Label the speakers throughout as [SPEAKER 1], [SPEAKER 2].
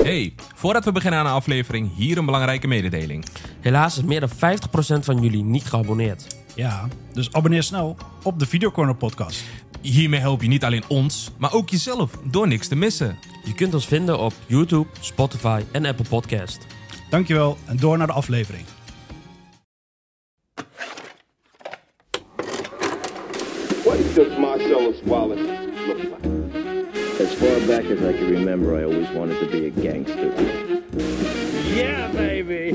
[SPEAKER 1] Hey, voordat we beginnen aan de aflevering, hier een belangrijke mededeling.
[SPEAKER 2] Helaas is meer dan 50% van jullie niet geabonneerd.
[SPEAKER 3] Ja, dus abonneer snel op de Videocorner podcast.
[SPEAKER 1] Hiermee help je niet alleen ons, maar ook jezelf door niks te missen.
[SPEAKER 2] Je kunt ons vinden op YouTube, Spotify en Apple Podcast.
[SPEAKER 3] Dankjewel en door naar de aflevering.
[SPEAKER 4] What does Marcellus Wallace look like?
[SPEAKER 5] As far back as I can remember, I always wanted to be a gangster.
[SPEAKER 4] Yeah, baby.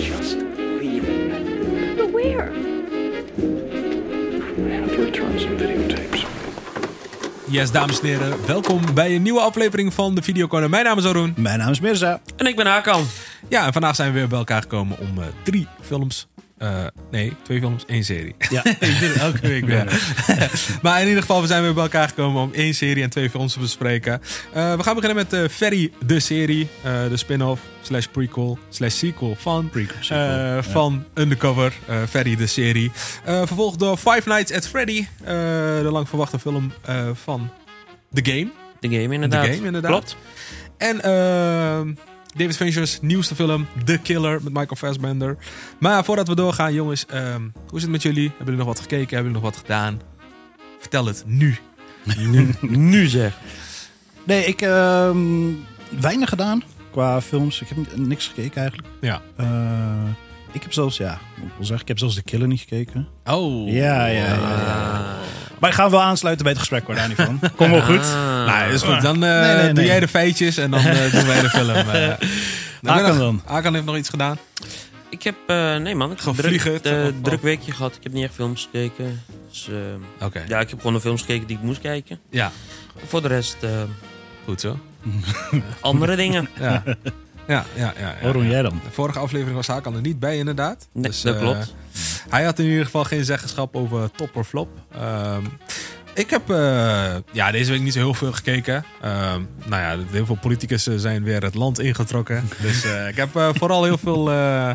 [SPEAKER 4] Just leave it.
[SPEAKER 6] But where?
[SPEAKER 4] I have to return some videotapes.
[SPEAKER 1] Yes, dames en heren, welkom bij een nieuwe aflevering van de Videocorner. Mijn naam is Arun.
[SPEAKER 3] Mijn naam is Mirza.
[SPEAKER 2] En ik ben Hakan.
[SPEAKER 1] Ja, en vandaag zijn we weer bij elkaar gekomen om eh, drie films... eh, nee, twee films, één serie.
[SPEAKER 3] Ja.
[SPEAKER 1] Ik doe het elke week weer. maar in ieder geval, we zijn weer bij elkaar gekomen om één serie en twee films te bespreken. Eh, we gaan beginnen met eh, Ferry, de serie. eh, de spin-off, slash prequel, slash sequel van...
[SPEAKER 3] Prequel, sequel,
[SPEAKER 1] eh,
[SPEAKER 3] ja.
[SPEAKER 1] Van Undercover, eh, Ferry, de serie. Eh, vervolgd door Five Nights at Freddy. eh, de lang verwachte film eh, van The Game.
[SPEAKER 2] De game inderdaad.
[SPEAKER 1] The Game, inderdaad.
[SPEAKER 2] Klopt.
[SPEAKER 1] En ehm, David Fincher's nieuwste film, The Killer, met Michael Fassbender. Maar voordat we doorgaan, jongens, ehm, hoe is het met jullie? Hebben jullie nog wat gekeken? Hebben jullie nog wat gedaan? Vertel het nu.
[SPEAKER 2] Nu zeg.
[SPEAKER 3] Nee, ik ehm weinig gedaan qua films. Ik heb ni- niks gekeken eigenlijk.
[SPEAKER 1] Ja.
[SPEAKER 3] Eh, ik heb zelfs, ja, moet ik wel zeggen, ik heb zelfs de Killer niet gekeken.
[SPEAKER 1] Oh.
[SPEAKER 3] Ja, ja, ja.
[SPEAKER 1] Ah.
[SPEAKER 3] ja. Maar ik ga wel aansluiten bij het gesprek, hoor, daar niet van. Ah. Kom wel goed.
[SPEAKER 1] Nou, is goed. Dan eh,
[SPEAKER 3] Nee, nee,
[SPEAKER 1] doe
[SPEAKER 3] nee.
[SPEAKER 1] jij de feitjes en dan eh, doen wij de film. eh. Nou,
[SPEAKER 3] Hakan
[SPEAKER 1] ik-
[SPEAKER 3] dan.
[SPEAKER 1] Hakan heeft nog iets gedaan.
[SPEAKER 2] Ik heb, eh, nee man, ik heb
[SPEAKER 1] Gewoon
[SPEAKER 2] een druk,
[SPEAKER 1] vliegen,
[SPEAKER 2] eh,
[SPEAKER 1] of- of-
[SPEAKER 2] druk weekje gehad. Ik heb niet echt films gekeken. Dus, eh,
[SPEAKER 1] Oké. Ja.
[SPEAKER 2] ja, ik heb gewoon de films gekeken die ik moest kijken. Voor de rest eh,
[SPEAKER 1] goed zo.
[SPEAKER 2] andere dingen.
[SPEAKER 1] Ja. Ja, ja, ja. ja,
[SPEAKER 3] Hoe doe jij dan?
[SPEAKER 1] De vorige aflevering was Hakan er niet bij, inderdaad.
[SPEAKER 2] Nee,
[SPEAKER 1] Dus,
[SPEAKER 2] dat
[SPEAKER 1] eh,
[SPEAKER 2] klopt.
[SPEAKER 1] Hij had in ieder geval geen zeggenschap over top of flop. Ehm, ik heb eh, ja, deze week niet zo heel veel gekeken. Ehm, nou ja, heel veel politicussen zijn weer het land ingetrokken. Dus eh, ik heb eh, vooral heel veel eh,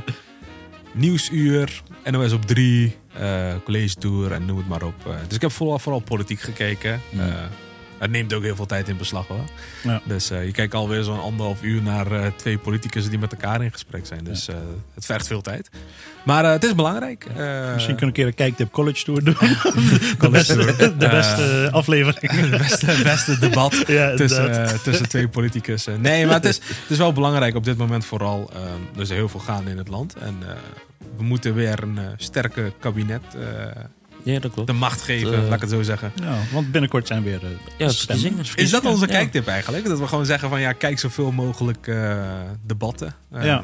[SPEAKER 1] nieuwsuur, NOS op 3, eh college tour en noem het maar op. Eh, dus ik heb vooral, vooral politiek gekeken. Eh, het neemt ook heel veel tijd in beslag hoor.
[SPEAKER 3] Ja.
[SPEAKER 1] Dus eh, je kijkt alweer zo'n anderhalf uur naar eh, twee politicussen die met elkaar in gesprek zijn. Dus eh, het vergt veel tijd. Maar eh, het is belangrijk. Eh,
[SPEAKER 3] Misschien kunnen we een keer een kijktip college tour doen. De
[SPEAKER 1] College Tour.
[SPEAKER 3] beste, de
[SPEAKER 1] Eh,
[SPEAKER 3] beste aflevering.
[SPEAKER 1] het beste, beste debat
[SPEAKER 3] Ja,
[SPEAKER 1] tussen,
[SPEAKER 3] inderdaad.
[SPEAKER 1] eh, tussen twee politicussen. Nee, maar het is, het is wel belangrijk op dit moment vooral. ehm, er is heel veel gaande in het land. En eh, we moeten weer een eh, sterke kabinet eh,
[SPEAKER 2] Ja, dat klopt.
[SPEAKER 1] de macht geven,
[SPEAKER 2] Eh.
[SPEAKER 1] laat ik het zo zeggen.
[SPEAKER 3] Ja, want binnenkort zijn weer eh,
[SPEAKER 2] Ja, het is
[SPEAKER 3] stemmen.
[SPEAKER 2] verkiezingen.
[SPEAKER 1] Is dat onze
[SPEAKER 2] Ja.
[SPEAKER 1] kijktip eigenlijk? Dat we gewoon zeggen van ja, kijk zoveel mogelijk eh, debatten. Eh,
[SPEAKER 3] Ja.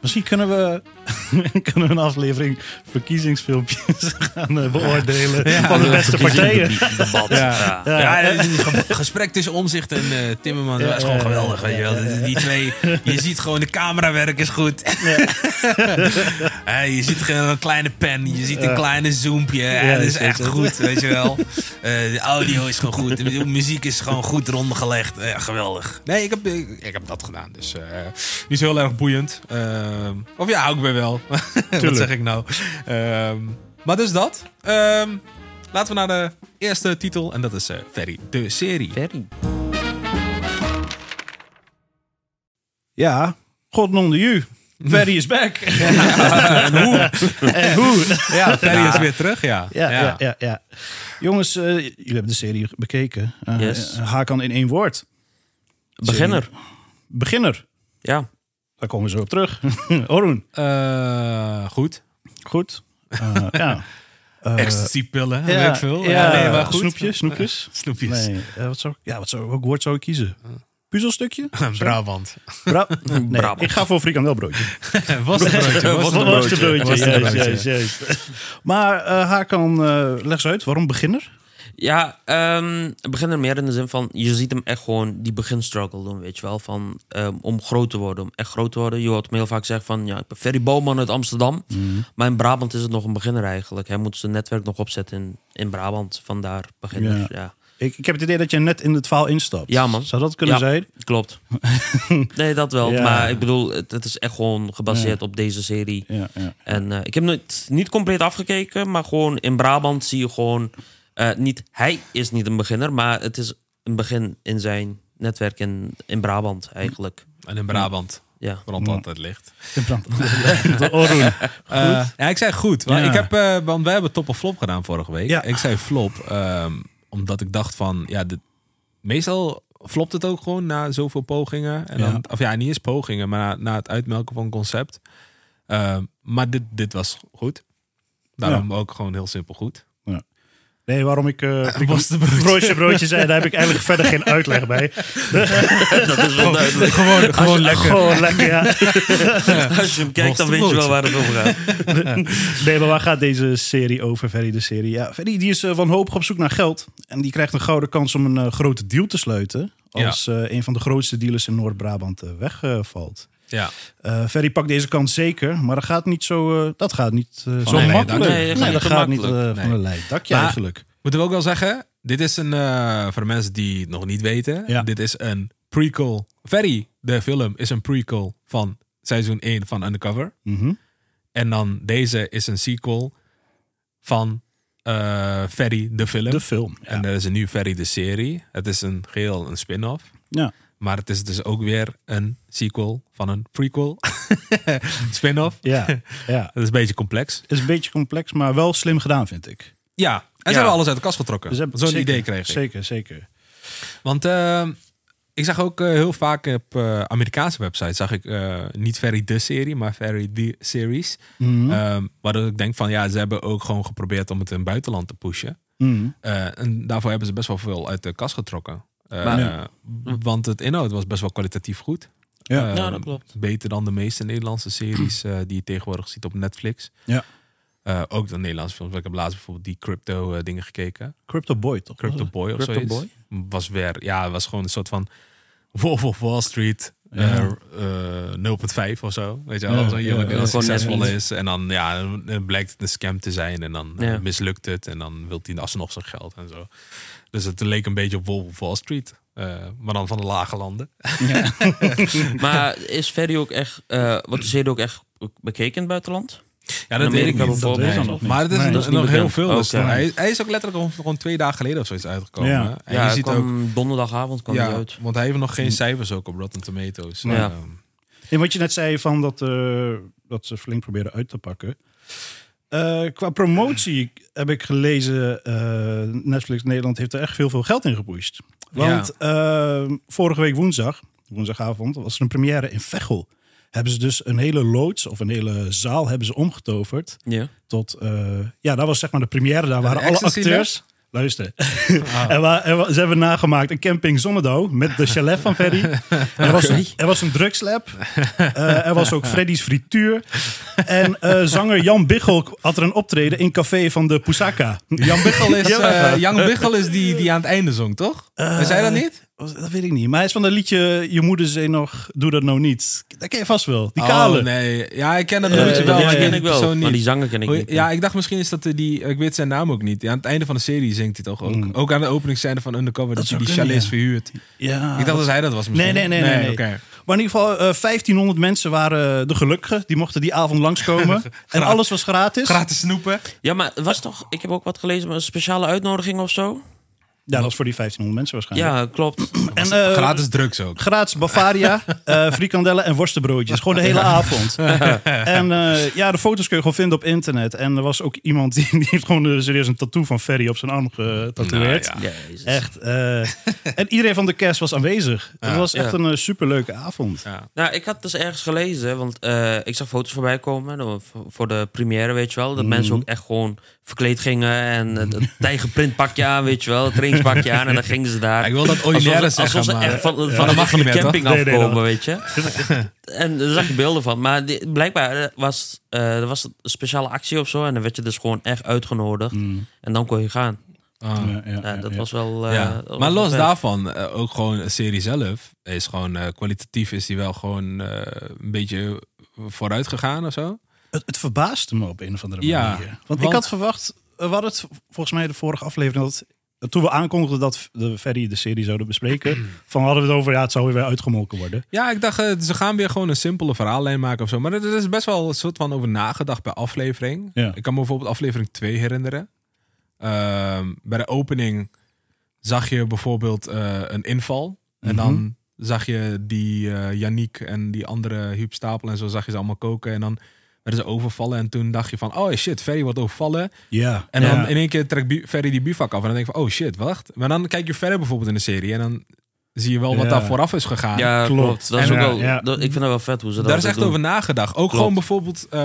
[SPEAKER 3] Misschien kunnen we, kunnen we een aflevering verkiezingsfilmpjes gaan eh, beoordelen van de beste partijen.
[SPEAKER 2] Debat. Ja.
[SPEAKER 1] Ja, het is een ge- gesprek tussen Omzicht en eh, Timmerman dat is gewoon geweldig. weet je wel. Die- Die twee, je ziet gewoon de camerawerk is goed. Hé, je ziet gewoon een kleine pen, je ziet een kleine zoompje. Ja, dat is echt goed, weet je wel. Eh, de audio is gewoon goed, de mu- muziek is gewoon goed rondgelegd. Eh, geweldig. Nee, ik heb, ik, ik heb dat gedaan, dus eh, niet zo heel erg boeiend. Ehm, of ja, ook weer wel. Wat zeg ik nou? Ehm, maar dus dat. Ehm, laten we naar de eerste titel, en dat is eh Ferry, de serie.
[SPEAKER 2] Ferry.
[SPEAKER 3] Ja, God non de you. Ferry is back. en hoe?
[SPEAKER 1] Ja, Ferry is weer terug, ja.
[SPEAKER 3] Ja, ja. Ja, ja, Jongens, eh, jullie hebben de serie bekeken. Eh
[SPEAKER 2] Yes.
[SPEAKER 3] Hakan in één woord.
[SPEAKER 2] Beginner.
[SPEAKER 3] Beginner.
[SPEAKER 2] Ja.
[SPEAKER 3] Daar komen we zo op terug. Orun,
[SPEAKER 1] Eh, goed.
[SPEAKER 3] goed. Eh, ja.
[SPEAKER 1] Ecstasy-pillen,
[SPEAKER 3] Ja,
[SPEAKER 1] weet ik veel.
[SPEAKER 3] ja.
[SPEAKER 1] Ja, nee, maar goed.
[SPEAKER 3] Snoepjes, snoepjes.
[SPEAKER 1] Snoepjes.
[SPEAKER 3] Nee, eh, wat zou, ik- ja, wat zou, welk woord zou ik kiezen? Puzzelstukje?
[SPEAKER 1] Brabant.
[SPEAKER 3] Bra- nee,
[SPEAKER 2] Brabant.
[SPEAKER 3] Ik ga voor frikandelbroodje.
[SPEAKER 1] Was het broodje, was het broodje. Was het
[SPEAKER 3] Juist,
[SPEAKER 1] broodje.
[SPEAKER 3] juist, juist. Maar eh Hakan, eh, leg eens uit. Waarom beginner?
[SPEAKER 2] Ja, ehm beginner meer in de zin van... Je ziet hem echt gewoon die beginstruggle doen, weet je wel. Van, ehm, om groot te worden, om echt groot te worden. Je hoort hem heel vaak zeggen van... Ja, ik ben Ferry Bouwman uit Amsterdam. Maar in Brabant is het nog een beginner eigenlijk. Hij moet zijn netwerk nog opzetten in, in Brabant. Vandaar beginner,
[SPEAKER 3] Ja.
[SPEAKER 2] ja. Ja,
[SPEAKER 3] Ik, ik heb het idee dat je net in het verhaal instapt.
[SPEAKER 2] Ja, man.
[SPEAKER 3] Zou dat kunnen
[SPEAKER 2] Ja.
[SPEAKER 3] zijn?
[SPEAKER 2] klopt. nee, dat wel.
[SPEAKER 3] Ja.
[SPEAKER 2] Maar ik bedoel, het, het is echt gewoon gebaseerd op deze serie.
[SPEAKER 3] Ja, ja.
[SPEAKER 2] En eh, ik heb het niet compleet afgekeken, maar gewoon in Brabant zie je gewoon eh, niet. Hij is niet een beginner, maar het is het begin in zijn netwerk in, in Brabant eigenlijk.
[SPEAKER 1] En in Brabant
[SPEAKER 2] Ja.
[SPEAKER 1] brandt altijd licht.
[SPEAKER 3] In brand. De Oroen.
[SPEAKER 1] Eh, ja, ik zei goed. Maar
[SPEAKER 3] Ja.
[SPEAKER 1] ik heb, eh, want wij hebben top of flop gedaan vorige week.
[SPEAKER 3] Ja.
[SPEAKER 1] Ik zei flop, ehm, omdat ik dacht van, ja, dit, meestal flopt het ook gewoon na zoveel pogingen. En dan,
[SPEAKER 3] Ja.
[SPEAKER 1] Of ja, niet eens pogingen, maar na, na het uitmelken van een concept. Ehm, maar dit, dit was goed. Daarom ook gewoon heel simpel goed.
[SPEAKER 3] Nee, waarom ik eh broodje broodje zei, daar heb ik eigenlijk verder geen uitleg bij.
[SPEAKER 2] Dat is wel duidelijk.
[SPEAKER 1] Gewoon, gewoon lekker.
[SPEAKER 3] Gewoon lekker, ja.
[SPEAKER 2] Als je hem kijkt, dan weet je wel waar het over gaat.
[SPEAKER 3] Nee, maar waar gaat deze serie over, Ferry de serie? Ja, Ferry die is eh, wanhopig op zoek naar geld. En die krijgt een gouden kans om een eh, grote deal te sluiten. Als eh, een van de grootste dealers in Noord-Brabant eh, wegvalt.
[SPEAKER 1] Ja.
[SPEAKER 3] Eh Ferry pakt deze kans zeker, maar dat gaat niet zo, eh, dat gaat niet eh, zo
[SPEAKER 1] nee, dat-
[SPEAKER 3] makkelijk.
[SPEAKER 1] nee, dat
[SPEAKER 2] gaat niet
[SPEAKER 3] dat
[SPEAKER 2] zo
[SPEAKER 3] gaat niet
[SPEAKER 2] makkelijk.
[SPEAKER 3] eh, van
[SPEAKER 1] Nee.
[SPEAKER 3] een lijn. Dakje
[SPEAKER 1] Maar-
[SPEAKER 3] eigenlijk.
[SPEAKER 1] Moeten we ook wel zeggen, dit is een, eh, voor de mensen die het nog niet weten,
[SPEAKER 3] Ja.
[SPEAKER 1] dit is een prequel. Ferry, de film, is een prequel van seizoen 1 van Undercover.
[SPEAKER 3] Mhm.
[SPEAKER 1] En dan deze is een sequel van eh, Ferry, de film.
[SPEAKER 3] De film. Ja.
[SPEAKER 1] En er is een nieuw Ferry, de serie. Het is een geheel een spin-off.
[SPEAKER 3] Ja.
[SPEAKER 1] Maar het is dus ook weer een sequel van een prequel. spin-off.
[SPEAKER 3] Ja, ja.
[SPEAKER 1] Dat is een beetje complex.
[SPEAKER 3] Het is een beetje complex, maar wel slim gedaan, vind ik.
[SPEAKER 1] Ja, en ze
[SPEAKER 2] Ja.
[SPEAKER 1] hebben alles uit de kast getrokken.
[SPEAKER 3] Dus heb-
[SPEAKER 1] Zo'n
[SPEAKER 3] zeker,
[SPEAKER 1] idee kreeg ik.
[SPEAKER 3] Zeker, zeker.
[SPEAKER 1] Want eh, ik zag ook eh, heel vaak op eh, Amerikaanse websites, zag ik eh, niet Ferry de serie, maar Ferry the series.
[SPEAKER 3] Mhm.
[SPEAKER 1] Ehm, waardoor ik denk van ja, ze hebben ook gewoon geprobeerd om het in het buitenland te pushen.
[SPEAKER 3] Mhm.
[SPEAKER 1] Eh, en daarvoor hebben ze best wel veel uit de kast getrokken. Eh,
[SPEAKER 2] Maar-
[SPEAKER 1] Ja. Want het inhoud was best wel kwalitatief goed.
[SPEAKER 3] Ja.
[SPEAKER 1] Eh,
[SPEAKER 2] Ja, dat klopt.
[SPEAKER 1] Beter dan de meeste Nederlandse series eh, die je tegenwoordig ziet op Netflix.
[SPEAKER 3] Ja.
[SPEAKER 1] Eh, ook de Nederlandse films. Ik heb laatst bijvoorbeeld die crypto eh, dingen gekeken.
[SPEAKER 3] Crypto Boy, toch?
[SPEAKER 1] Crypto Boy of
[SPEAKER 2] Oh, Crypto
[SPEAKER 1] zoiets.
[SPEAKER 2] Boy?
[SPEAKER 1] Was weer, ja, was gewoon een soort van Wolf of Wall Street
[SPEAKER 3] Ja.
[SPEAKER 1] eh, eh, 0.5 of zo. Weet je wel,
[SPEAKER 3] Ja,
[SPEAKER 1] zo'n
[SPEAKER 3] ja,
[SPEAKER 1] jongen die
[SPEAKER 3] ja.
[SPEAKER 1] dan
[SPEAKER 2] Gewoon net
[SPEAKER 1] succesvol
[SPEAKER 2] niet.
[SPEAKER 1] is. En dan, ja, dan- dan blijkt het een scam te zijn en dan eh,
[SPEAKER 2] Ja.
[SPEAKER 1] mislukt het. En dan wil hij alsnog zijn geld en zo. Dus het leek een beetje op Wolf of Wall Street. eh, maar dan van de lage landen.
[SPEAKER 2] Maar is Ferry ook echt, eh wordt de serie ook echt bekeken in het buitenland?
[SPEAKER 1] Ja, dat weet ik
[SPEAKER 2] Amerika
[SPEAKER 1] niet.
[SPEAKER 2] bijvoorbeeld.
[SPEAKER 1] Nee.
[SPEAKER 3] Dat is nog niet.
[SPEAKER 1] Maar het is
[SPEAKER 3] Nee,
[SPEAKER 1] nog,
[SPEAKER 2] dat is niet
[SPEAKER 1] nog heel
[SPEAKER 2] bekend.
[SPEAKER 1] veel. Dus
[SPEAKER 2] Oké.
[SPEAKER 1] hij, hij is ook letterlijk gewoon- gewoon twee dagen geleden of zoiets uitgekomen.
[SPEAKER 3] Ja.
[SPEAKER 1] En
[SPEAKER 2] ja,
[SPEAKER 1] je
[SPEAKER 2] hij
[SPEAKER 1] ziet ook,
[SPEAKER 2] kwam donderdagavond kwam die
[SPEAKER 1] ja,
[SPEAKER 2] uit.
[SPEAKER 1] want hij heeft nog geen cijfers ook op Rotten Tomatoes.
[SPEAKER 2] Hm. Ja.
[SPEAKER 1] Eh,
[SPEAKER 3] En wat je net zei van dat, eh, dat ze flink proberen uit te pakken. Eh, qua promotie heb ik gelezen, eh, Netflix Nederland heeft er echt veel, veel geld in geboeist. Want eh, vorige week woensdag, woensdagavond, was er een première in Veghel. Hebben ze dus een hele loods of een hele zaal hebben ze omgetoverd
[SPEAKER 2] Ja.
[SPEAKER 3] tot... eh, ja, dat was zeg maar de première. Daar waren alle
[SPEAKER 1] ecstasy Ah.
[SPEAKER 3] acteurs... Luister. en wa- en wa- ze hebben nagemaakt een camping Zonnedouw met de chalet van Ferry. er, was een, er was een drugslab. Eh, er was ook Freddy's frituur. En eh, zanger Jan Biggel had er een optreden in café van de Pusaka.
[SPEAKER 1] Jan Biggel is,
[SPEAKER 3] Ja.
[SPEAKER 1] eh, Jan Biggel is die, die aan het einde zong, toch?
[SPEAKER 3] Eh,
[SPEAKER 1] Zei Is hij dat niet?
[SPEAKER 3] Was- Dat weet ik niet. Maar hij is van dat liedje Je moeder zei nog, doe dat nou niet. Dat ken je vast wel. Die kale.
[SPEAKER 1] Oh, nee. Ja, ik ken dat
[SPEAKER 3] Eh,
[SPEAKER 1] nummertje
[SPEAKER 2] dat
[SPEAKER 1] wel,
[SPEAKER 3] ja,
[SPEAKER 1] maar
[SPEAKER 2] liedje
[SPEAKER 1] ik
[SPEAKER 2] ken
[SPEAKER 1] ken
[SPEAKER 2] ik
[SPEAKER 1] die
[SPEAKER 2] wel,
[SPEAKER 1] persoon
[SPEAKER 2] maar die
[SPEAKER 1] niet.
[SPEAKER 2] zanger ken ik
[SPEAKER 1] Hoe-
[SPEAKER 2] niet.
[SPEAKER 1] Ja, ik dacht misschien is dat eh, die... Ik weet zijn naam ook niet. Ja, aan het einde van de serie zingt hij toch ook. Ook aan de openingsscène van Undercover, dat, hij
[SPEAKER 3] Hmm. zou
[SPEAKER 1] die chalet
[SPEAKER 3] kunnen, ja.
[SPEAKER 1] verhuurt.
[SPEAKER 3] Ja,
[SPEAKER 1] ik
[SPEAKER 3] dat-
[SPEAKER 1] dacht dat hij dat was
[SPEAKER 3] Nee,
[SPEAKER 1] misschien.
[SPEAKER 3] nee, nee. nee, nee.
[SPEAKER 1] oké.
[SPEAKER 3] Maar in ieder geval, eh, 1500 mensen waren eh, de gelukkigen. Die mochten die avond langskomen. en alles was gratis.
[SPEAKER 1] Gratis snoepen.
[SPEAKER 2] Ja, maar het was toch, ik heb ook wat gelezen, maar een speciale uitnodiging of zo?
[SPEAKER 3] Ja, dat was voor die 1500 mensen waarschijnlijk.
[SPEAKER 2] Ja, klopt.
[SPEAKER 3] en eh, gratis.
[SPEAKER 1] gratis drugs ook.
[SPEAKER 3] Bavaria, eh, frikandellen en worstenbroodjes. Gewoon de hele avond. en eh, ja, de foto's kun je gewoon vinden op internet. En er was ook iemand die, die heeft gewoon eh, serieus een tattoo van Ferry op zijn arm getatoeëerd.
[SPEAKER 1] Nou,
[SPEAKER 2] Ja, jezus.
[SPEAKER 3] Echt. eh, en iedereen van de cast was aanwezig. Het was echt
[SPEAKER 2] Ja.
[SPEAKER 3] een eh, superleuke avond.
[SPEAKER 2] Nou, ik had dus ergens gelezen, want eh, ik zag foto's voorbij komen dan voor- voor de première, weet je wel. Dat mensen
[SPEAKER 1] Mhm.
[SPEAKER 2] ook echt gewoon verkleed gingen en het, het tijgerprintpakje aan, weet je wel. Het trainingspakje aan en dan gingen ze daar.
[SPEAKER 1] Ja, ik wil dat ordinaire
[SPEAKER 2] alsof, ze-
[SPEAKER 1] zeggen,
[SPEAKER 2] alsof ze
[SPEAKER 1] maar-
[SPEAKER 2] echt van, van,
[SPEAKER 1] dat
[SPEAKER 2] de-
[SPEAKER 1] mag
[SPEAKER 2] van
[SPEAKER 1] niet
[SPEAKER 2] de
[SPEAKER 1] meer,
[SPEAKER 2] camping
[SPEAKER 3] toch? Nee, nee,
[SPEAKER 2] afkomen, weet je. en daar zag je beelden van. Maar die- blijkbaar eh, was, eh, er was een speciale actie of zo en dan werd je dus gewoon echt uitgenodigd. En dan kon je gaan.
[SPEAKER 1] Ah.
[SPEAKER 3] Ja, ja,
[SPEAKER 2] Ja,
[SPEAKER 3] ja,
[SPEAKER 2] dat
[SPEAKER 3] ja.
[SPEAKER 2] was wel... eh,
[SPEAKER 1] Mm. Ja.
[SPEAKER 2] dat was
[SPEAKER 1] maar
[SPEAKER 2] wel
[SPEAKER 1] los
[SPEAKER 2] vet.
[SPEAKER 1] daarvan, eh, ook gewoon de serie zelf is gewoon eh, kwalitatief is die wel gewoon eh, een beetje vooruit gegaan of zo.
[SPEAKER 3] Het, het verbaasde me op een of andere
[SPEAKER 1] Ja,
[SPEAKER 3] manier. want, ik
[SPEAKER 1] want-
[SPEAKER 3] had verwacht, eh, we hadden het v- volgens mij de vorige aflevering dat eh, toen we aankondigden dat de Ferry de serie zouden bespreken, van hadden we het over ja, het zou weer uitgemolken worden.
[SPEAKER 1] Ja, ik dacht, eh, ze gaan weer gewoon een simpele verhaallijn maken of zo. Maar er is best wel een soort van over nagedacht bij aflevering.
[SPEAKER 3] Ja.
[SPEAKER 1] Ik kan me bijvoorbeeld aflevering 2 herinneren. Ehm, bij de opening zag je bijvoorbeeld eh, een inval. En
[SPEAKER 3] Mhm.
[SPEAKER 1] dan zag je die eh Yannick en die andere Huub Stapel en zo zag je ze allemaal koken. En dan werden ze overvallen. En toen dacht je van, oh shit, Ferry wordt overvallen.
[SPEAKER 3] Ja.
[SPEAKER 1] En dan
[SPEAKER 3] ja.
[SPEAKER 1] in één keer trekt Bu- Ferry die bivak af. En dan denk je van, oh shit, wacht. Maar dan kijk je verder bijvoorbeeld in de serie. En dan zie je wel wat
[SPEAKER 3] Ja.
[SPEAKER 1] daar vooraf is gegaan.
[SPEAKER 2] Ja,
[SPEAKER 3] klopt.
[SPEAKER 2] klopt. Dat is
[SPEAKER 1] En eh,
[SPEAKER 2] ook
[SPEAKER 1] ja,
[SPEAKER 2] wel,
[SPEAKER 3] ja.
[SPEAKER 2] dat- ik vind dat wel vet hoe ze dat
[SPEAKER 1] Daar is
[SPEAKER 2] altijd
[SPEAKER 1] echt
[SPEAKER 2] doen.
[SPEAKER 1] over nagedacht. Ook gewoon
[SPEAKER 2] Klopt.
[SPEAKER 1] bijvoorbeeld, eh,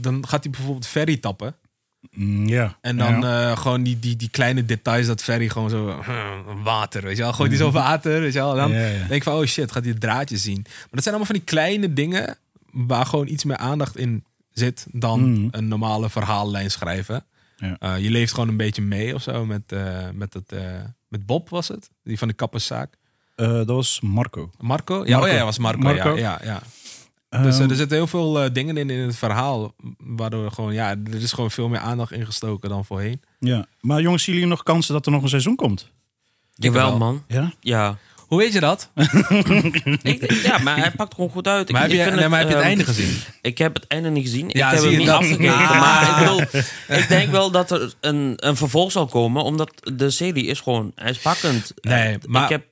[SPEAKER 1] dan gaat hij bijvoorbeeld Ferry tappen.
[SPEAKER 3] Mm, ja.
[SPEAKER 1] En dan
[SPEAKER 3] Ja.
[SPEAKER 1] eh, gewoon die, die, die kleine details dat Ferry gewoon zo hmm, water, weet je wel. Gooit hij zo water, weet je wel. En dan
[SPEAKER 3] Ja, ja.
[SPEAKER 1] denk ik van, oh shit, gaat hij het draadje zien. Maar dat zijn allemaal van die kleine dingen waar gewoon iets meer aandacht in zit dan
[SPEAKER 3] Mhm.
[SPEAKER 1] een normale verhaallijn schrijven.
[SPEAKER 3] Ja.
[SPEAKER 1] Eh, je leeft gewoon een beetje mee of zo met, eh, met, dat, eh, met Bob was het, die van de kapperszaak.
[SPEAKER 3] Eh, dat was Marco.
[SPEAKER 1] Marco? Ja,
[SPEAKER 3] Marco.
[SPEAKER 1] Oh, ja, ja, was Marco.
[SPEAKER 3] Marco.
[SPEAKER 1] Ja, ja, ja. Dus eh,
[SPEAKER 3] Ehm,
[SPEAKER 1] er zitten heel veel eh, dingen in, in het verhaal, waardoor gewoon, ja, er is gewoon veel meer aandacht ingestoken dan voorheen.
[SPEAKER 3] ja. Maar jongens, zien jullie nog kansen dat er nog een seizoen komt?
[SPEAKER 2] Jawel,
[SPEAKER 1] wel.
[SPEAKER 2] man.
[SPEAKER 3] Ja.
[SPEAKER 2] Ja.
[SPEAKER 1] Hoe weet je dat?
[SPEAKER 2] Ik- ja, maar hij pakt gewoon goed uit. Ik-
[SPEAKER 1] Maar heb
[SPEAKER 2] ik
[SPEAKER 1] je,
[SPEAKER 2] vind
[SPEAKER 1] nee, maar heb je het
[SPEAKER 2] ehm,
[SPEAKER 1] einde gezien?
[SPEAKER 2] Ik heb het einde niet gezien.
[SPEAKER 1] Ja,
[SPEAKER 2] ik
[SPEAKER 1] zie
[SPEAKER 2] heb hem
[SPEAKER 1] je
[SPEAKER 2] niet
[SPEAKER 1] dat?
[SPEAKER 2] afgekeken.
[SPEAKER 1] Ah.
[SPEAKER 2] Maar ik, bedoel, ik denk wel dat er een, een vervolg zal komen. Omdat de serie is gewoon... Hij is pakkend.
[SPEAKER 1] Nee,
[SPEAKER 2] Eh,
[SPEAKER 1] maar-
[SPEAKER 2] Ik heb,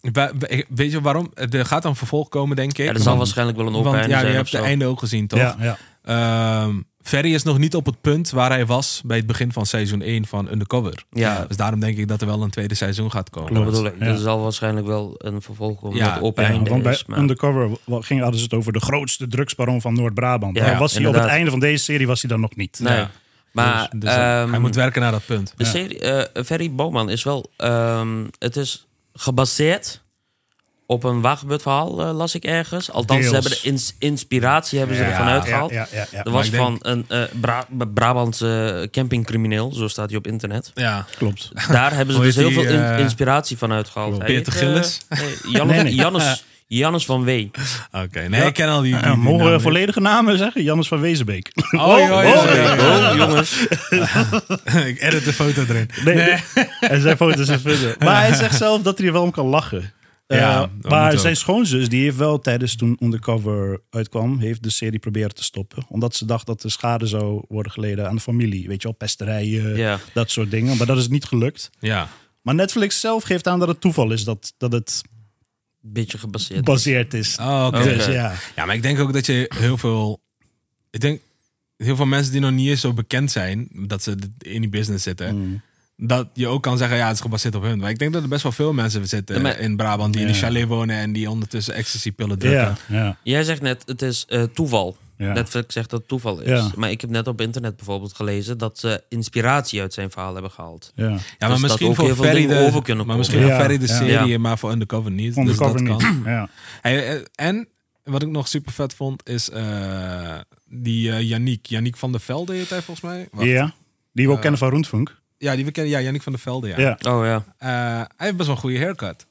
[SPEAKER 1] Wa- wa- Weet je waarom? Er gaat een vervolg komen, denk ik.
[SPEAKER 2] ja, er zal waarschijnlijk wel een open
[SPEAKER 1] Want
[SPEAKER 2] einde
[SPEAKER 1] ja, je
[SPEAKER 2] zijn of
[SPEAKER 1] hebt
[SPEAKER 2] zo.
[SPEAKER 1] het einde ook gezien, toch?
[SPEAKER 3] Ja, ja.
[SPEAKER 1] Ehm, Ferry is nog niet op het punt waar hij was bij het begin van seizoen 1 van Undercover.
[SPEAKER 2] Ja.
[SPEAKER 1] Dus daarom denk ik dat er wel een tweede seizoen gaat komen.
[SPEAKER 2] Dat bedoel ik.
[SPEAKER 3] Ja.
[SPEAKER 2] Er zal waarschijnlijk wel een vervolg komen.
[SPEAKER 1] Ja,
[SPEAKER 2] dat open
[SPEAKER 3] Ja,
[SPEAKER 2] einde
[SPEAKER 3] want bij
[SPEAKER 2] is. Maar,
[SPEAKER 3] Undercover wa- ging, hadden ze het over de grootste drugsbaron van Noord-Brabant.
[SPEAKER 2] Ja,
[SPEAKER 3] Maar was hij op het
[SPEAKER 2] inderdaad.
[SPEAKER 3] einde van deze serie was hij dan nog niet.
[SPEAKER 2] nee.
[SPEAKER 1] Ja.
[SPEAKER 2] Maar...
[SPEAKER 1] Dus- dus hij- hij
[SPEAKER 2] ehm,
[SPEAKER 1] moet werken naar dat punt.
[SPEAKER 2] De serie, eh, Ferry Bouwman is wel. ehm, het is gebaseerd op een waargebeurd verhaal, eh, las ik ergens. Althans,
[SPEAKER 3] Deels.
[SPEAKER 2] ze hebben de ins- inspiratie hebben ze
[SPEAKER 1] Ja,
[SPEAKER 2] ervan uitgehaald.
[SPEAKER 3] ja, ja, ja.
[SPEAKER 2] Er
[SPEAKER 1] Maar
[SPEAKER 2] was
[SPEAKER 1] ik denk-
[SPEAKER 2] van een eh, Bra- Brabantse campingcrimineel, zo staat hij op internet.
[SPEAKER 1] Ja.
[SPEAKER 3] Klopt.
[SPEAKER 2] Daar hebben ze
[SPEAKER 1] Hoe
[SPEAKER 2] dus
[SPEAKER 1] heet
[SPEAKER 2] heel veel
[SPEAKER 1] die,
[SPEAKER 2] in-
[SPEAKER 1] eh,
[SPEAKER 2] inspiratie van uitgehaald. Hij
[SPEAKER 1] Peter
[SPEAKER 2] heet, eh,
[SPEAKER 1] Gillis?
[SPEAKER 2] nee, Jannes,
[SPEAKER 3] Nee, nee.
[SPEAKER 2] Jannes, Jannes van W.
[SPEAKER 1] Oké, nee, ik ken al die. die,
[SPEAKER 3] Ja,
[SPEAKER 1] die
[SPEAKER 3] mogen we
[SPEAKER 1] namen.
[SPEAKER 3] volledige namen zeggen? Jannes van Wezenbeek.
[SPEAKER 1] Oh, oh, oh,
[SPEAKER 3] oh,
[SPEAKER 1] ja, ja, ja.
[SPEAKER 2] Oh, jongens.
[SPEAKER 1] ik edit de foto erin.
[SPEAKER 3] Nee, En zijn foto's en verder. Maar hij zegt zelf dat hij er wel om kan lachen.
[SPEAKER 1] Ja,
[SPEAKER 3] Eh,
[SPEAKER 1] dat
[SPEAKER 3] maar
[SPEAKER 1] moet
[SPEAKER 3] zijn
[SPEAKER 1] ook.
[SPEAKER 3] schoonzus, die heeft wel tijdens toen Undercover uitkwam, heeft de serie proberen te stoppen. Omdat ze dacht dat de schade zou worden geleden aan de familie. Weet je wel, pesterijen,
[SPEAKER 2] Ja.
[SPEAKER 3] dat soort dingen. Maar dat is niet gelukt.
[SPEAKER 1] Ja.
[SPEAKER 3] Maar Netflix zelf geeft aan dat het toeval is dat, dat het
[SPEAKER 2] Beetje gebaseerd.
[SPEAKER 3] gebaseerd is.
[SPEAKER 1] Oh, oké.
[SPEAKER 3] Dus
[SPEAKER 2] Oké.
[SPEAKER 3] ja.
[SPEAKER 1] Ja, maar ik denk ook dat je heel veel. Ik denk heel veel mensen die nog niet eens zo bekend zijn dat ze in die business zitten.
[SPEAKER 2] Mm.
[SPEAKER 1] Dat je ook kan zeggen, ja, het is gebaseerd op hun. Maar ik denk dat er best wel veel mensen
[SPEAKER 2] Ja,
[SPEAKER 1] zitten
[SPEAKER 2] maar-
[SPEAKER 1] in Brabant die in
[SPEAKER 3] Ja.
[SPEAKER 1] een chalet wonen en die ondertussen ecstasy-pillen drukken.
[SPEAKER 3] Ja, ja.
[SPEAKER 2] Jij zegt net, het is eh, toeval.
[SPEAKER 3] Ja.
[SPEAKER 2] Netflix zegt dat het toeval is.
[SPEAKER 3] Ja.
[SPEAKER 2] Maar ik heb net op internet bijvoorbeeld gelezen dat ze inspiratie uit zijn verhaal hebben gehaald.
[SPEAKER 3] ja.
[SPEAKER 1] Ja, maar
[SPEAKER 2] Dus dat
[SPEAKER 1] misschien
[SPEAKER 2] ook
[SPEAKER 1] voor
[SPEAKER 2] heel veel
[SPEAKER 1] Ferry
[SPEAKER 2] dingen
[SPEAKER 1] de,
[SPEAKER 2] over kunnen
[SPEAKER 1] maar
[SPEAKER 2] komen.
[SPEAKER 1] misschien
[SPEAKER 3] Ja,
[SPEAKER 1] voor Ferry de
[SPEAKER 3] ja.
[SPEAKER 1] serie,
[SPEAKER 2] Ja.
[SPEAKER 1] maar voor Undercover niet.
[SPEAKER 3] Undercover
[SPEAKER 1] dus dat kan.
[SPEAKER 3] niet. Ja.
[SPEAKER 1] Hey, eh, en wat ik nog super vet vond is eh, die eh Yannick. Yannick van der Velde heet hij volgens mij. Wacht.
[SPEAKER 3] ja, die we ook kennen van Roentvunk.
[SPEAKER 1] Ja, die we kennen. Ja, Yannick van der Velde, ja.
[SPEAKER 3] Ja.
[SPEAKER 2] Oh ja.
[SPEAKER 1] Eh, hij heeft best wel een goede haircut.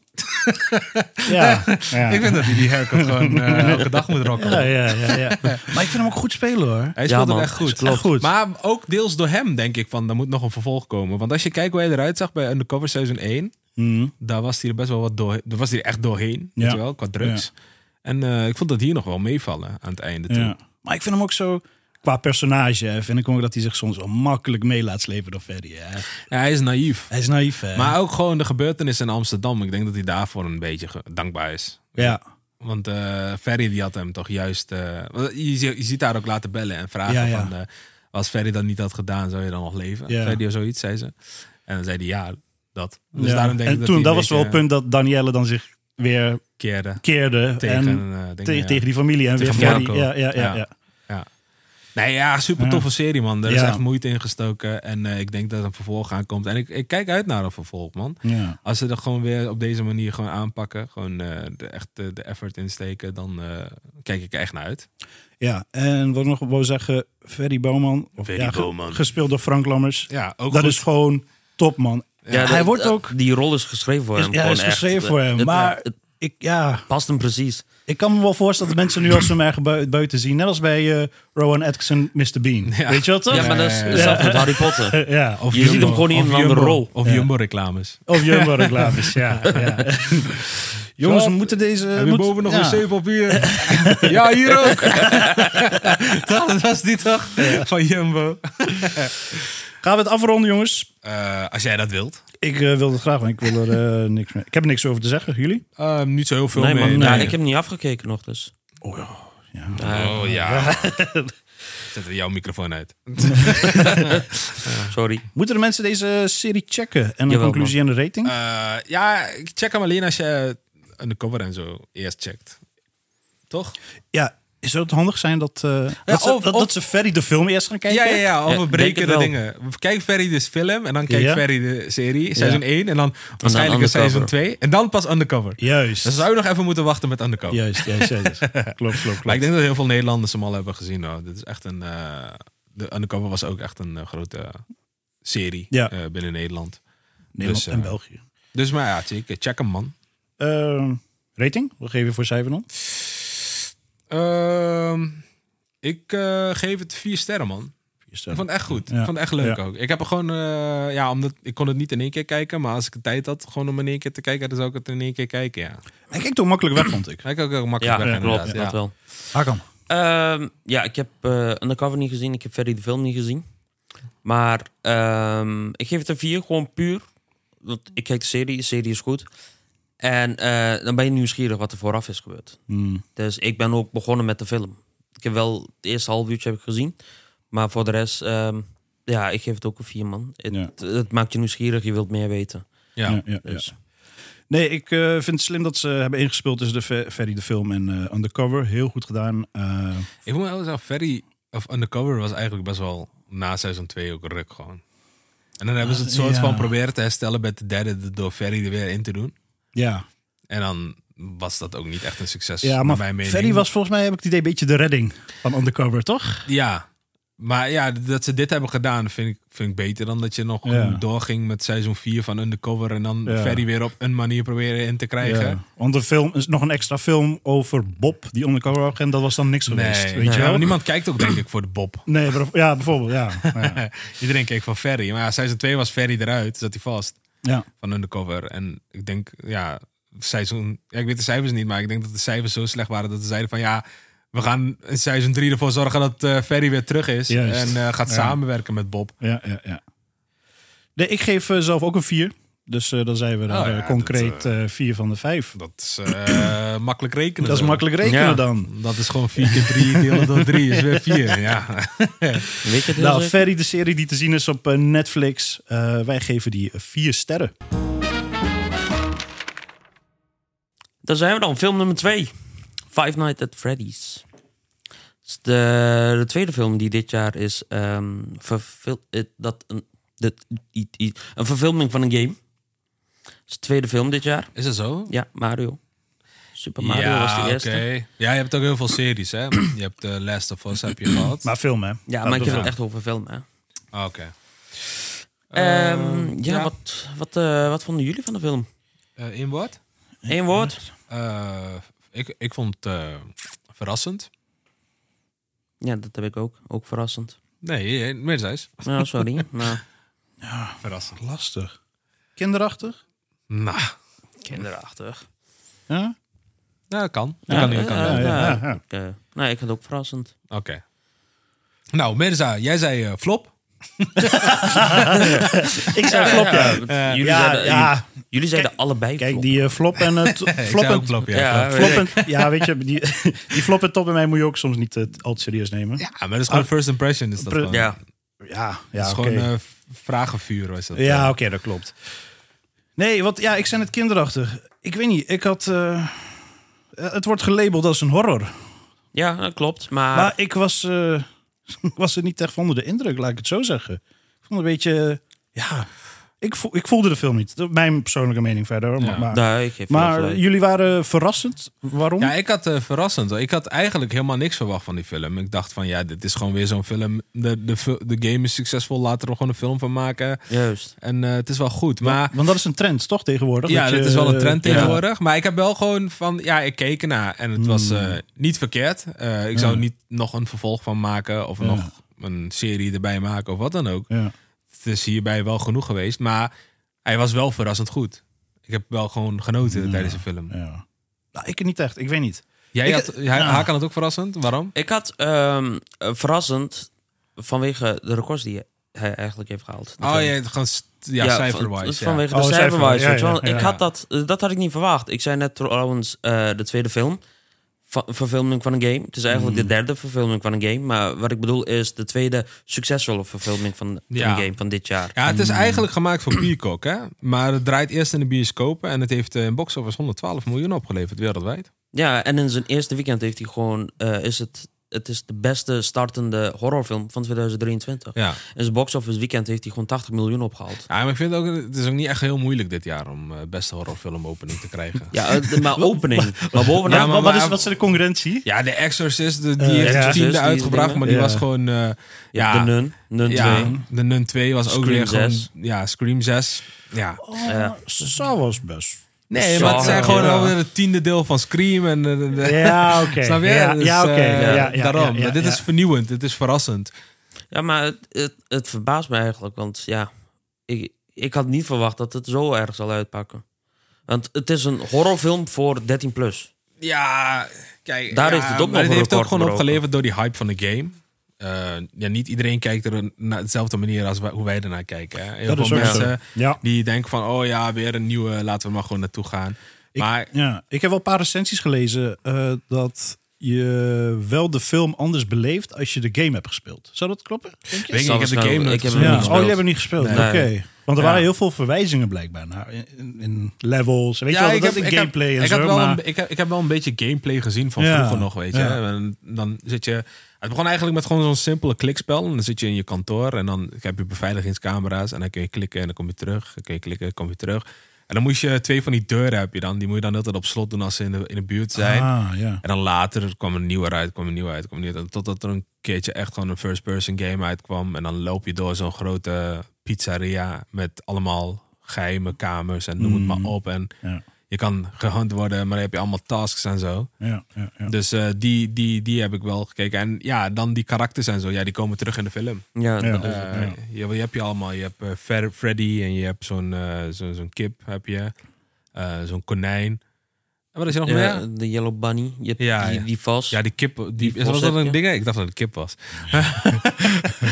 [SPEAKER 3] Ja. Ja.
[SPEAKER 1] Ik vind dat hij die haircut gewoon eh, elke dag moet rocken.
[SPEAKER 3] Ja, ja, ja, ja. Maar ik vind hem ook goed spelen hoor.
[SPEAKER 1] Hij speelt
[SPEAKER 2] Ja,
[SPEAKER 1] hem
[SPEAKER 2] man.
[SPEAKER 1] echt goed.
[SPEAKER 3] Klopt. Echt goed.
[SPEAKER 1] Maar ook deels door hem denk ik van, er moet nog een vervolg komen. Want als je kijkt hoe hij eruit zag bij Undercover Seizoen 1,
[SPEAKER 3] Mhm,
[SPEAKER 1] daar was hij er best wel wat door, daar was hij er echt doorheen, weet
[SPEAKER 3] Ja.
[SPEAKER 1] je wel, qua drugs. En eh, ik vond dat hier nog wel meevallen aan het einde toe.
[SPEAKER 3] Ja. Maar ik vind hem ook zo, qua personage, hè, vind ik ook dat hij zich soms wel makkelijk mee laat slepen door Ferry. Hè.
[SPEAKER 1] Ja, hij is naïef.
[SPEAKER 3] Hij is naïef, hè?
[SPEAKER 1] Maar ook gewoon de gebeurtenissen in Amsterdam. Ik denk dat hij daarvoor een beetje ge- dankbaar is.
[SPEAKER 3] ja.
[SPEAKER 1] Want eh, Ferry die had hem toch juist... eh, want je, zie- je ziet haar ook laten bellen en vragen
[SPEAKER 3] Ja, ja.
[SPEAKER 1] van... eh, als Ferry dat niet had gedaan, zou je dan nog leven?
[SPEAKER 3] Ja.
[SPEAKER 1] Zei die of zoiets, zei ze. En dan zei hij ja, dat. Dus
[SPEAKER 3] Ja.
[SPEAKER 1] daarom denk
[SPEAKER 3] en
[SPEAKER 1] ik dat
[SPEAKER 3] toen,
[SPEAKER 1] hij
[SPEAKER 3] dat
[SPEAKER 1] een
[SPEAKER 3] was wel het
[SPEAKER 1] beetje eh,
[SPEAKER 3] punt dat Danielle dan zich weer
[SPEAKER 1] keerde
[SPEAKER 3] keerde
[SPEAKER 1] tegen,
[SPEAKER 3] en,
[SPEAKER 1] eh, dingen,
[SPEAKER 3] te-
[SPEAKER 1] ja.
[SPEAKER 3] tegen die familie en
[SPEAKER 1] Tegen
[SPEAKER 3] weer Ferry.
[SPEAKER 1] Marco.
[SPEAKER 3] Ja, ja, ja,
[SPEAKER 1] Ja.
[SPEAKER 3] ja.
[SPEAKER 1] Nee, ja, super toffe serie, man. Er is
[SPEAKER 3] Ja.
[SPEAKER 1] echt moeite in gestoken. En eh, ik denk dat er een vervolg aankomt. En ik, ik kijk uit naar een vervolg, man.
[SPEAKER 3] Ja.
[SPEAKER 1] Als ze dat gewoon weer op deze manier gewoon aanpakken. Gewoon eh, de, echt eh, de effort insteken. Dan eh, kijk ik er echt naar uit.
[SPEAKER 3] Ja, en wat ik nog wou zeggen, Ferry Bouwman, of,
[SPEAKER 1] Ferry
[SPEAKER 3] ja, ge-
[SPEAKER 1] Bouwman.
[SPEAKER 3] gespeeld door Frank Lammers.
[SPEAKER 1] Ja, ook
[SPEAKER 3] dat
[SPEAKER 1] goed.
[SPEAKER 3] is gewoon top, man.
[SPEAKER 2] Ja,
[SPEAKER 3] hij
[SPEAKER 2] dat-
[SPEAKER 3] wordt
[SPEAKER 2] dat-
[SPEAKER 3] ook...
[SPEAKER 2] Die rol is geschreven voor
[SPEAKER 3] Is,
[SPEAKER 2] hem.
[SPEAKER 3] ja,
[SPEAKER 2] gewoon
[SPEAKER 3] is
[SPEAKER 2] echt.
[SPEAKER 3] geschreven voor hem.
[SPEAKER 2] Het-
[SPEAKER 3] Maar
[SPEAKER 2] het
[SPEAKER 3] ik, ja,
[SPEAKER 2] past hem precies.
[SPEAKER 3] Ik kan me wel voorstellen dat mensen nu als ze hem ergens bui- buiten zien, net als bij eh, Rowan Atkinson, Mr. Bean.
[SPEAKER 1] Ja.
[SPEAKER 3] Weet je wat toch?
[SPEAKER 2] Ja, maar dat is hetzelfde met Harry Potter.
[SPEAKER 3] Ja, of,
[SPEAKER 2] Je ziet hem gewoon in een andere rol.
[SPEAKER 1] Of Jumbo-reclames.
[SPEAKER 3] of Jumbo reclames, ja. ja. Jongens, we moeten deze...
[SPEAKER 1] Heb je
[SPEAKER 3] moet-
[SPEAKER 1] boven nog
[SPEAKER 3] ja.
[SPEAKER 1] een zeepapier? ja, hier ook. dat was die toch? Van Jumbo.
[SPEAKER 3] Gaan we het afronden, jongens?
[SPEAKER 1] Eh, als jij dat wilt.
[SPEAKER 3] Ik eh, wil het graag, maar ik wil er eh, niks mee. Ik heb er niks over te zeggen. Jullie?
[SPEAKER 1] Eh, niet zo heel veel
[SPEAKER 2] Nee,
[SPEAKER 1] meer.
[SPEAKER 2] man, ja,
[SPEAKER 1] Nee.
[SPEAKER 2] ik heb niet afgekeken nog, dus.
[SPEAKER 3] Oh ja.
[SPEAKER 1] Oh ja. Zet er jouw microfoon uit.
[SPEAKER 2] Sorry.
[SPEAKER 3] Moeten de mensen deze serie checken? En een
[SPEAKER 2] Jawel,
[SPEAKER 3] conclusie en een rating?
[SPEAKER 1] Eh, ja, ik check hem alleen als je eh, de cover en zo eerst checkt. Toch?
[SPEAKER 3] ja, zou het handig zijn dat, eh, dat, ze,
[SPEAKER 1] of-
[SPEAKER 3] dat,
[SPEAKER 1] of-
[SPEAKER 3] dat ze Ferry de film eerst gaan kijken?
[SPEAKER 1] oh, Ja, ja, ja. Of
[SPEAKER 2] Ja,
[SPEAKER 1] we
[SPEAKER 2] denk
[SPEAKER 1] breken
[SPEAKER 2] het
[SPEAKER 1] de
[SPEAKER 2] wel.
[SPEAKER 1] dingen. We- Kijk Ferry dus film en dan kijk
[SPEAKER 3] Ja.
[SPEAKER 1] Ferry de serie, seizoen 1. En dan waarschijnlijk is seizoen
[SPEAKER 2] undercover.
[SPEAKER 1] 2. En dan pas undercover.
[SPEAKER 3] Juist.
[SPEAKER 1] Dan zou je nog even moeten wachten met undercover.
[SPEAKER 3] Juist, juist, juist. klopt, klopt, klopt.
[SPEAKER 1] Maar ik denk dat heel veel Nederlanders hem al hebben gezien. Hoor. Dit is echt een. eh, de undercover was ook echt een eh, grote serie
[SPEAKER 3] Ja.
[SPEAKER 1] eh, binnen Nederland.
[SPEAKER 3] Nederland
[SPEAKER 1] dus,
[SPEAKER 3] en
[SPEAKER 1] eh,
[SPEAKER 3] België.
[SPEAKER 1] Dus maar ja, check, check hem man.
[SPEAKER 3] Eh, rating? Wat geef je voor cijfer dan?
[SPEAKER 1] Ehm, ik eh, geef het vier sterren man.
[SPEAKER 3] Vier
[SPEAKER 1] Ik
[SPEAKER 3] sterren.
[SPEAKER 1] vond het echt goed.
[SPEAKER 3] Ja.
[SPEAKER 1] Ik vond het echt leuk
[SPEAKER 3] Ja.
[SPEAKER 1] ook. Ik heb er gewoon, eh, ja, omdat ik kon het niet in één keer kijken, maar als ik de tijd had, gewoon om in één keer te kijken, dan zou ik het in één keer kijken. Ja,
[SPEAKER 3] Hij kijkt toch makkelijk weg, vond ik.
[SPEAKER 1] dat ik ook heel makkelijk
[SPEAKER 2] Ja,
[SPEAKER 1] weg,
[SPEAKER 2] klopt.
[SPEAKER 1] inderdaad.
[SPEAKER 2] Dat
[SPEAKER 1] Ja.
[SPEAKER 2] wel.
[SPEAKER 3] Hakan.
[SPEAKER 2] Ehm, ja, ik heb eh Undercover niet gezien. Ik heb Ferry de film niet gezien. Maar ehm, ik geef het een 4, gewoon puur. Want ik kijk de serie, de serie is goed. En eh, dan ben je nieuwsgierig wat er vooraf is gebeurd.
[SPEAKER 3] Hmm,
[SPEAKER 2] Dus ik ben ook begonnen met de film. Ik heb wel het eerste half uurtje heb ik gezien. Maar voor de rest, ehm, ja, ik geef het ook een 4, man. Het,
[SPEAKER 3] Ja.
[SPEAKER 2] het maakt je nieuwsgierig, je wilt meer weten.
[SPEAKER 1] Ja.
[SPEAKER 3] Ja, ja,
[SPEAKER 2] Dus.
[SPEAKER 3] ja. Nee, ik eh, vind het slim dat ze hebben ingespeeld tussen de Fe- Ferry de film en eh, Undercover. Heel goed gedaan. Eh,
[SPEAKER 1] Ik moet wel zeggen, Ferry of Undercover was eigenlijk best wel na seizoen 2 ook ruk gewoon. En dan hebben ze het
[SPEAKER 3] Ah,
[SPEAKER 1] soort
[SPEAKER 3] ja.
[SPEAKER 1] van proberen te herstellen met de derde door Ferry er weer in te doen.
[SPEAKER 3] ja.
[SPEAKER 1] En dan was dat ook niet echt een succes.
[SPEAKER 3] ja,
[SPEAKER 1] naar
[SPEAKER 3] maar
[SPEAKER 1] mijn mening.
[SPEAKER 3] Ferry was volgens mij, heb ik het idee, een beetje de redding van Undercover, toch?
[SPEAKER 1] Ja. Maar ja, dat ze dit hebben gedaan vind ik, vind ik beter dan dat je nog
[SPEAKER 3] Ja.
[SPEAKER 1] een doorging met seizoen 4 van Undercover. En dan
[SPEAKER 3] Ja.
[SPEAKER 1] Ferry weer op een manier proberen in te krijgen.
[SPEAKER 3] Ja. Want de film is nog een extra film over Bob, die Undercover agent. Dat was dan niks
[SPEAKER 1] Nee,
[SPEAKER 3] geweest, weet
[SPEAKER 1] ja,
[SPEAKER 3] je wel?
[SPEAKER 1] maar niemand kijkt ook denk ik voor de Bob.
[SPEAKER 3] Nee, maar- ja, bijvoorbeeld, ja. ja.
[SPEAKER 1] Iedereen keek van Ferry. Maar ja, seizoen 2 was Ferry eruit, zat hij vast.
[SPEAKER 3] ja.
[SPEAKER 1] van Undercover. En ik denk, ja, seizoen... Ja, ik weet de cijfers niet, maar ik denk dat de cijfers zo slecht waren... dat ze zeiden van, ja, we gaan in seizoen 3 ervoor zorgen dat eh, Ferry weer terug is.
[SPEAKER 3] Juist.
[SPEAKER 1] En eh, gaat
[SPEAKER 3] Ja.
[SPEAKER 1] samenwerken met Bob.
[SPEAKER 3] Ja, ja, ja. Nee, ik geef eh, zelf ook een 4. Dus eh, dan zijn we er,
[SPEAKER 1] Oh,
[SPEAKER 3] eh,
[SPEAKER 1] ja,
[SPEAKER 3] concreet
[SPEAKER 1] dat,
[SPEAKER 3] 4 van de 5.
[SPEAKER 1] Dat is eh, makkelijk rekenen.
[SPEAKER 3] Dat is
[SPEAKER 1] zo.
[SPEAKER 3] makkelijk rekenen
[SPEAKER 2] Ja.
[SPEAKER 3] dan.
[SPEAKER 1] Dat is gewoon 4 keer 3 delen door 3 is weer 4. Ja.
[SPEAKER 2] Weet je het heel
[SPEAKER 3] Nou,
[SPEAKER 2] zeker?
[SPEAKER 3] Ferry, de serie die te zien is op eh, Netflix. eh, wij geven die 4 sterren.
[SPEAKER 2] Daar zijn we dan, film nummer 2. Five Nights at Freddy's. Dat is De, de tweede film die dit jaar is ehm, verfil- eh, dat een, dat- i- i- een verfilming van een game. Dat is de tweede film dit jaar.
[SPEAKER 1] Is dat zo?
[SPEAKER 2] Ja, Mario. Super Mario was de eerste.
[SPEAKER 1] oké. Ja, je hebt ook heel veel series, hè? Je hebt The Last of Us, heb je gehad. Ah,
[SPEAKER 3] Maar film, hè?
[SPEAKER 2] Ja,
[SPEAKER 3] dat
[SPEAKER 2] maar ik heb
[SPEAKER 3] wel.
[SPEAKER 2] het echt over film, hè.
[SPEAKER 1] Oké.
[SPEAKER 2] Ehm, ja,
[SPEAKER 1] ja.
[SPEAKER 2] Wat, wat, eh, wat vonden jullie van de film?
[SPEAKER 1] Eh, in wat?
[SPEAKER 2] Eén woord?
[SPEAKER 1] Eh, ik, ik vond het eh, verrassend.
[SPEAKER 2] Ja, dat heb ik ook. Ook verrassend.
[SPEAKER 1] Nee, eh, meer zijs.
[SPEAKER 2] Nou, sorry. nou,
[SPEAKER 1] Verrassend.
[SPEAKER 3] Lastig. Kinderachtig?
[SPEAKER 1] Nou,
[SPEAKER 2] kinderachtig.
[SPEAKER 3] Ja?
[SPEAKER 1] dat kan. Dat
[SPEAKER 2] Ja,
[SPEAKER 1] kan, dat
[SPEAKER 2] eh,
[SPEAKER 1] kan.
[SPEAKER 2] eh,
[SPEAKER 1] Oké.
[SPEAKER 3] ja,
[SPEAKER 2] nou,
[SPEAKER 3] ja.
[SPEAKER 2] ik, eh, nou, ik had ook verrassend.
[SPEAKER 1] Nou, Mirza, jij zei eh, flop.
[SPEAKER 3] Ik zei flop, ja.
[SPEAKER 2] Eh, jullie,
[SPEAKER 3] ja,
[SPEAKER 2] zeiden,
[SPEAKER 3] ja.
[SPEAKER 2] jullie, jullie zeiden allebei
[SPEAKER 3] Kijk,
[SPEAKER 2] flop.
[SPEAKER 3] die eh, flop en het flop
[SPEAKER 1] ik zei ook
[SPEAKER 3] en
[SPEAKER 1] flop, ja.
[SPEAKER 2] Ja,
[SPEAKER 1] flop.
[SPEAKER 2] weet
[SPEAKER 3] flop
[SPEAKER 2] ik.
[SPEAKER 3] en ja, weet je, die, die flop en top bij mij moet je ook soms niet eh, al te serieus nemen.
[SPEAKER 1] Ja, maar dat is gewoon first impression. Is dat
[SPEAKER 3] Pre-
[SPEAKER 1] gewoon.
[SPEAKER 2] Ja,
[SPEAKER 3] Ja,
[SPEAKER 1] Dat
[SPEAKER 3] ja,
[SPEAKER 1] is
[SPEAKER 3] oké.
[SPEAKER 1] gewoon eh, vragenvuur. Was dat,
[SPEAKER 3] Ja,
[SPEAKER 1] eh.
[SPEAKER 3] oké, dat klopt. Nee, want ja, ik zei het kinderachtig. Ik weet niet, ik had. eh, het wordt gelabeld als een horror.
[SPEAKER 1] Ah.
[SPEAKER 2] ja, dat klopt. Maar,
[SPEAKER 3] Maar ik was, eh, ik was er niet echt van onder de indruk, laat ik het zo zeggen. Ik vond het een beetje. eh, Ja, ik, voel, ik voelde de film niet. Dat- Mijn persoonlijke mening verder. hoor,
[SPEAKER 1] Ja.
[SPEAKER 3] Maar,
[SPEAKER 2] nee, ik geef je wel
[SPEAKER 3] maar
[SPEAKER 2] gelijk.
[SPEAKER 3] jullie waren verrassend. Waarom?
[SPEAKER 1] Ja, ik had eh, verrassend. hoor. Ik had eigenlijk helemaal niks verwacht van die film. Ik dacht van, ja, dit is gewoon weer zo'n film. De, de, fi- de game is succesvol, laten we er gewoon een film van maken.
[SPEAKER 2] Juist.
[SPEAKER 1] En eh, het is wel goed. Maar
[SPEAKER 3] Want dat is een trend, toch tegenwoordig?
[SPEAKER 1] Ja,
[SPEAKER 3] je,
[SPEAKER 1] dat is wel een trend
[SPEAKER 3] eh, ja.
[SPEAKER 1] tegenwoordig. Maar ik heb wel gewoon van, ja, ik keek ernaar en het was
[SPEAKER 3] Hmm.
[SPEAKER 1] eh, niet verkeerd. Eh, ik zou niet nog een vervolg van maken of nog een serie erbij maken of wat dan ook.
[SPEAKER 3] Ja.
[SPEAKER 1] Het is hierbij wel genoeg geweest, maar hij was wel verrassend goed. Ik heb wel gewoon genoten tijdens de film.
[SPEAKER 3] ja. Nou, ik niet echt, ik weet niet.
[SPEAKER 1] Jij
[SPEAKER 3] Ik-
[SPEAKER 1] had, hij, Hakan had ook verrassend. Waarom?
[SPEAKER 2] Ik had ehm, eh, verrassend vanwege de records die hij eigenlijk heeft gehaald. De
[SPEAKER 1] Oh
[SPEAKER 2] film.
[SPEAKER 1] ja, gewoon st- ja,
[SPEAKER 2] van- dat is
[SPEAKER 1] cijferwise. Ja.
[SPEAKER 2] Vanwege
[SPEAKER 3] Oh,
[SPEAKER 2] de
[SPEAKER 3] cijferwise,
[SPEAKER 2] cijferwise, weet je
[SPEAKER 3] ja,
[SPEAKER 2] wel.
[SPEAKER 3] ja,
[SPEAKER 2] Ik
[SPEAKER 3] ja.
[SPEAKER 2] had dat, eh, dat had ik niet verwacht. Ik zei net trouwens eh, de tweede film, va- verfilming van een game. Het is eigenlijk
[SPEAKER 1] Mm.
[SPEAKER 2] de derde verfilming van een game. Maar wat ik bedoel is de tweede succesvolle verfilming van, van
[SPEAKER 1] Ja.
[SPEAKER 2] een game van dit jaar.
[SPEAKER 1] Ja, het is eigenlijk gemaakt voor Peacock, hè? Maar het draait eerst in de bioscopen en het heeft eh, een box-office 112 miljoen opgeleverd wereldwijd.
[SPEAKER 2] Ja, en in zijn eerste weekend heeft hij gewoon, eh, is het, het is de beste startende horrorfilm van 2023.
[SPEAKER 1] Ja.
[SPEAKER 2] In zijn box-office weekend heeft hij gewoon 80 miljoen opgehaald.
[SPEAKER 1] ja, maar ik vind het ook, het is ook niet echt heel moeilijk dit jaar om eh, beste horrorfilm opening te krijgen.
[SPEAKER 2] Ja, eh, de- maar opening. Maar bovenaan...
[SPEAKER 1] Ja, maar-
[SPEAKER 3] wat, wat is,
[SPEAKER 1] maar-
[SPEAKER 3] wat is de concurrentie?
[SPEAKER 1] Ja, de Exorcist, de- die
[SPEAKER 3] Eh,
[SPEAKER 1] heeft
[SPEAKER 3] ja.
[SPEAKER 1] het tiende
[SPEAKER 2] Die
[SPEAKER 1] uitgebracht,
[SPEAKER 2] dingen.
[SPEAKER 1] maar die
[SPEAKER 3] Ja.
[SPEAKER 1] was gewoon... eh, ja,
[SPEAKER 2] De Nun, Nun
[SPEAKER 1] ja,
[SPEAKER 2] 2.
[SPEAKER 1] de Nun 2 was ook
[SPEAKER 2] Scream
[SPEAKER 1] weer gewoon...
[SPEAKER 2] 6.
[SPEAKER 1] Ja, Scream 6. Ja.
[SPEAKER 2] Ja.
[SPEAKER 3] Saw was best.
[SPEAKER 1] Nee,
[SPEAKER 2] Zo.
[SPEAKER 1] maar het zijn gewoon
[SPEAKER 3] Ja.
[SPEAKER 1] alweer het tiende deel van Scream. En, eh, de- de-
[SPEAKER 3] Ja, oké.
[SPEAKER 1] Snap je?
[SPEAKER 3] Ja,
[SPEAKER 1] Dus,
[SPEAKER 3] ja, oké.
[SPEAKER 1] eh,
[SPEAKER 3] Ja, ja, ja,
[SPEAKER 1] daarom.
[SPEAKER 3] ja,
[SPEAKER 1] dit
[SPEAKER 3] ja.
[SPEAKER 1] is vernieuwend, dit is verrassend.
[SPEAKER 2] Ja, maar het, het, het verbaast me eigenlijk. Want ja, ik, ik had niet verwacht dat het zo erg zal uitpakken. Want het is een horrorfilm voor 13 plus.
[SPEAKER 1] Ja, kijk.
[SPEAKER 2] Daar
[SPEAKER 1] ja,
[SPEAKER 2] heeft het ook
[SPEAKER 1] maar
[SPEAKER 2] nog een
[SPEAKER 1] heeft ook
[SPEAKER 2] record
[SPEAKER 1] gewoon
[SPEAKER 2] gebroken.
[SPEAKER 1] opgeleverd door die hype van de game. Eh, ja, niet iedereen kijkt er een- naar dezelfde manier als wij- hoe wij ernaar kijken. Hè. Heel
[SPEAKER 3] Dat is
[SPEAKER 1] veel
[SPEAKER 3] ook zo.
[SPEAKER 1] mensen
[SPEAKER 3] Ja.
[SPEAKER 1] die denken van, oh ja, weer een nieuwe, laten we maar gewoon naartoe gaan. maar
[SPEAKER 3] Ja, ik heb wel een paar recensies gelezen eh, dat je wel de film anders beleeft als je de game hebt gespeeld. Zou dat kloppen? Denk je?
[SPEAKER 1] weet ik,
[SPEAKER 2] zal
[SPEAKER 1] ik heb de
[SPEAKER 2] waarschijnlijk-
[SPEAKER 1] game nooit
[SPEAKER 2] ik heb hem
[SPEAKER 1] gespeeld.
[SPEAKER 2] niet
[SPEAKER 3] Ja.
[SPEAKER 2] gespeeld.
[SPEAKER 3] Oh, je hebt hem niet gespeeld.
[SPEAKER 2] Nee.
[SPEAKER 3] Oké.
[SPEAKER 2] Nee.
[SPEAKER 3] Want er
[SPEAKER 1] Ja.
[SPEAKER 3] waren heel veel verwijzingen blijkbaar naar in, in levels. Weet je wel, dat in gameplay en
[SPEAKER 1] ik
[SPEAKER 3] zo.
[SPEAKER 1] Heb wel
[SPEAKER 3] maar-
[SPEAKER 1] een, ik, heb, ik heb wel een beetje gameplay gezien van
[SPEAKER 3] Ja.
[SPEAKER 1] vroeger nog, weet je.
[SPEAKER 3] Ja.
[SPEAKER 1] En dan zit je... Het begon eigenlijk met gewoon zo'n simpele klikspel. En dan zit je in je kantoor en dan heb je beveiligingscamera's. En dan kun je klikken en dan kom je terug. Dan kun je klikken en kom je terug. En dan moest je twee van die deuren heb je dan. Die moet je dan altijd op slot doen als ze in de, in de buurt zijn.
[SPEAKER 3] Ah, ja.
[SPEAKER 1] En dan later kwam een nieuwe uit, kwam een nieuwe uit, kwam een nieuwe uit. Totdat er een keertje echt gewoon een first-person game uitkwam. En dan loop je door zo'n grote pizzeria met allemaal geheime kamers en noem
[SPEAKER 3] Mm.
[SPEAKER 1] het maar op. En
[SPEAKER 3] Ja.
[SPEAKER 1] je kan gehunt worden, maar dan heb je allemaal tasks en zo.
[SPEAKER 3] Ja, ja, ja.
[SPEAKER 1] Dus eh, die, die, die heb ik wel gekeken. En ja, dan die karakters en zo. Ja, die komen terug in de film.
[SPEAKER 2] Ja,
[SPEAKER 3] Ja. dus-
[SPEAKER 2] dat-
[SPEAKER 1] Eh,
[SPEAKER 3] Ja.
[SPEAKER 1] je, je hebt je allemaal. Je hebt eh, Fer- Freddy en je hebt zo'n eh, zo- zo'n kip heb je. Eh, zo'n konijn. En wat is er nog
[SPEAKER 2] ja,
[SPEAKER 1] meer?
[SPEAKER 2] de Yellow Bunny. Je hebt
[SPEAKER 1] Ja,
[SPEAKER 2] die,
[SPEAKER 1] ja.
[SPEAKER 2] die vals.
[SPEAKER 1] Ja, die kip. Die,
[SPEAKER 2] Die
[SPEAKER 1] was
[SPEAKER 2] vos
[SPEAKER 1] dat
[SPEAKER 2] heb
[SPEAKER 1] een
[SPEAKER 2] je?
[SPEAKER 1] ding? Ik dacht dat het een kip was.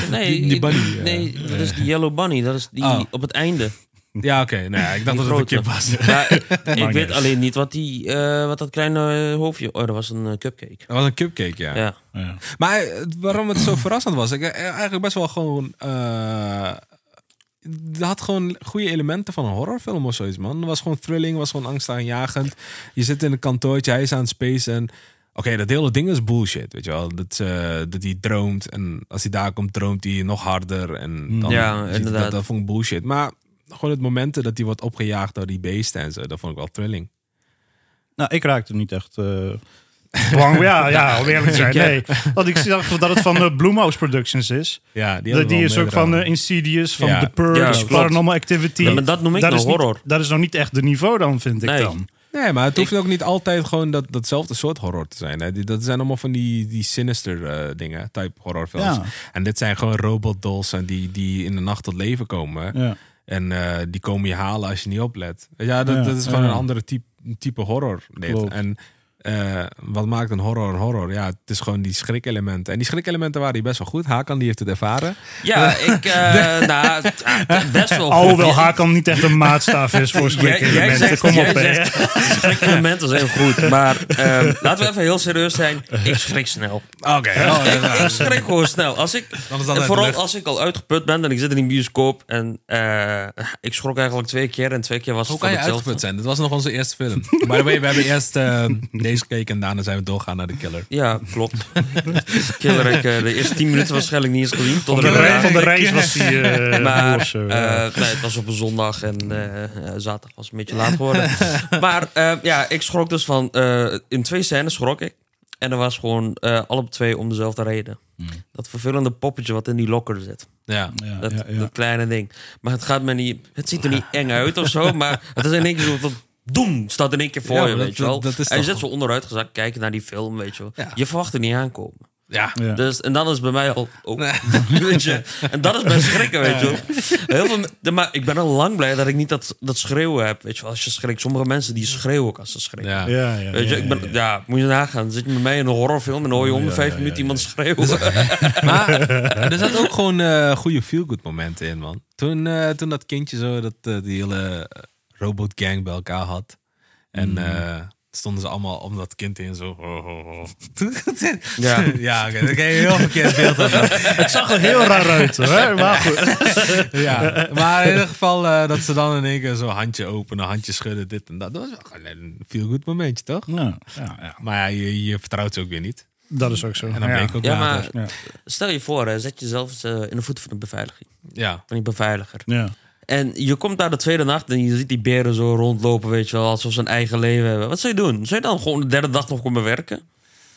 [SPEAKER 2] nee,
[SPEAKER 1] die- die bunny, ja.
[SPEAKER 2] Nee, dat is die Yellow Bunny. Dat is die
[SPEAKER 1] Oh.
[SPEAKER 2] op het einde.
[SPEAKER 1] Ja, oké. Nou ja, ik dacht
[SPEAKER 2] Die
[SPEAKER 1] dat het een kip was.
[SPEAKER 2] grote. Ja, ik- ik
[SPEAKER 3] niet
[SPEAKER 2] weet
[SPEAKER 3] uit.
[SPEAKER 2] alleen niet wat, die, eh, wat dat kleine hoofdje... Oh, dat was een eh, cupcake.
[SPEAKER 1] Dat was een cupcake, ja.
[SPEAKER 2] Ja.
[SPEAKER 3] ja.
[SPEAKER 1] Maar eh, waarom het zo verrassend was, ik eh, eigenlijk best wel gewoon. eh, Het had gewoon goede elementen van een horrorfilm of zoiets, man. Het was gewoon thrilling, was gewoon angstaanjagend. Je zit in een kantoortje, hij is aan het space en. Oké, dat hele ding is bullshit, weet je wel. Dat, eh, dat hij droomt en als hij daar komt, droomt hij nog harder. En dan
[SPEAKER 2] Mm. Ja,
[SPEAKER 1] ziet hij Dat,
[SPEAKER 2] inderdaad.
[SPEAKER 1] dat vond ik bullshit. Maar gewoon het momenten dat hij wordt opgejaagd door die beesten en zo, dat vond ik wel thrilling.
[SPEAKER 3] Nou, ik raakte niet echt... eh Bang, ja, ja, om eerlijk te zijn. Nee. Want ik dacht dat het van eh, Bloomhouse Productions is.
[SPEAKER 1] Ja, die,
[SPEAKER 3] Die,
[SPEAKER 1] hadden
[SPEAKER 3] die
[SPEAKER 1] wel
[SPEAKER 3] is ook
[SPEAKER 1] meerdere
[SPEAKER 3] van
[SPEAKER 1] aan.
[SPEAKER 3] eh, Insidious, van
[SPEAKER 1] Ja.
[SPEAKER 3] The
[SPEAKER 2] Ja,
[SPEAKER 3] Purge,
[SPEAKER 2] klopt.
[SPEAKER 3] Paranormal Activity.
[SPEAKER 2] Ja, maar dat noem ik nou
[SPEAKER 3] is niet-
[SPEAKER 2] horror.
[SPEAKER 3] dat is nog niet echt de niveau dan, vind ik
[SPEAKER 2] Nee.
[SPEAKER 3] dan.
[SPEAKER 1] Nee, maar het hoeft ook niet altijd gewoon dat, datzelfde soort horror te zijn. Hè. Die- Dat zijn allemaal van die, die sinister eh, dingen, type horrorfilms.
[SPEAKER 3] Ja.
[SPEAKER 1] En dit zijn gewoon robotdolls en die, die in de nacht tot leven komen.
[SPEAKER 3] Ja.
[SPEAKER 1] En eh, die komen je halen als je niet oplet. Ja, dat,
[SPEAKER 3] Ja,
[SPEAKER 1] dat is gewoon
[SPEAKER 3] ja.
[SPEAKER 1] een andere type, type horror. dit.
[SPEAKER 3] Klopt.
[SPEAKER 1] En eh, wat maakt een horror een horror? Ja, het is gewoon die schrikelementen. En die schrikelementen waren hier best wel goed. Hakan die heeft het ervaren.
[SPEAKER 2] Ja, ik... eh, nou, het- het- best wel goed.
[SPEAKER 3] Alhoewel
[SPEAKER 2] Ja.
[SPEAKER 3] Hakan niet echt een maatstaf is voor schrikelementen. Kom op, hè.
[SPEAKER 2] Schrikelementen zijn goed, maar ehm, laten we even heel serieus zijn. Ik schrik snel.
[SPEAKER 1] Oké.
[SPEAKER 2] Ik schrik gewoon snel. Als ik,
[SPEAKER 1] Dan is dat uit
[SPEAKER 2] en
[SPEAKER 1] de
[SPEAKER 2] vooral
[SPEAKER 1] lucht.
[SPEAKER 2] als ik al uitgeput ben en ik zit in een bioscoop en eh, ik schrok eigenlijk twee keer en twee keer was
[SPEAKER 1] Hoe
[SPEAKER 2] het
[SPEAKER 1] kan
[SPEAKER 2] van
[SPEAKER 1] je
[SPEAKER 2] hetzelfde.
[SPEAKER 1] uitgeput zijn? Dit was nog onze eerste film. By the way, we hebben eerst eh, deze gekeken en daarna zijn we doorgaan naar de killer.
[SPEAKER 2] Ja, klopt. Killer, ik eh, de eerste tien minuten waarschijnlijk niet eens gezien. Tot
[SPEAKER 3] Van de,
[SPEAKER 2] daarna.
[SPEAKER 3] rij- van de reis was hij... eh
[SPEAKER 2] Maar
[SPEAKER 3] boos, eh, ja.
[SPEAKER 2] eh, nee, het was op een zondag en eh, eh, zaterdag was een beetje laat geworden. maar eh, ja, ik schrok dus van... eh, in twee scènes schrok ik. En dat was gewoon eh alle twee om dezelfde reden.
[SPEAKER 1] Mm.
[SPEAKER 2] Dat vervelende poppetje wat in die lokker zit.
[SPEAKER 1] Ja.
[SPEAKER 3] Ja,
[SPEAKER 2] Dat,
[SPEAKER 3] ja, ja.
[SPEAKER 2] dat kleine ding. Maar het gaat me niet... Het ziet er niet eng uit of zo, maar het is in één keer zo... Dat, Doem, staat in één keer voor
[SPEAKER 1] Ja,
[SPEAKER 2] je,
[SPEAKER 1] maar
[SPEAKER 2] weet
[SPEAKER 1] dat-
[SPEAKER 2] je wel.
[SPEAKER 1] dat- dat is
[SPEAKER 2] en je
[SPEAKER 1] toch-
[SPEAKER 2] zit zo onderuit gezakt, kijken naar die film, weet je wel.
[SPEAKER 1] Ja.
[SPEAKER 2] Je verwacht er niet aankomen.
[SPEAKER 1] Ja.
[SPEAKER 3] Ja.
[SPEAKER 2] Dus, en dan is bij mij al... oh, weet je, en dat is mijn schrikken, weet je wel. Heel veel, de- maar ik ben al lang blij dat ik niet dat, dat schreeuwen heb. Weet je wel, als je schrikt. Sommige mensen die schreeuwen ook als ze schrikken.
[SPEAKER 1] ja.
[SPEAKER 3] Ja, ja,
[SPEAKER 2] Weet je,
[SPEAKER 3] ja,
[SPEAKER 2] ik ben, ja, moet je nagaan. Dan zit je met mij in een horrorfilm en dan hoor je om de
[SPEAKER 3] Ja,
[SPEAKER 2] vijf
[SPEAKER 3] ja,
[SPEAKER 2] minuten
[SPEAKER 3] ja,
[SPEAKER 2] iemand schreeuwen.
[SPEAKER 1] Maar er zat ook gewoon eh goede feel-good momenten in, man. Toen, eh, toen dat kindje zo dat, eh, die hele robot gang bij elkaar had. En
[SPEAKER 3] Mm.
[SPEAKER 1] eh, stonden ze allemaal om dat kind in zo.
[SPEAKER 2] Ja.
[SPEAKER 1] ja oké. Dan krijg je een heel verkeerd beeld van.
[SPEAKER 3] Het zag er heel raar uit, hoor. Maar goed.
[SPEAKER 1] Ja, maar in ieder geval eh, dat ze dan in één keer zo handje openen, handje schudden, dit en dat. Dat was wel gewoon een veel goed momentje, toch?
[SPEAKER 3] Ja, ja, ja.
[SPEAKER 1] Maar ja, je, je vertrouwt ze ook weer niet.
[SPEAKER 3] Dat is ook zo.
[SPEAKER 1] En dan
[SPEAKER 3] ja.
[SPEAKER 1] ben ik ook
[SPEAKER 2] Ja,
[SPEAKER 1] later.
[SPEAKER 2] maar stel je voor, hè, zet jezelf eens, eh, in de voeten van de beveiliging.
[SPEAKER 1] Ja.
[SPEAKER 2] Van die beveiliger.
[SPEAKER 3] Ja.
[SPEAKER 2] En je komt daar de tweede nacht en je ziet die beren zo rondlopen, weet je wel, alsof ze een eigen leven hebben. Wat zou je doen? Zou je dan gewoon de derde dag nog komen werken?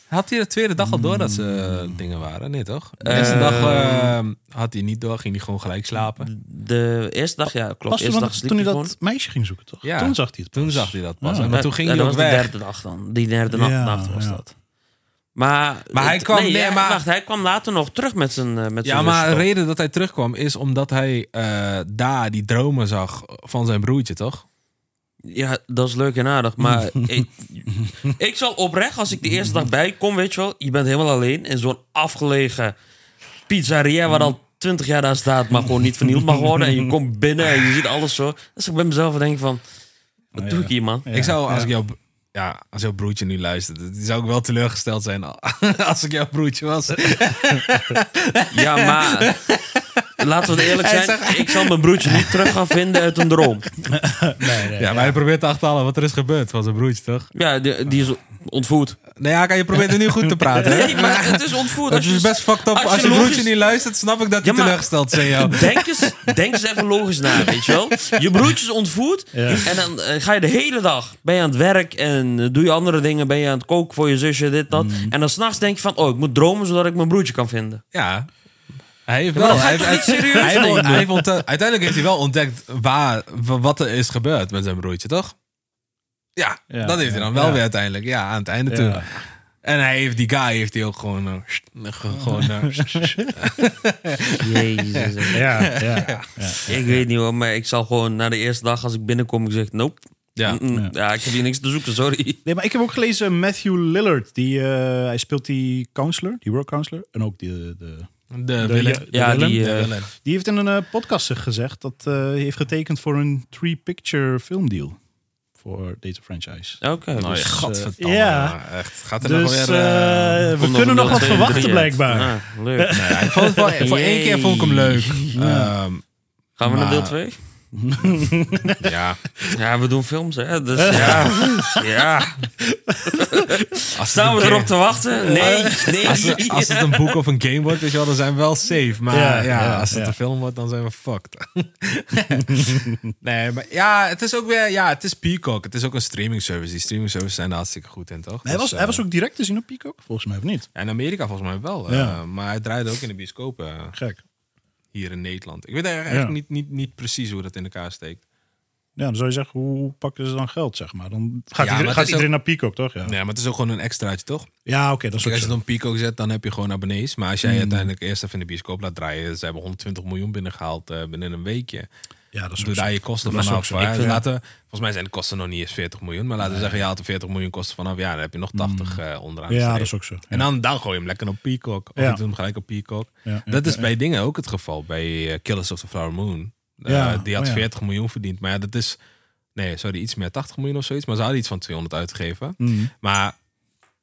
[SPEAKER 1] Had hij de tweede dag al door dat ze eh, dingen waren? Nee, toch? De eerste dag eh, had hij niet door, ging hij gewoon gelijk slapen.
[SPEAKER 2] De eerste dag, ja, klopt.
[SPEAKER 3] Pas
[SPEAKER 2] eerste
[SPEAKER 3] toen,
[SPEAKER 2] dag
[SPEAKER 3] dat,
[SPEAKER 2] sliep
[SPEAKER 3] toen hij
[SPEAKER 2] hij
[SPEAKER 3] dat
[SPEAKER 2] gewoon.
[SPEAKER 3] meisje ging zoeken, toch?
[SPEAKER 1] Ja.
[SPEAKER 3] Toen zag hij het
[SPEAKER 1] Toen
[SPEAKER 3] pas.
[SPEAKER 1] zag hij dat pas.
[SPEAKER 3] Ja.
[SPEAKER 1] Maar toen ging
[SPEAKER 2] Ja,
[SPEAKER 1] hij ook
[SPEAKER 2] dat was
[SPEAKER 1] weg.
[SPEAKER 2] de derde dag dan. Die derde nacht,
[SPEAKER 3] Ja,
[SPEAKER 2] nacht was
[SPEAKER 3] ja.
[SPEAKER 2] dat. Maar,
[SPEAKER 1] Maar hij
[SPEAKER 2] het-
[SPEAKER 1] kwam- nee,
[SPEAKER 2] ja,
[SPEAKER 1] maar-
[SPEAKER 2] wacht, hij kwam later nog terug met zijn eh, met
[SPEAKER 1] Ja,
[SPEAKER 2] zijn
[SPEAKER 1] maar de
[SPEAKER 2] zus, toch?
[SPEAKER 1] reden dat hij terugkwam is omdat hij eh, daar die dromen zag van zijn broertje, toch?
[SPEAKER 2] Ja, dat is leuk en aardig. Maar ik, ik zal oprecht, als ik de eerste dag bij kom, weet je wel, je bent helemaal alleen in zo'n afgelegen pizzeria waar al twintig jaar daar staat, maar gewoon niet vernield mag worden. En je komt binnen en je ziet alles zo. Dus ik bij mezelf en denk van, wat
[SPEAKER 3] Oh
[SPEAKER 2] doe ik hier, man?
[SPEAKER 1] Ik zou, als ik jou... Ja, als jouw broertje nu luistert, die zou ik wel teleurgesteld zijn als ik jouw broertje was.
[SPEAKER 2] Ja, maar laten we eerlijk
[SPEAKER 1] Hij
[SPEAKER 2] zijn, ik zal mijn broertje niet terug gaan vinden uit een droom.
[SPEAKER 1] Ja, maar hij probeert te achterhalen wat er is gebeurd van zijn broertje, toch?
[SPEAKER 2] Ja, die, die is ontvoerd.
[SPEAKER 1] Nou ja, kan je proberen nu goed te praten. hè?
[SPEAKER 2] Nee, maar het is ontvoerd.
[SPEAKER 1] Het
[SPEAKER 2] Als
[SPEAKER 1] is
[SPEAKER 2] je-
[SPEAKER 1] best fucked up. Als je,
[SPEAKER 2] logisch-
[SPEAKER 1] broertje niet luistert, snap ik dat hij
[SPEAKER 2] Ja, maar-
[SPEAKER 1] teleurgesteld is in jou.
[SPEAKER 2] Denk eens, denk eens even logisch na, weet je wel. Je broertje is ontvoerd en dan eh, ga je de hele dag, ben je aan het werk en eh, doe je andere dingen, ben je aan het koken voor je zusje, dit, dat.
[SPEAKER 1] Mm.
[SPEAKER 2] En dan s'nachts denk je van, oh, ik moet dromen zodat ik mijn broertje kan vinden.
[SPEAKER 1] Ja. Hij heeft
[SPEAKER 2] Ja, maar
[SPEAKER 1] wel.
[SPEAKER 2] dat
[SPEAKER 1] Hij
[SPEAKER 2] ga je
[SPEAKER 1] heeft-
[SPEAKER 2] toch niet
[SPEAKER 1] hij-
[SPEAKER 2] serieus
[SPEAKER 1] hij heeft-
[SPEAKER 2] nemen?
[SPEAKER 1] hij heeft ontdekt- Uiteindelijk heeft hij wel ontdekt waar, wa- wat er is gebeurd met zijn broertje, toch? Ja,
[SPEAKER 3] Ja,
[SPEAKER 1] dat heeft hij
[SPEAKER 3] ja,
[SPEAKER 1] dan wel
[SPEAKER 3] ja.
[SPEAKER 1] weer uiteindelijk. Ja, aan het einde
[SPEAKER 3] Ja.
[SPEAKER 1] toe. En hij heeft, die guy heeft hij ook gewoon... eh, sst, eh, ge- gewoon eh,
[SPEAKER 2] Jezus. eh.
[SPEAKER 3] Ja, ja, ja.
[SPEAKER 2] Ik weet niet hoor, maar ik zal gewoon na de eerste dag als ik binnenkom, ik zeg, nope.
[SPEAKER 1] ja.
[SPEAKER 2] Mm-mm. Ja. ik heb hier niks te zoeken, sorry.
[SPEAKER 3] Nee, maar ik heb ook gelezen eh, Matthew Lillard. Die, eh, hij speelt die counselor, die world counselor. En ook die, eh, de,
[SPEAKER 1] De
[SPEAKER 3] de-
[SPEAKER 1] Willem.
[SPEAKER 3] de
[SPEAKER 2] Ja,
[SPEAKER 3] Willem.
[SPEAKER 2] die,
[SPEAKER 1] De
[SPEAKER 2] eh,
[SPEAKER 1] Willem.
[SPEAKER 3] Die heeft in een eh, podcast gezegd dat eh, hij heeft getekend voor een three-picture filmdeal. Voor deze franchise.
[SPEAKER 2] Oké.
[SPEAKER 1] Nou,
[SPEAKER 2] dus-
[SPEAKER 1] godverdamme.
[SPEAKER 3] ja.
[SPEAKER 1] Echt, gaat er nog
[SPEAKER 3] Dus
[SPEAKER 1] weer... eh,
[SPEAKER 3] eh, we
[SPEAKER 2] Komt
[SPEAKER 3] kunnen
[SPEAKER 2] een
[SPEAKER 3] nog wat
[SPEAKER 2] 0, 2, 3
[SPEAKER 3] verwachten,
[SPEAKER 2] uit.
[SPEAKER 3] blijkbaar.
[SPEAKER 2] Ah, leuk.
[SPEAKER 1] Ja, ik vond het wel- voor één keer vond ik hem leuk. Ehm,
[SPEAKER 2] Gaan we naar deel
[SPEAKER 1] Maar-
[SPEAKER 2] 2?
[SPEAKER 1] ja.
[SPEAKER 2] Ja, we doen films, hè. Dus ja, ja.
[SPEAKER 1] Als
[SPEAKER 2] Staan we
[SPEAKER 1] het een
[SPEAKER 2] erop te wachten? Nee, nee.
[SPEAKER 1] Als het, als het een boek of een game wordt, weet je wel, dan zijn we wel safe. Maar
[SPEAKER 3] Ja,
[SPEAKER 1] ja,
[SPEAKER 3] ja,
[SPEAKER 1] als het
[SPEAKER 3] ja.
[SPEAKER 1] een film wordt, dan zijn we fucked. nee, maar ja, het is ook weer... Ja, het is Peacock. Het is ook een streaming service. Die streaming services zijn daar hartstikke goed in, toch?
[SPEAKER 3] Maar Hij
[SPEAKER 1] Dus,
[SPEAKER 3] was, hij
[SPEAKER 1] eh,
[SPEAKER 3] was ook direct te zien op Peacock, volgens mij, of niet?
[SPEAKER 1] ja, in Amerika volgens mij wel. eh,
[SPEAKER 3] Ja.
[SPEAKER 1] maar hij draaide ook in de bioscopen eh,
[SPEAKER 3] Gek.
[SPEAKER 1] hier in Nederland. Ik weet eigenlijk echt
[SPEAKER 3] Ja.
[SPEAKER 1] niet, niet, niet precies hoe dat in elkaar steekt.
[SPEAKER 3] Ja, dan zou je zeggen, hoe pakken ze dan geld, zeg maar? Dan
[SPEAKER 1] Ja,
[SPEAKER 3] gaat,
[SPEAKER 1] maar
[SPEAKER 3] iedereen,
[SPEAKER 1] het
[SPEAKER 3] gaat
[SPEAKER 1] is
[SPEAKER 3] iedereen naar Peacock, toch? Ja,
[SPEAKER 1] Nee, maar het is ook gewoon een extraatje, toch?
[SPEAKER 3] ja oké, dat is
[SPEAKER 1] Kijk,
[SPEAKER 3] ook
[SPEAKER 1] als je
[SPEAKER 3] zo.
[SPEAKER 1] het op Peacock zet, dan heb je gewoon abonnees. Maar als jij
[SPEAKER 3] Mm.
[SPEAKER 1] uiteindelijk eerst even in de bioscoop laat draaien... ze hebben 120 miljoen binnengehaald eh, binnen een weekje.
[SPEAKER 3] Ja, dat is ook
[SPEAKER 1] Doe
[SPEAKER 3] zo.
[SPEAKER 1] daar je kosten
[SPEAKER 3] Dat is ook
[SPEAKER 1] vanaf.
[SPEAKER 3] zo.
[SPEAKER 1] hè.
[SPEAKER 3] Ik vind-
[SPEAKER 1] Laten we- volgens mij zijn de kosten nog niet eens 40 miljoen. Maar laten we zeggen, je haalt er 40 miljoen kosten vanaf. Ja, dan heb je nog 80 eh, onderaan. de
[SPEAKER 3] Mm. Ja,
[SPEAKER 1] streep.
[SPEAKER 3] dat is ook zo. Ja.
[SPEAKER 1] En dan, dan gooi je hem lekker op Peacock. Of
[SPEAKER 3] Ja.
[SPEAKER 1] je doet hem gelijk op Peacock.
[SPEAKER 3] Ja, ja,
[SPEAKER 1] dat is
[SPEAKER 3] ja,
[SPEAKER 1] bij dingen ook het geval. Bij eh, Killers of the Flower Moon. Eh,
[SPEAKER 3] Ja,
[SPEAKER 1] die had
[SPEAKER 3] oh ja.
[SPEAKER 1] 40 miljoen verdiend. Maar ja, dat is... Nee, sorry, iets meer. 80 miljoen of zoiets. Maar ze hadden iets van 200 uitgegeven.
[SPEAKER 3] Mm.
[SPEAKER 1] Maar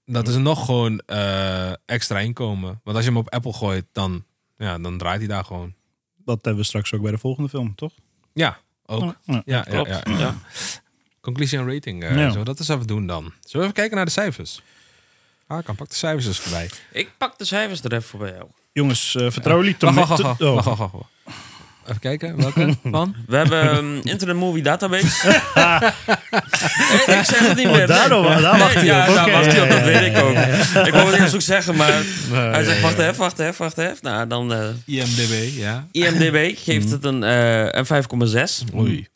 [SPEAKER 1] dat is nog gewoon eh, extra inkomen. Want als je hem op Apple gooit, dan, ja, dan draait hij daar gewoon.
[SPEAKER 3] Dat hebben we straks ook bij de volgende film, toch?
[SPEAKER 1] Ja, ook.
[SPEAKER 3] Ja.
[SPEAKER 1] Ja, ja,
[SPEAKER 2] klopt.
[SPEAKER 1] ja, ja. Conclusie en rating. eh,
[SPEAKER 3] Ja.
[SPEAKER 1] Zo, dat is even doen dan. Zullen we even kijken naar de cijfers? Ah, kan pak de cijfers eens voorbij.
[SPEAKER 2] Ik pak de cijfers er even voor bij jou.
[SPEAKER 3] Jongens, eh vertrouw jullie
[SPEAKER 1] Wacht,
[SPEAKER 3] tome-
[SPEAKER 1] wacht, wacht, wacht,
[SPEAKER 3] to- oh.
[SPEAKER 1] wacht, wacht, wacht, wacht. Even kijken, welke van?
[SPEAKER 2] We hebben ehm, Internet Movie Database. Nee, ik zeg het niet meer. Nee.
[SPEAKER 3] daarom, Oh, daar
[SPEAKER 2] Nee,
[SPEAKER 3] wacht hij
[SPEAKER 2] ja,
[SPEAKER 3] op.
[SPEAKER 2] daar
[SPEAKER 3] Oké,
[SPEAKER 2] wacht hij
[SPEAKER 3] ja,
[SPEAKER 2] op,
[SPEAKER 3] ja,
[SPEAKER 2] dat
[SPEAKER 3] ja,
[SPEAKER 2] weet ik ook. Ik wou het eerst ook zeggen, maar hij
[SPEAKER 3] ja,
[SPEAKER 2] zegt wacht even, wacht even, wacht even. Nou, dan eh,
[SPEAKER 1] IMDB, ja.
[SPEAKER 2] IMDB geeft het een, eh, een 5,6.
[SPEAKER 1] Oei.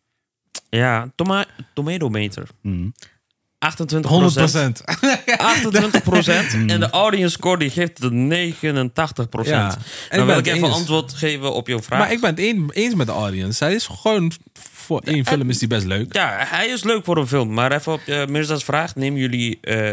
[SPEAKER 2] Ja, toma tomato meter. 28
[SPEAKER 1] 100 Mm. procent. Mm.
[SPEAKER 2] 28 En de audience score die geeft het 89
[SPEAKER 1] Ja. En
[SPEAKER 2] procent.
[SPEAKER 1] ik ben
[SPEAKER 2] Dan wil ik
[SPEAKER 1] het
[SPEAKER 2] even
[SPEAKER 1] eens.
[SPEAKER 2] antwoord geven op jouw vraag.
[SPEAKER 1] Maar ik ben het een- eens met de audience. Hij is gewoon voor één film is die best leuk.
[SPEAKER 2] Ja, hij is leuk voor een film. Maar even op eh Mirza's vraag. Nemen jullie eh,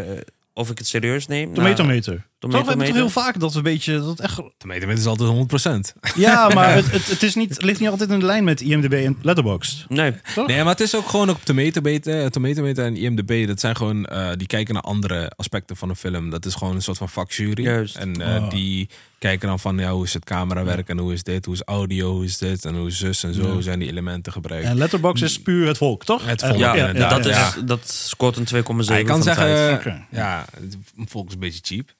[SPEAKER 2] of ik het serieus neem? Nou,
[SPEAKER 3] Tomatometer. Toch, we hebben
[SPEAKER 2] Tomatometer.
[SPEAKER 3] toch heel vaak dat we een beetje... Dat echt,
[SPEAKER 1] De metermeter is altijd 100 procent.
[SPEAKER 3] ja, maar het, het, het is niet, het ligt niet altijd in de lijn met IMDb en Letterboxd.
[SPEAKER 2] Nee.
[SPEAKER 1] Nee, maar het is ook gewoon op Tomatometer, eh, Tomatometer en IMDb. Dat zijn gewoon, eh, die kijken naar andere aspecten van een film. Dat is gewoon een soort van vakjury.
[SPEAKER 2] Juist.
[SPEAKER 1] En eh, die kijken dan van, ja, hoe is het camerawerk en hoe is dit? Hoe is audio, hoe is dit? En hoe is zus en zo zijn die elementen gebruikt.
[SPEAKER 3] En Letterboxd is puur het volk, toch? Eh,
[SPEAKER 1] Het volk,
[SPEAKER 2] Ja, eh,
[SPEAKER 1] Ja, inderdaad.
[SPEAKER 2] dat, is,
[SPEAKER 1] Ja.
[SPEAKER 2] dat scoort een 2,7
[SPEAKER 1] Hij kan
[SPEAKER 2] van de
[SPEAKER 1] zeggen,
[SPEAKER 2] vijf.
[SPEAKER 1] eh,
[SPEAKER 3] Oké.
[SPEAKER 1] ja, het- volgens een beetje cheap.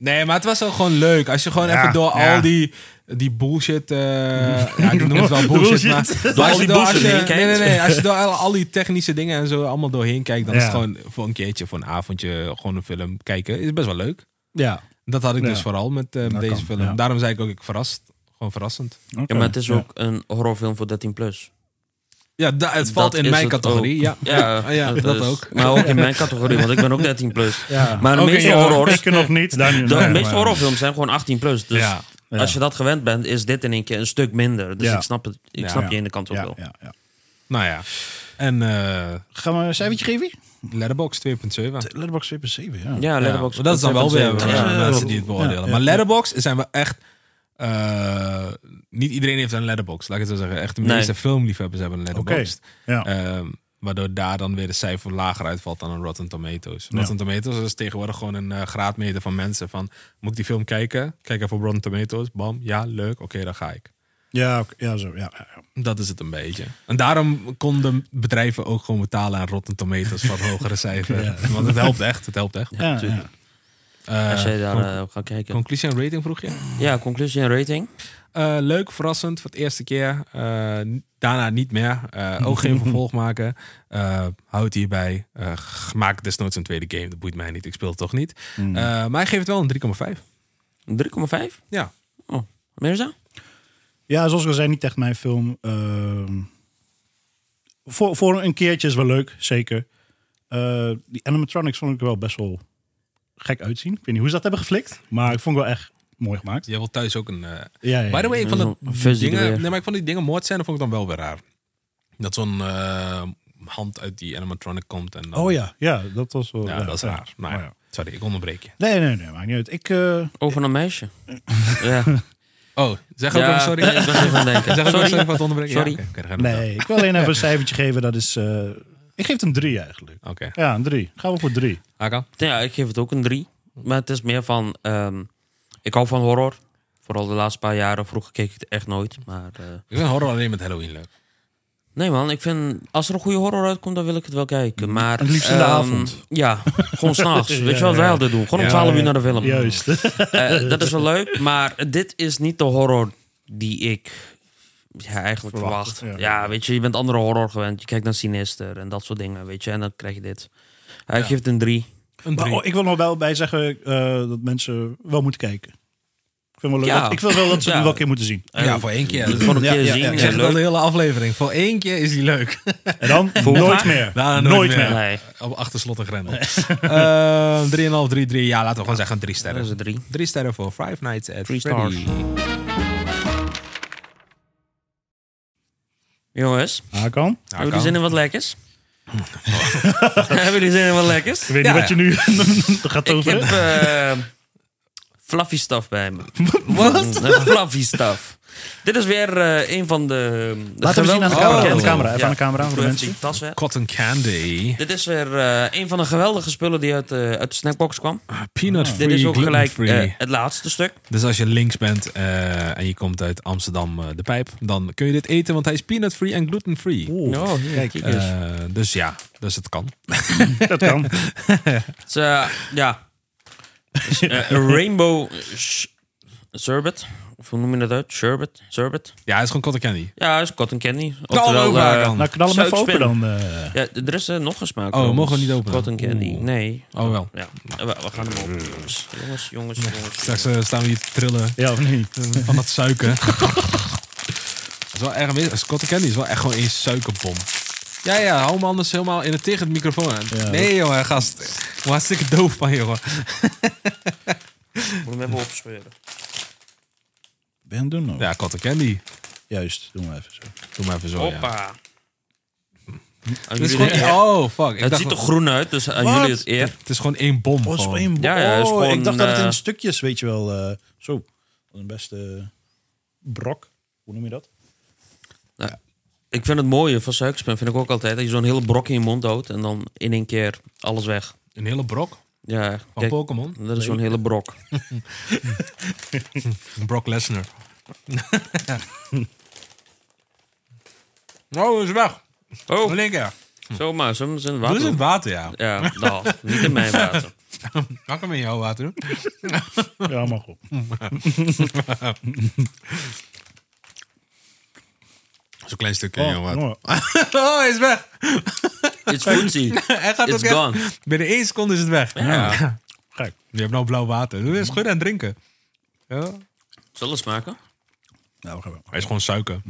[SPEAKER 1] Nee, maar het was wel gewoon leuk. Als je gewoon
[SPEAKER 3] Ja,
[SPEAKER 1] even door
[SPEAKER 3] ja.
[SPEAKER 1] al die, die bullshit... eh, ja, ik noem het wel bullshit,
[SPEAKER 3] Bullshit.
[SPEAKER 1] maar...
[SPEAKER 3] Door
[SPEAKER 1] maar als
[SPEAKER 2] al
[SPEAKER 1] je
[SPEAKER 2] die
[SPEAKER 1] als
[SPEAKER 2] bullshit
[SPEAKER 1] je-
[SPEAKER 2] heen
[SPEAKER 1] Nee, nee,
[SPEAKER 2] kijkt.
[SPEAKER 1] nee. Als je door al, al die technische dingen en zo allemaal doorheen kijkt... dan is het
[SPEAKER 3] Ja.
[SPEAKER 1] gewoon voor een keertje, voor een avondje... gewoon een film kijken. Is best wel leuk.
[SPEAKER 3] Ja.
[SPEAKER 1] Dat had ik
[SPEAKER 3] Ja.
[SPEAKER 1] dus vooral met eh, deze
[SPEAKER 3] kan,
[SPEAKER 1] film.
[SPEAKER 3] ja.
[SPEAKER 1] Daarom zei ik ook, ik verrast. Gewoon verrassend.
[SPEAKER 2] Ja, maar het is ook een horrorfilm voor 13 plus.
[SPEAKER 1] Ja, da- het valt in mijn categorie. Ja,
[SPEAKER 2] ja,
[SPEAKER 1] ja, dat
[SPEAKER 2] is-
[SPEAKER 1] ook.
[SPEAKER 2] Maar ook in mijn categorie, want ik ben ook 13 plus.
[SPEAKER 3] Ja.
[SPEAKER 2] Maar de
[SPEAKER 3] Oké,
[SPEAKER 2] meeste
[SPEAKER 3] ja,
[SPEAKER 2] horrors,
[SPEAKER 3] Ik nog niet. Daar niet
[SPEAKER 2] de
[SPEAKER 3] Nee,
[SPEAKER 2] meeste
[SPEAKER 3] maar-
[SPEAKER 2] horrorfilms zijn gewoon 18 plus. Dus
[SPEAKER 1] Ja.
[SPEAKER 3] Ja.
[SPEAKER 2] als je dat gewend bent, is dit in één keer een stuk minder. Dus
[SPEAKER 3] Ja.
[SPEAKER 2] ik snap het. Ik
[SPEAKER 1] Ja.
[SPEAKER 2] snap je ene kant ook
[SPEAKER 3] Ja,
[SPEAKER 2] wel.
[SPEAKER 3] ja, ja.
[SPEAKER 1] Nou ja. En eh
[SPEAKER 3] Gaan we een cijfertje geven?
[SPEAKER 1] Letterboxd 2.7.
[SPEAKER 3] Letterboxd 2.7, ja.
[SPEAKER 2] Ja, Letterboxd.
[SPEAKER 1] Ja, maar dat is dan wel weer
[SPEAKER 2] 2,7.
[SPEAKER 1] eh,
[SPEAKER 3] Ja.
[SPEAKER 1] mensen die het beoordelen.
[SPEAKER 3] Ja, ja,
[SPEAKER 1] maar
[SPEAKER 3] ja.
[SPEAKER 1] Letterboxd zijn we echt... eh, niet iedereen heeft een Letterboxd, laat ik het zo zeggen. Echt de
[SPEAKER 2] Nee.
[SPEAKER 1] meeste filmliefhebbers hebben een
[SPEAKER 3] Oké.
[SPEAKER 1] Letterboxd.
[SPEAKER 3] Ja.
[SPEAKER 1] Ehm, waardoor daar dan weer de cijfer lager uitvalt dan een Rotten Tomatoes.
[SPEAKER 3] Ja.
[SPEAKER 1] Rotten Tomatoes is tegenwoordig gewoon een eh, graadmeter van mensen. Van, moet ik die film kijken? Kijk even op Rotten Tomatoes. Bam, ja, leuk. Oké, daar ga ik.
[SPEAKER 3] Ja, oké, ja, zo. Ja, ja, ja.
[SPEAKER 1] Dat is het een beetje. En daarom konden bedrijven ook gewoon betalen aan Rotten Tomatoes van hogere cijfers. Want het helpt echt, het helpt echt.
[SPEAKER 3] Ja,
[SPEAKER 2] tuurlijk.
[SPEAKER 3] ja.
[SPEAKER 1] Eh,
[SPEAKER 2] Als jij daar eh, op gaat kijken.
[SPEAKER 1] Conclusie en rating vroeg je?
[SPEAKER 2] ja, conclusie en rating.
[SPEAKER 1] Eh, leuk, verrassend voor het eerste keer. Eh, n- daarna niet meer. Eh, ook geen vervolg maken. Eh houd hierbij. Eh, g- maak desnoods een tweede game. Dat boeit mij niet. Ik speel het toch niet.
[SPEAKER 2] Mm.
[SPEAKER 1] Eh, maar hij geeft het wel een 3,5.
[SPEAKER 2] 3,5?
[SPEAKER 1] Ja.
[SPEAKER 2] Oh, Mirza?
[SPEAKER 3] Ja, zoals ik al zei, niet echt mijn film. Ehm, voor, voor een keertje is wel leuk, zeker. Eh, die animatronics vond ik er wel best wel gek uitzien. Ik weet niet hoe ze dat hebben geflikt, maar ik vond het wel echt mooi gemaakt.
[SPEAKER 1] Jij wil thuis ook een... eh,
[SPEAKER 3] Ja,
[SPEAKER 1] By
[SPEAKER 3] ja,
[SPEAKER 1] the
[SPEAKER 3] ja.
[SPEAKER 1] way, ik vond,
[SPEAKER 2] Zo'n
[SPEAKER 1] dat
[SPEAKER 2] fuzzy er weer.
[SPEAKER 1] dingen, nee, maar ik vond die dingen moord zijn. Dat vond ik dan wel weer raar. Dat zo'n eh, hand uit die animatronic komt. En dan,
[SPEAKER 3] Oh ja, ja, dat was wel...
[SPEAKER 1] Ja, dat is raar. Nou ja.
[SPEAKER 2] Oh
[SPEAKER 3] Maar ja.
[SPEAKER 1] Sorry, ik onderbreek je.
[SPEAKER 3] Nee, nee, nee, maakt niet uit. Ik, eh,
[SPEAKER 2] Over een meisje. ja.
[SPEAKER 1] Oh, zeg ook
[SPEAKER 2] Ja,
[SPEAKER 1] even sorry.
[SPEAKER 2] Ik was even aan het denken.
[SPEAKER 1] Zeg ook even
[SPEAKER 2] Sorry.
[SPEAKER 1] sorry voor het onderbreken.
[SPEAKER 2] Sorry.
[SPEAKER 1] Ja, oké, oké, dan ga je nog
[SPEAKER 3] nee, ik wil alleen even een cijfertje geven. Dat is... eh, ik geef het een drie eigenlijk.
[SPEAKER 1] wel. Oké,
[SPEAKER 3] Ja, een drie. Gaan we voor drie.
[SPEAKER 1] Hakan?
[SPEAKER 2] Ja, ik geef het ook een 3. Maar het is meer van... ehm, ik hou van horror. Vooral de laatste paar jaren. Vroeger keek ik het echt nooit. Maar eh,
[SPEAKER 1] Ik vind horror alleen met Halloween leuk.
[SPEAKER 2] nee man, ik vind... Als er een goede horror uitkomt, dan wil ik het wel kijken. Maar,
[SPEAKER 3] Het liefst in de
[SPEAKER 2] ehm,
[SPEAKER 3] avond.
[SPEAKER 2] Ja, gewoon s'nachts. Weet je
[SPEAKER 3] Ja,
[SPEAKER 2] wat wij
[SPEAKER 3] ja.
[SPEAKER 2] altijd doen? Gewoon om
[SPEAKER 1] Ja,
[SPEAKER 2] 12
[SPEAKER 3] ja.
[SPEAKER 2] uur naar de film.
[SPEAKER 3] Juist.
[SPEAKER 2] Eh, dat is wel leuk. Maar dit is niet de horror die ik... Ja, eigenlijk verwacht.
[SPEAKER 3] Verwacht,
[SPEAKER 2] Ja. weet je, je bent andere horror gewend. Je kijkt naar Sinister en dat soort dingen, weet je. En dan krijg je dit. Hij geeft een 3.
[SPEAKER 1] Een
[SPEAKER 3] Maar
[SPEAKER 1] drie.
[SPEAKER 3] oh, ik wil nog wel bij zeggen eh, dat mensen wel moeten kijken. Ik vind, wel leuk
[SPEAKER 2] Ja.
[SPEAKER 3] dat, ik vind wel dat ze
[SPEAKER 2] Ja.
[SPEAKER 3] het wel een keer moeten zien.
[SPEAKER 1] Ja, voor één keer. Dat is-
[SPEAKER 2] Gewoon een
[SPEAKER 3] Ja,
[SPEAKER 2] keer
[SPEAKER 3] ja,
[SPEAKER 2] zien.
[SPEAKER 3] ja.
[SPEAKER 2] en
[SPEAKER 1] Ik zeg het al
[SPEAKER 2] leuk.
[SPEAKER 1] de hele aflevering. Voor één keer is die leuk.
[SPEAKER 3] En dan nooit meer.
[SPEAKER 1] Daarna
[SPEAKER 3] nooit, meer.
[SPEAKER 2] Nee.
[SPEAKER 1] Op achter slot en grendel. Eh, 3,5, 3, 3. Ja, laten we gewoon zeggen drie
[SPEAKER 2] Dat is
[SPEAKER 1] sterren.
[SPEAKER 2] een 3.
[SPEAKER 1] Drie sterren voor Five Nights at Nou,
[SPEAKER 2] Three
[SPEAKER 1] Freddy.
[SPEAKER 2] Jongens,
[SPEAKER 3] Ah,
[SPEAKER 1] Ja,
[SPEAKER 3] kan.
[SPEAKER 2] hebben
[SPEAKER 1] kan.
[SPEAKER 2] jullie zin in wat lekkers? hebben jullie zin in wat lekkers?
[SPEAKER 3] Ik weet
[SPEAKER 1] Ja,
[SPEAKER 3] niet wat je nu gaat
[SPEAKER 2] Ik heb
[SPEAKER 3] over.
[SPEAKER 2] eh, fluffy stuff bij me. Wat? fluffy stuff. Dit is weer eh, een van de... de
[SPEAKER 3] Laten we zien aan de
[SPEAKER 2] geweldige-
[SPEAKER 3] camera.
[SPEAKER 1] Oh.
[SPEAKER 3] Aan de camera. Even
[SPEAKER 2] Ja.
[SPEAKER 3] aan de camera voor
[SPEAKER 2] Doe
[SPEAKER 3] de
[SPEAKER 2] even die
[SPEAKER 3] mensen.
[SPEAKER 2] tas weg.
[SPEAKER 1] Cotton Candy.
[SPEAKER 2] Dit is weer eh, een van de geweldige spullen die uit, eh, uit de snackbox kwam.
[SPEAKER 1] Peanut
[SPEAKER 2] Dit is
[SPEAKER 1] free,
[SPEAKER 2] ook gelijk
[SPEAKER 1] gluten free.
[SPEAKER 2] eh, het laatste stuk.
[SPEAKER 1] Dus als je links bent eh, en je komt uit Amsterdam eh, de pijp, dan kun je dit eten, want hij is peanut free en gluten free.
[SPEAKER 2] Oh, kijk. eens.
[SPEAKER 1] dus ja, dus het kan.
[SPEAKER 3] Dat kan.
[SPEAKER 2] Het is, eh, ja. Het is, eh, een rainbow sh- sherbet. Of hoe noem je dat uit? Sherbet? Sherbet?
[SPEAKER 1] Ja, het is gewoon cotton candy.
[SPEAKER 2] Ja, is cotton candy.
[SPEAKER 1] Kan
[SPEAKER 2] Oftewel,
[SPEAKER 1] ook
[SPEAKER 2] eh,
[SPEAKER 1] waar kan.
[SPEAKER 3] Nou, knal hem even open
[SPEAKER 2] Zuidspin.
[SPEAKER 3] dan. eh.
[SPEAKER 2] Ja, d- er is eh, nog een smaak.
[SPEAKER 1] Oh,
[SPEAKER 2] jongens.
[SPEAKER 1] mogen we niet openen?
[SPEAKER 2] Cotton candy.
[SPEAKER 1] Oeh.
[SPEAKER 2] Nee.
[SPEAKER 1] Oh wel.
[SPEAKER 2] Ja, we, we gaan hem openen, jongens. Jongens, jongens, jongens.
[SPEAKER 1] Straks eh, staan we hier te trillen.
[SPEAKER 3] Ja of niet?
[SPEAKER 1] van dat suiker. dat is wel erg mis. Cotton candy is wel echt gewoon een suikerbom. Ja, ja, hou me anders helemaal in het tegen het microfoon aan.
[SPEAKER 3] Ja.
[SPEAKER 1] nee, jongen, gast. Hoe hartstikke doof van, jongen.
[SPEAKER 2] Ik moet hem even opscheuren.
[SPEAKER 3] Ben doen nou.
[SPEAKER 1] Ja, cotton candy.
[SPEAKER 3] Juist, doen we even zo.
[SPEAKER 1] Doe maar even zo, Oh, ja.
[SPEAKER 2] Hoppa. Aan
[SPEAKER 1] Het is
[SPEAKER 2] jullie
[SPEAKER 1] gewoon...
[SPEAKER 2] eer.
[SPEAKER 1] Oh, fuck. Ik
[SPEAKER 2] het
[SPEAKER 1] dacht,
[SPEAKER 2] ziet er groen uit, dus aan
[SPEAKER 3] Wat?
[SPEAKER 2] jullie het eer.
[SPEAKER 1] Het is gewoon één bom.
[SPEAKER 3] Oh, het is
[SPEAKER 1] gewoon.
[SPEAKER 3] één-
[SPEAKER 2] Ja, ja, het is
[SPEAKER 3] oh,
[SPEAKER 2] gewoon,
[SPEAKER 3] ik dacht dat het
[SPEAKER 2] eh,
[SPEAKER 3] in stukjes, weet je wel. eh, zo, dat is een beste brok. Hoe noem je dat?
[SPEAKER 2] Nou, Ik vind het mooie van suikerspin, vind ik ook altijd, dat je zo'n hele brok in je mond houdt en dan in één keer alles weg.
[SPEAKER 1] Een hele brok
[SPEAKER 2] Ja,
[SPEAKER 1] van
[SPEAKER 2] kijk,
[SPEAKER 1] Pokémon.
[SPEAKER 2] dat is zo'n hele brok.
[SPEAKER 1] Brock Lesnar. oh, is weg.
[SPEAKER 2] Oh,
[SPEAKER 1] Linker.
[SPEAKER 2] zomaar, soms in het
[SPEAKER 1] Dat
[SPEAKER 2] water.
[SPEAKER 1] is het water, ja.
[SPEAKER 2] Ja, nou, niet in mijn water.
[SPEAKER 1] Kan hem in jouw water doen?
[SPEAKER 3] Ja, mag op.
[SPEAKER 1] Zo'n klein stukje in jouw water.
[SPEAKER 3] jongen.
[SPEAKER 1] Oh, hij is weg.
[SPEAKER 2] It's foodsie.
[SPEAKER 1] Hij gaat
[SPEAKER 2] It's
[SPEAKER 1] ook echt-
[SPEAKER 2] gone.
[SPEAKER 1] Binnen één seconde is het weg.
[SPEAKER 2] Ja.
[SPEAKER 3] Gek.
[SPEAKER 1] Je hebt nou blauw water. Doe eens schudden en drinken. Ja.
[SPEAKER 2] Zullen we smaken?
[SPEAKER 3] Nou, we gaan wel.
[SPEAKER 1] Hij is gewoon suiker.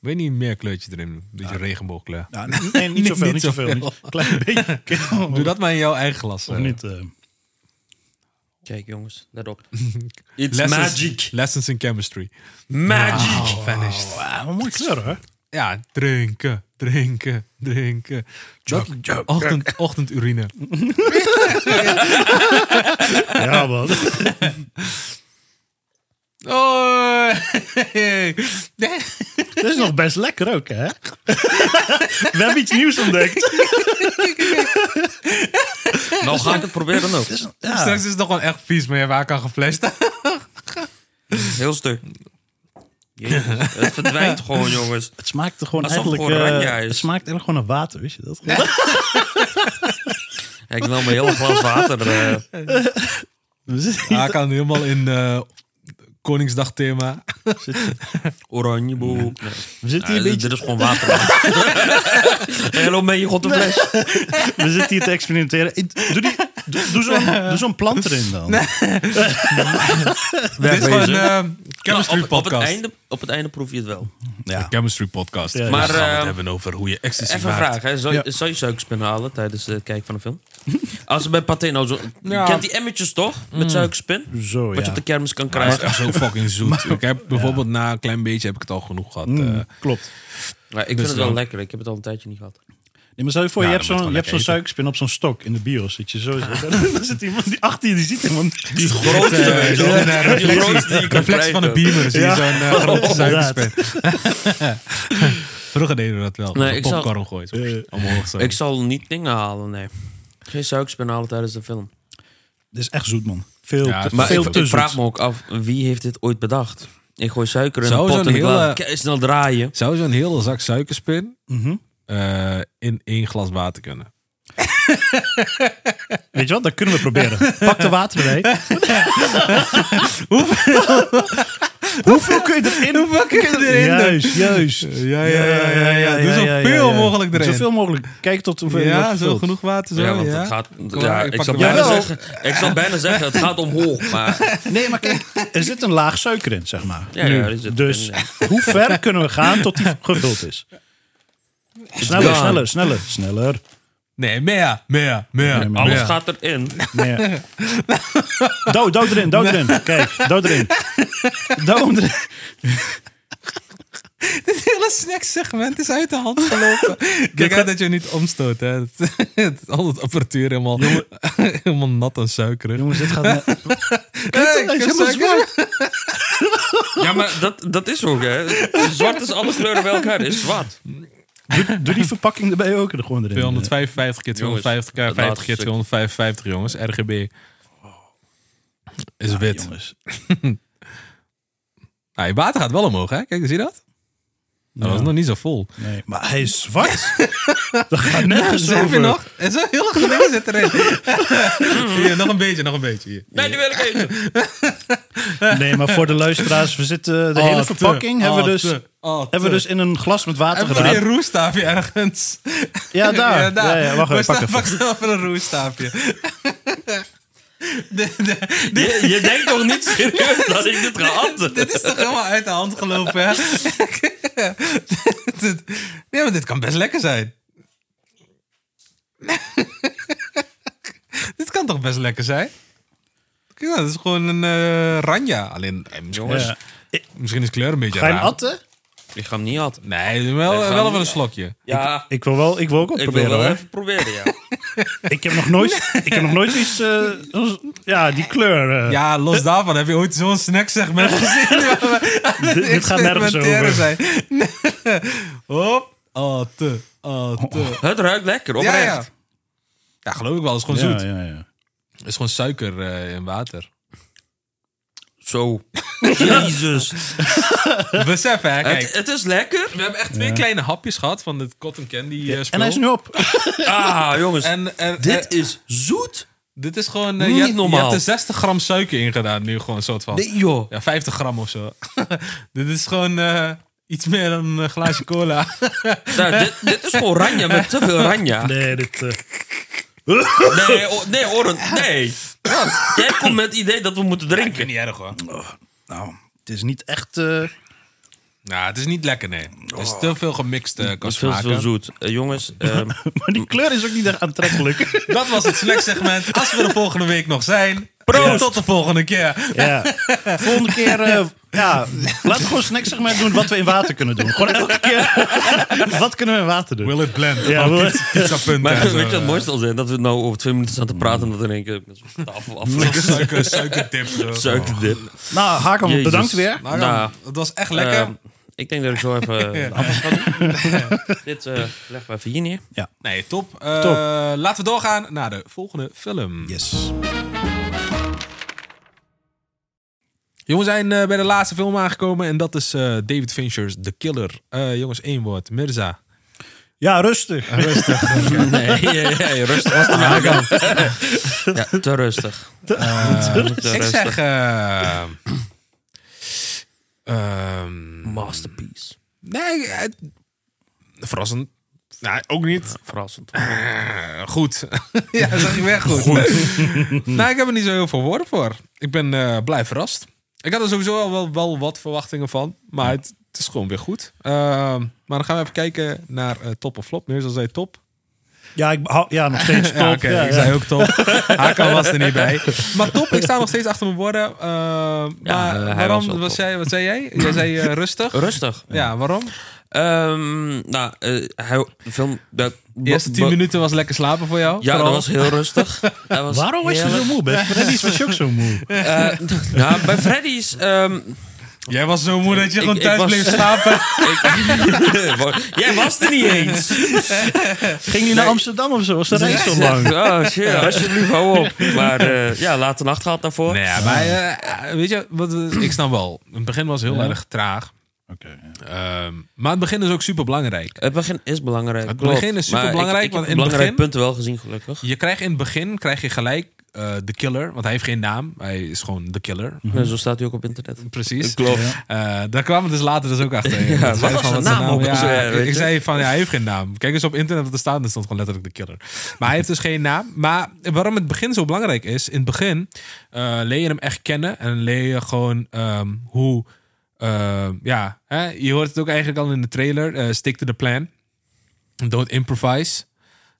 [SPEAKER 1] Wil je niet meer kleurtje erin? doen? Een beetje regenboogkleur.
[SPEAKER 3] Nou, nee, nee, niet zoveel, niet,
[SPEAKER 1] niet
[SPEAKER 3] zoveel.
[SPEAKER 1] zoveel.
[SPEAKER 3] Niet- Klein beetje.
[SPEAKER 1] Doe dat maar in jouw eigen glas.
[SPEAKER 3] Of
[SPEAKER 1] eh.
[SPEAKER 3] niet? eh,
[SPEAKER 2] Kijk jongens, let op. It's
[SPEAKER 1] Lessons,
[SPEAKER 2] magic.
[SPEAKER 1] Lessons in chemistry. Nou,
[SPEAKER 2] Magic.
[SPEAKER 1] Vanished.
[SPEAKER 3] ah, wat mooi kleur, hè?
[SPEAKER 1] Ja, drinken, drinken, drinken. Dat-
[SPEAKER 3] Jok, jok,
[SPEAKER 1] ochtend, ochtendurine.
[SPEAKER 3] Ja, man.
[SPEAKER 1] Oh,
[SPEAKER 3] Dit is nog best lekker ook, hè? We hebben iets nieuws ontdekt.
[SPEAKER 2] Nou ga ik het proberen ook.
[SPEAKER 1] Straks is het nog wel echt vies, maar ja, waar kan geflasht?
[SPEAKER 2] Heel stuk. Jezus, het verdwijnt gewoon jongens.
[SPEAKER 3] Het smaakt er gewoon
[SPEAKER 2] Alsof het
[SPEAKER 3] eigenlijk...
[SPEAKER 2] gewoon
[SPEAKER 3] eh,
[SPEAKER 2] oranje is.
[SPEAKER 3] het smaakt eigenlijk gewoon naar water, wist je dat?
[SPEAKER 2] Ja, ik wil mijn hele glas water. eh,
[SPEAKER 3] We zitten
[SPEAKER 1] Hij
[SPEAKER 3] hier-
[SPEAKER 1] kan helemaal in eh Koningsdag thema.
[SPEAKER 2] oranje boel. Nee.
[SPEAKER 3] we zitten hier
[SPEAKER 2] Ja, eh,
[SPEAKER 3] een
[SPEAKER 2] dit,
[SPEAKER 3] beetje-
[SPEAKER 2] dit is gewoon water. Helemaal mee, je god de fles.
[SPEAKER 3] we zitten hier te experimenteren. Ik- Doe, die, doe, doe zo'n doe zo'n plant erin dan.
[SPEAKER 1] Dit is gewoon een
[SPEAKER 2] Nou,
[SPEAKER 1] chemistry
[SPEAKER 2] op, op, het
[SPEAKER 1] podcast.
[SPEAKER 2] einde, op het einde proef je het wel.
[SPEAKER 3] Ja.
[SPEAKER 1] Chemistry podcast.
[SPEAKER 3] Ja,
[SPEAKER 1] maar eh,
[SPEAKER 2] ja.
[SPEAKER 1] we gaan het
[SPEAKER 2] ehm,
[SPEAKER 1] hebben over hoe je ecstasy
[SPEAKER 2] Even een
[SPEAKER 1] maakt.
[SPEAKER 2] vraag. Hè. Zou,
[SPEAKER 3] Ja.
[SPEAKER 2] je, zou je suikerspin halen tijdens het kijken van een film? Als ze bij Pathé nou zo... Je kent die emmertjes toch? Met suikerspin?
[SPEAKER 3] Zo,
[SPEAKER 2] Wat
[SPEAKER 3] ja.
[SPEAKER 2] je op de kermis kan
[SPEAKER 1] Maar het is
[SPEAKER 2] krijgen.
[SPEAKER 1] echt zo fucking zoet. Ik heb bijvoorbeeld na een klein beetje heb ik het al genoeg gehad. eh.
[SPEAKER 3] Mm, klopt.
[SPEAKER 2] Ja, ik vind het wel
[SPEAKER 1] dan-
[SPEAKER 2] lekker. Ik heb het al een tijdje niet gehad.
[SPEAKER 3] Nee, maar stel je voor,
[SPEAKER 1] Ja,
[SPEAKER 3] je
[SPEAKER 1] dan
[SPEAKER 3] hebt zo'n
[SPEAKER 1] moet je
[SPEAKER 3] je hebt zo'n
[SPEAKER 1] gewoon lekker
[SPEAKER 3] suikerspin op zo'n stok in de bios. Dat je zo zit. En dan zit iemand die achter je, die ziet iemand.
[SPEAKER 2] Die grootste.
[SPEAKER 1] Eh,
[SPEAKER 2] weet je
[SPEAKER 1] zo'n,
[SPEAKER 2] wel.
[SPEAKER 1] eh, reflectie-
[SPEAKER 2] grootste die je kan
[SPEAKER 1] reflectie van een
[SPEAKER 2] krijgen.
[SPEAKER 1] beamer. Zie je
[SPEAKER 3] Ja.
[SPEAKER 1] zo'n eh, grote
[SPEAKER 3] Oh,
[SPEAKER 1] suikerspin. Vroeger deden we dat wel.
[SPEAKER 2] Nee,
[SPEAKER 1] Nee,
[SPEAKER 2] ik zal-
[SPEAKER 1] popcorn gooien. zo.
[SPEAKER 3] Eh.
[SPEAKER 1] Omhoog zo.
[SPEAKER 2] Ik zal niet dingen halen, nee. Geen suikerspin halen tijdens de film.
[SPEAKER 3] Dit is echt zoet, man. Veel
[SPEAKER 1] Ja,
[SPEAKER 3] te,
[SPEAKER 1] maar
[SPEAKER 3] veel
[SPEAKER 2] ik,
[SPEAKER 3] te
[SPEAKER 2] ik vraag
[SPEAKER 3] zoet.
[SPEAKER 2] me ook af, wie heeft dit ooit bedacht? Ik gooi suiker in
[SPEAKER 1] Zou
[SPEAKER 2] een pot
[SPEAKER 1] zo'n
[SPEAKER 2] en ik laat
[SPEAKER 1] hele-
[SPEAKER 2] het kei snel draaien.
[SPEAKER 1] Zou zo'n hele zak suikerspin
[SPEAKER 3] Mhm.
[SPEAKER 1] eh, in één glas water kunnen?
[SPEAKER 3] Weet je wat? Dat kunnen we proberen. Pak de water erbij. Hoeveel? Hoeveel kun je erin? Hoeveel kun
[SPEAKER 1] je erin doen?
[SPEAKER 3] Juist, juist.
[SPEAKER 1] ja, ja, ja, ja, ja. Doe zoveel mogelijk erin.
[SPEAKER 3] Zoveel mogelijk. Kijk tot hoeveel je
[SPEAKER 1] ja,
[SPEAKER 3] wordt
[SPEAKER 1] zo
[SPEAKER 3] gevuld.
[SPEAKER 1] genoeg water. Zo,
[SPEAKER 2] Ja,
[SPEAKER 1] ja,
[SPEAKER 2] want het gaat...
[SPEAKER 1] Kom,
[SPEAKER 2] ja,
[SPEAKER 1] ik
[SPEAKER 2] ik,
[SPEAKER 1] pak
[SPEAKER 2] zal
[SPEAKER 1] hem
[SPEAKER 2] bijna
[SPEAKER 3] wel.
[SPEAKER 2] zeggen, ik zal bijna zeggen, het gaat omhoog. Maar
[SPEAKER 3] Nee, maar kijk, er zit een laag suiker in, zeg maar.
[SPEAKER 2] Ja,
[SPEAKER 3] Nu.
[SPEAKER 2] ja, er zit-
[SPEAKER 3] dus
[SPEAKER 2] en,
[SPEAKER 3] hoe ver kunnen we gaan tot die gevuld is? Sneller,
[SPEAKER 2] gone.
[SPEAKER 3] sneller, sneller, sneller.
[SPEAKER 1] Nee, meer, meer, meer.
[SPEAKER 3] Nee, maar
[SPEAKER 2] alles
[SPEAKER 1] meer.
[SPEAKER 2] gaat erin.
[SPEAKER 3] Nee. Douw, douw erin, douw erin. Kijk, douw erin. Douw hem erin.
[SPEAKER 1] Dit hele snacksegment is uit de hand gelopen. Kijk uit dat je niet omstoot. Hè. Het, het, al het apparatuur helemaal, helemaal nat en suikerig.
[SPEAKER 3] Jongens, dit gaat... net- Kijk,
[SPEAKER 1] Hey,
[SPEAKER 3] dat
[SPEAKER 1] ik
[SPEAKER 3] is
[SPEAKER 1] heb
[SPEAKER 3] helemaal
[SPEAKER 1] suiker.
[SPEAKER 3] zwart.
[SPEAKER 2] Ja, maar dat, dat is ook, hè. Zwart is alle kleuren bij elkaar. is zwart.
[SPEAKER 3] Doe, doe die verpakking erbij ook er gewoon erin. eh,
[SPEAKER 1] 255 keer 250 keer
[SPEAKER 2] Jongens,
[SPEAKER 1] 50 keer
[SPEAKER 2] dat
[SPEAKER 1] 255, jongens. RGB. Is wit.
[SPEAKER 3] Jongens.
[SPEAKER 1] Ah, je water gaat wel omhoog, hè? Kijk, zie je dat? Nou, Dat is nog niet zo vol.
[SPEAKER 3] Nee, maar hij is zwart. Dat gaat nergens
[SPEAKER 1] Heb je
[SPEAKER 3] over.
[SPEAKER 1] nog? Er is wel heel erg ding zit erin. Hier, nog een beetje, nog een beetje. Hier.
[SPEAKER 2] Nee, die wil ik eten.
[SPEAKER 3] Nee, maar voor de luisteraars, we zitten de
[SPEAKER 1] Oh,
[SPEAKER 3] hele
[SPEAKER 1] te.
[SPEAKER 3] verpakking hebben, we
[SPEAKER 1] Oh,
[SPEAKER 3] dus,
[SPEAKER 1] te. Oh,
[SPEAKER 3] hebben we
[SPEAKER 1] te.
[SPEAKER 3] dus in een glas met water
[SPEAKER 1] Hebben we geen
[SPEAKER 3] gedaan.
[SPEAKER 1] roestaafje ergens?
[SPEAKER 3] Ja, daar. Ja, ja, wacht
[SPEAKER 1] Waar
[SPEAKER 3] even, pak
[SPEAKER 1] staat-
[SPEAKER 3] even.
[SPEAKER 1] Pak zelf een roestaafje. de- de-
[SPEAKER 2] Je, je denkt toch niet serieus dat ik dit ga antwoorden?
[SPEAKER 1] dit is toch helemaal uit de hand gelopen, hè? Dit- ja, maar dit kan best lekker zijn. dit kan toch best lekker zijn? Ja, dat is gewoon een eh, ranja. Alleen, eh, jongens,
[SPEAKER 3] Ja.
[SPEAKER 1] misschien is kleur een beetje
[SPEAKER 3] Ga je hem
[SPEAKER 1] raar.
[SPEAKER 3] atten?
[SPEAKER 2] Ik ga hem niet atten.
[SPEAKER 1] Nee, wel,
[SPEAKER 2] gaan
[SPEAKER 1] wel
[SPEAKER 2] niet-
[SPEAKER 1] even een slokje.
[SPEAKER 2] Ja,
[SPEAKER 3] Ik wil, wel, ik wil ook wat
[SPEAKER 2] ik, wil
[SPEAKER 3] proberen.
[SPEAKER 2] wel
[SPEAKER 3] hoor.
[SPEAKER 2] even proberen, ja.
[SPEAKER 3] Ik heb nog nooit, ik heb nog nooit iets. eh, als- ja, die kleur. eh,
[SPEAKER 1] Ja, los daarvan heb je ooit zo'n snacksegment gezien. waar we aan het
[SPEAKER 3] Dit- dit gaat nergens
[SPEAKER 1] experimenteren
[SPEAKER 3] over.
[SPEAKER 1] Zijn. Hop, atten, atten.
[SPEAKER 2] Het ruikt lekker,
[SPEAKER 1] Ja,
[SPEAKER 2] oprecht.
[SPEAKER 1] ja. ja, geloof ik wel. Het is gewoon
[SPEAKER 3] ja,
[SPEAKER 1] zoet.
[SPEAKER 3] ja, ja.
[SPEAKER 1] Het is gewoon suiker eh, in water.
[SPEAKER 2] Zo. Jezus.
[SPEAKER 1] Besef hè, kijk.
[SPEAKER 2] Het, het is lekker.
[SPEAKER 1] We hebben echt twee kleine hapjes gehad van het cotton candy eh, spul.
[SPEAKER 3] En hij is nu op.
[SPEAKER 2] Ah, jongens.
[SPEAKER 1] En, en,
[SPEAKER 2] dit
[SPEAKER 1] eh,
[SPEAKER 2] is zoet.
[SPEAKER 1] dit is gewoon... eh,
[SPEAKER 2] niet
[SPEAKER 1] je, hebt, je
[SPEAKER 2] normaal.
[SPEAKER 1] hebt er 60 gram suiker in gedaan nu, gewoon een soort van.
[SPEAKER 2] Nee, joh.
[SPEAKER 1] Ja, 50 gram of zo. dit is gewoon eh, iets meer dan een glaasje cola.
[SPEAKER 2] Nou, dit, dit is gewoon ranja met te veel ranja.
[SPEAKER 3] Nee, dit. eh,
[SPEAKER 2] Nee, o- nee, Oren, nee. Jij komt met het idee dat we moeten
[SPEAKER 1] Ik vind
[SPEAKER 2] drinken.
[SPEAKER 1] het niet erg hoor. Nou,
[SPEAKER 3] nou, het is niet echt. eh,
[SPEAKER 1] Nou, het is niet lekker, nee. Er is te veel gemixt eh
[SPEAKER 2] Dat
[SPEAKER 1] kan
[SPEAKER 2] is veel te
[SPEAKER 1] smaken.
[SPEAKER 2] veel zoet. Eh, jongens, ehm,
[SPEAKER 3] maar die kleur is ook niet echt aantrekkelijk.
[SPEAKER 1] Dat was het snacksegment. Als we er volgende week nog zijn...
[SPEAKER 2] Proost.
[SPEAKER 1] Tot de volgende keer.
[SPEAKER 3] ja. Volgende keer. eh, ja, laat gewoon snacks zeg maar doen wat we in water kunnen doen. Gewoon elke keer. wat kunnen we in water doen?
[SPEAKER 1] Will it blend?
[SPEAKER 3] Ja,
[SPEAKER 1] Oh,
[SPEAKER 3] will
[SPEAKER 1] pizza- pizza punten
[SPEAKER 2] maar
[SPEAKER 1] en zo.
[SPEAKER 2] weet je wat het mooiste al zijn? Dat we nou over twee minuten staan te praten en dat in één keer met zo'n tafel
[SPEAKER 1] Lekker
[SPEAKER 2] af.
[SPEAKER 1] suiker, suikertip. zo.
[SPEAKER 2] Suikerdip.
[SPEAKER 3] Nou, Hakan,
[SPEAKER 2] Jezus.
[SPEAKER 3] bedankt weer.
[SPEAKER 1] Nou,
[SPEAKER 2] Nou,
[SPEAKER 1] het was echt lekker.
[SPEAKER 2] Ehm, ik denk dat ik zo even eh, een appel ga doen. Dit eh, leggen we even hier neer.
[SPEAKER 1] nee, top. Eh,
[SPEAKER 3] Top.
[SPEAKER 1] Laten we doorgaan naar de volgende film.
[SPEAKER 3] Yes.
[SPEAKER 1] Jongens, we zijn eh, bij de laatste film aangekomen. En dat is eh, David Fincher's The Killer. Eh, jongens, één woord. Mirza.
[SPEAKER 3] Ja, rustig.
[SPEAKER 2] Nee, eh, eh, rustig. Was het maar. Ja, te rustig. Eh, te
[SPEAKER 1] Ik
[SPEAKER 2] rustig.
[SPEAKER 1] zeg... eh, ehm,
[SPEAKER 2] Masterpiece.
[SPEAKER 1] nee, het- verrassend. Nou, ook niet.
[SPEAKER 2] Verrassend.
[SPEAKER 1] Eh, goed. ja, dat zeg ik weer goed. nou, ik heb er niet zo heel veel woorden voor. Ik ben eh, blij verrast. Ik had er sowieso al wel, wel wat verwachtingen van. Maar het, het is gewoon weer goed. Ehm, maar dan gaan we even kijken naar eh, top of flop. Meestal zei top.
[SPEAKER 3] Ja, ik, hou- ja nog steeds top.
[SPEAKER 1] Ja, oké.
[SPEAKER 3] Ja,
[SPEAKER 1] ik
[SPEAKER 3] ja.
[SPEAKER 1] zei ook top. Hakan was er niet bij. Maar top, ik sta nog steeds achter mijn woorden. Ehm, maar
[SPEAKER 2] eh, hij was
[SPEAKER 1] waarom?
[SPEAKER 2] wel
[SPEAKER 1] wat,
[SPEAKER 2] top.
[SPEAKER 1] zei, wat zei jij? Jij zei eh, rustig.
[SPEAKER 2] Rustig.
[SPEAKER 1] Ja, waarom?
[SPEAKER 2] Ehm, nou, eh, hij, de film... De,
[SPEAKER 1] De eerste tien minuten was lekker slapen voor jou.
[SPEAKER 2] Ja,
[SPEAKER 1] vooral.
[SPEAKER 2] dat was heel rustig. Dat was
[SPEAKER 3] Waarom was je zo
[SPEAKER 2] heerlijk.
[SPEAKER 3] moe? Bij Freddy's was je ook zo moe.
[SPEAKER 2] Eh, nou, bij Freddy's... ehm,
[SPEAKER 1] Jij was zo moe dat je gewoon
[SPEAKER 2] ik
[SPEAKER 1] thuis
[SPEAKER 2] was-
[SPEAKER 1] bleef slapen.
[SPEAKER 2] ik- Jij was er niet eens.
[SPEAKER 3] Ging je naar Amsterdam of zo? Was dat eens zo lang?
[SPEAKER 2] Oh, shit, alsjeblieft, hou op. Maar eh, ja, late nacht gehad daarvoor.
[SPEAKER 1] Nee, ja, maar eh, weet je, wat, ik snap wel. Het begin was heel erg traag.
[SPEAKER 3] Oké.
[SPEAKER 1] Ehm, maar het begin is ook super belangrijk.
[SPEAKER 2] Het begin is belangrijk.
[SPEAKER 1] Het
[SPEAKER 2] klopt.
[SPEAKER 1] begin is
[SPEAKER 2] Maar ik-
[SPEAKER 1] superbelangrijk,
[SPEAKER 2] ik heb
[SPEAKER 1] want in het
[SPEAKER 2] belangrijke
[SPEAKER 1] begin-
[SPEAKER 2] punten wel gezien, gelukkig.
[SPEAKER 1] Je krijgt in het begin krijg je gelijk eh de killer, want hij heeft geen naam. Hij is gewoon de killer.
[SPEAKER 2] Nee, zo staat hij ook op internet.
[SPEAKER 1] Precies.
[SPEAKER 2] Klopt.
[SPEAKER 1] Eh, daar kwamen we dus later dus ook achter.
[SPEAKER 2] Ja,
[SPEAKER 1] Dat
[SPEAKER 2] wat
[SPEAKER 1] zei
[SPEAKER 2] was
[SPEAKER 1] van,
[SPEAKER 2] zijn
[SPEAKER 1] wat zijn
[SPEAKER 2] naam ook
[SPEAKER 1] Ja,
[SPEAKER 2] alweer, weet
[SPEAKER 1] ik, ik
[SPEAKER 2] je? Dus-
[SPEAKER 1] zei van, ja, hij heeft geen naam. Kijk eens op internet wat er staat, en er stond gewoon letterlijk de killer. Maar hij heeft dus geen naam. Maar waarom het begin zo belangrijk is, in het begin eh, leer je hem echt kennen en leer je gewoon ehm, hoe, ehm, ja, hè, je hoort het ook eigenlijk al in de trailer, eh, stick to the plan, don't improvise,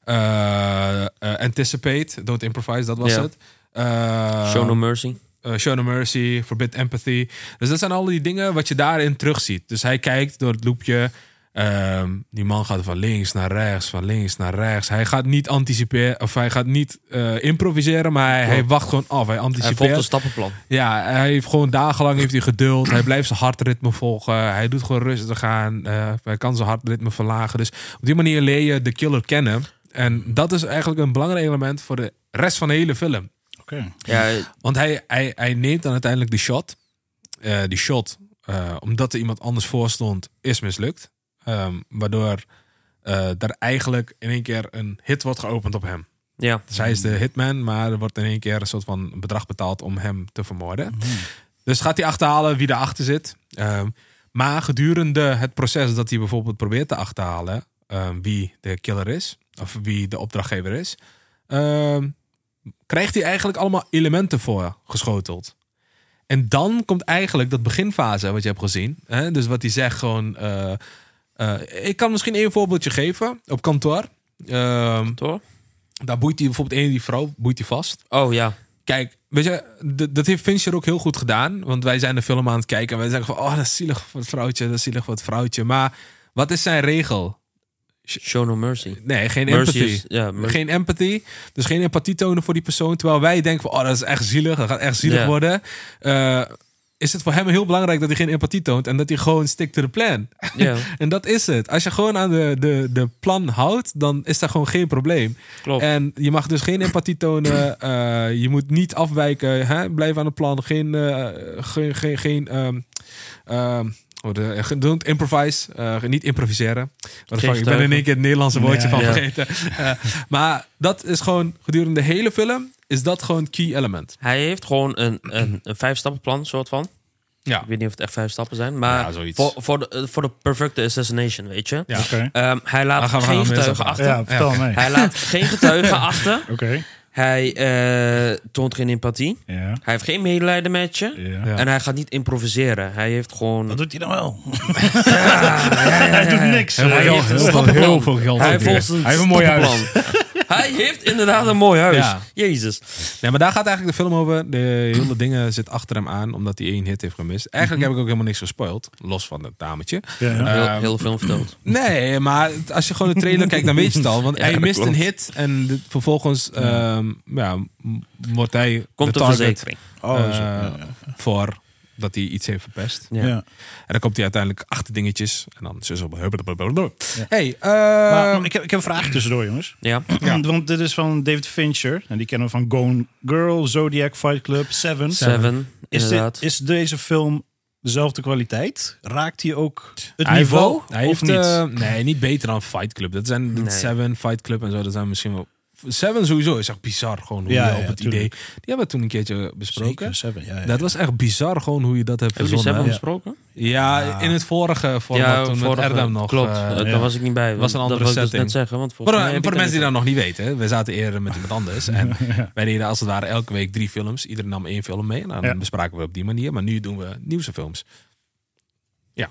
[SPEAKER 1] Eh, eh, anticipate, don't improvise, dat was
[SPEAKER 2] Ja.
[SPEAKER 1] het. Eh,
[SPEAKER 2] Show no mercy.
[SPEAKER 1] eh, Show No Mercy, Forbid Empathy. Dus dat zijn al die dingen wat je daarin terugziet. Dus hij kijkt door het loepje. ehm, die man gaat van links naar rechts, van links naar rechts. Hij gaat niet anticiperen, of hij gaat niet eh, improviseren, maar hij, hij wacht gewoon af. Hij
[SPEAKER 2] Hij volgt een
[SPEAKER 1] anticipeert.
[SPEAKER 2] stappenplan.
[SPEAKER 1] ja, hij heeft gewoon dagenlang heeft hij geduld. hij blijft zijn hartritme volgen. Hij doet gewoon rustig aan. eh, hij kan zijn hartritme verlagen. Dus op die manier leer je de killer kennen. En dat is eigenlijk een belangrijk element voor de rest van de hele film.
[SPEAKER 3] Oké.
[SPEAKER 2] Ja,
[SPEAKER 1] Want hij, hij, hij neemt dan uiteindelijk de shot. Eh, die shot, eh, omdat er iemand anders voor stond, is mislukt. Ehm, waardoor eh er eigenlijk in één keer een hit wordt geopend op hem.
[SPEAKER 2] ja.
[SPEAKER 1] Dus hij is de hitman, maar er wordt in één keer een soort van bedrag betaald om hem te vermoorden. Dus gaat hij achterhalen wie erachter zit. Ehm, maar gedurende het proces dat hij bijvoorbeeld probeert te achterhalen ehm, wie de killer is, of wie de opdrachtgever is, ehm, krijgt hij eigenlijk allemaal elementen voor geschoteld. En dan komt eigenlijk dat beginfase wat je hebt gezien. Hè? Dus wat hij zegt gewoon... eh, eh, ik kan misschien één voorbeeldje geven op kantoor. Ehm,
[SPEAKER 2] Toch?
[SPEAKER 1] daar boeit hij bijvoorbeeld één die vrouw boeit hij vast.
[SPEAKER 2] Oh ja.
[SPEAKER 1] Kijk, weet je, d- dat heeft Fincher ook heel goed gedaan. Want wij zijn de film aan het kijken en wij zeggen van... Oh, dat is zielig voor het vrouwtje, dat is zielig voor het vrouwtje. Maar wat is zijn regel?
[SPEAKER 2] Show no mercy.
[SPEAKER 1] Nee, geen
[SPEAKER 2] Mercy
[SPEAKER 1] empathy.
[SPEAKER 2] is, ja, mer-
[SPEAKER 1] Geen empathy. Dus geen empathie tonen voor die persoon. Terwijl wij denken van, oh, dat is echt zielig. Dat gaat echt zielig
[SPEAKER 2] Ja.
[SPEAKER 1] worden. Eh, is het voor hem heel belangrijk dat hij geen empathie toont. En dat hij gewoon stick to the plan.
[SPEAKER 2] ja,
[SPEAKER 1] En dat is het. Als je gewoon aan de, de, de plan houdt, dan is daar gewoon geen probleem.
[SPEAKER 2] klopt.
[SPEAKER 1] En je mag dus geen empathie tonen. eh, je moet niet afwijken. Hè? Blijf aan het plan. Geen, eh, geen, geen, geen ehm, ehm, hoe de- eh, don't improvise. Eh, niet improviseren. Wat de fuck, ik ben in één keer het Nederlandse woordje
[SPEAKER 3] Ja,
[SPEAKER 1] van
[SPEAKER 2] ja.
[SPEAKER 1] vergeten. Eh, maar dat is gewoon gedurende de hele film is dat gewoon key element.
[SPEAKER 2] Hij heeft gewoon een, een, een vijf-stappenplan, soort van.
[SPEAKER 1] Ja.
[SPEAKER 2] Ik weet niet of het echt vijf stappen zijn, maar
[SPEAKER 1] Ja, zoiets.
[SPEAKER 2] voor, voor, de, eh, voor de perfecte assassination, weet je.
[SPEAKER 1] Ja.
[SPEAKER 3] Oké.
[SPEAKER 2] Ehm, hij laat
[SPEAKER 1] Dan gaan we
[SPEAKER 2] geen
[SPEAKER 1] aan de mensen
[SPEAKER 2] getuigen achter.
[SPEAKER 3] Ja, vertel
[SPEAKER 1] Ja,
[SPEAKER 3] mij.
[SPEAKER 2] Hij laat geen getuigen achter.
[SPEAKER 3] Oké.
[SPEAKER 2] Hij eh, toont geen empathie.
[SPEAKER 3] Ja.
[SPEAKER 2] Hij heeft geen medelijden met je.
[SPEAKER 3] ja.
[SPEAKER 1] Ja.
[SPEAKER 2] En hij gaat niet improviseren. Hij heeft gewoon...
[SPEAKER 3] doet hij dan wel? Hij doet niks.
[SPEAKER 2] Hij
[SPEAKER 3] Eh,
[SPEAKER 2] heeft een stappenplan. Hij volgt een stappenplan. Hij heeft inderdaad een mooi huis.
[SPEAKER 1] Ja.
[SPEAKER 2] Jezus.
[SPEAKER 1] Nee, maar daar gaat eigenlijk de film over. De hele dingen zit achter hem aan, omdat hij één hit heeft gemist. Eigenlijk heb ik ook helemaal niks gespoild, los van het dametje. Eh,
[SPEAKER 3] ja.
[SPEAKER 2] Heel,
[SPEAKER 1] Ehm,
[SPEAKER 2] heel veel verteld.
[SPEAKER 1] Nee, maar het- als je gewoon de trailer kijkt, dan weet je het al. Want
[SPEAKER 2] Ja,
[SPEAKER 1] hij
[SPEAKER 2] dat
[SPEAKER 1] mist
[SPEAKER 2] klopt.
[SPEAKER 1] een hit en de- vervolgens ehm, ja, m- wordt hij
[SPEAKER 2] Komt
[SPEAKER 1] de
[SPEAKER 2] de
[SPEAKER 1] target
[SPEAKER 2] verzekering.
[SPEAKER 3] Oh,
[SPEAKER 1] eh,
[SPEAKER 3] zo. Ja.
[SPEAKER 1] voor dat hij iets heeft verpest.
[SPEAKER 2] Ja.
[SPEAKER 3] Ja.
[SPEAKER 1] En dan komt hij uiteindelijk achter dingetjes. En dan zo zo... Hey, eh,
[SPEAKER 3] Maar, maar ik, heb, ik heb een vraag tussendoor, jongens.
[SPEAKER 2] Ja.
[SPEAKER 3] Want dit is van David Fincher. En die kennen we van Gone Girl, Zodiac, Fight Club, Seven.
[SPEAKER 2] Seven,
[SPEAKER 3] Is,
[SPEAKER 2] inderdaad.
[SPEAKER 3] dit, is deze film dezelfde kwaliteit? Raakt hij ook het
[SPEAKER 1] hij
[SPEAKER 3] niveau?
[SPEAKER 1] heeft wel- hij
[SPEAKER 3] of
[SPEAKER 1] heeft,
[SPEAKER 3] niet?
[SPEAKER 1] eh, nee, niet beter dan Fight Club. Dat zijn dat
[SPEAKER 2] Nee.
[SPEAKER 1] Seven, Fight Club en zo. Dat zijn misschien wel... Seven sowieso is echt bizar gewoon hoe
[SPEAKER 3] Ja,
[SPEAKER 1] je
[SPEAKER 3] ja,
[SPEAKER 1] op het idee...
[SPEAKER 3] tuurlijk.
[SPEAKER 1] Die hebben we toen een keertje besproken.
[SPEAKER 3] Zeker, Seven, ja, ja.
[SPEAKER 1] Dat was echt bizar gewoon hoe je dat hebt
[SPEAKER 2] Hebben jullie
[SPEAKER 1] verzonnen.
[SPEAKER 2] Seven
[SPEAKER 1] hè?
[SPEAKER 2] besproken?
[SPEAKER 1] Ja, in het vorige format toen
[SPEAKER 2] vorige-
[SPEAKER 1] met Erdem nog.
[SPEAKER 2] Klopt,
[SPEAKER 1] eh,
[SPEAKER 2] eh,
[SPEAKER 1] voor,
[SPEAKER 2] daar was ik niet bij.
[SPEAKER 1] was een andere
[SPEAKER 2] dat Dat
[SPEAKER 1] setting.
[SPEAKER 2] net zeggen, want
[SPEAKER 1] de-
[SPEAKER 2] volgens mij
[SPEAKER 1] voor
[SPEAKER 2] heb
[SPEAKER 1] de
[SPEAKER 2] ik
[SPEAKER 1] mensen die
[SPEAKER 2] niet-
[SPEAKER 1] dat nog niet weten, we zaten eerder met iemand anders. En wij deden als het ware elke week drie films. Iedereen nam één film mee. En dan
[SPEAKER 3] Ja.
[SPEAKER 1] bespraken we op die manier. Maar nu doen we nieuwse films. Ja,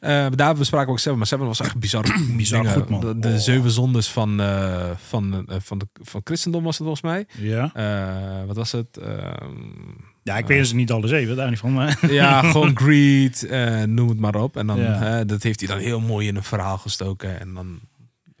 [SPEAKER 1] Eh, daar bespraken we ook Seven. Maar Seven was echt bizar.
[SPEAKER 3] Bizar
[SPEAKER 1] dingen.
[SPEAKER 3] goed, man.
[SPEAKER 1] De, de
[SPEAKER 3] Oh.
[SPEAKER 1] zeven zondes van, eh, van, eh, van, de, van christendom was het volgens mij.
[SPEAKER 3] Ja.
[SPEAKER 1] Eh, wat was het? Ehm,
[SPEAKER 3] ja, ik weet ze niet alle zeven, daar niet van. Maar
[SPEAKER 1] Ja, gewoon greed, eh, noem het maar op. En dan,
[SPEAKER 3] Ja.
[SPEAKER 1] hè, dat heeft hij dan heel mooi in een verhaal gestoken. En dan,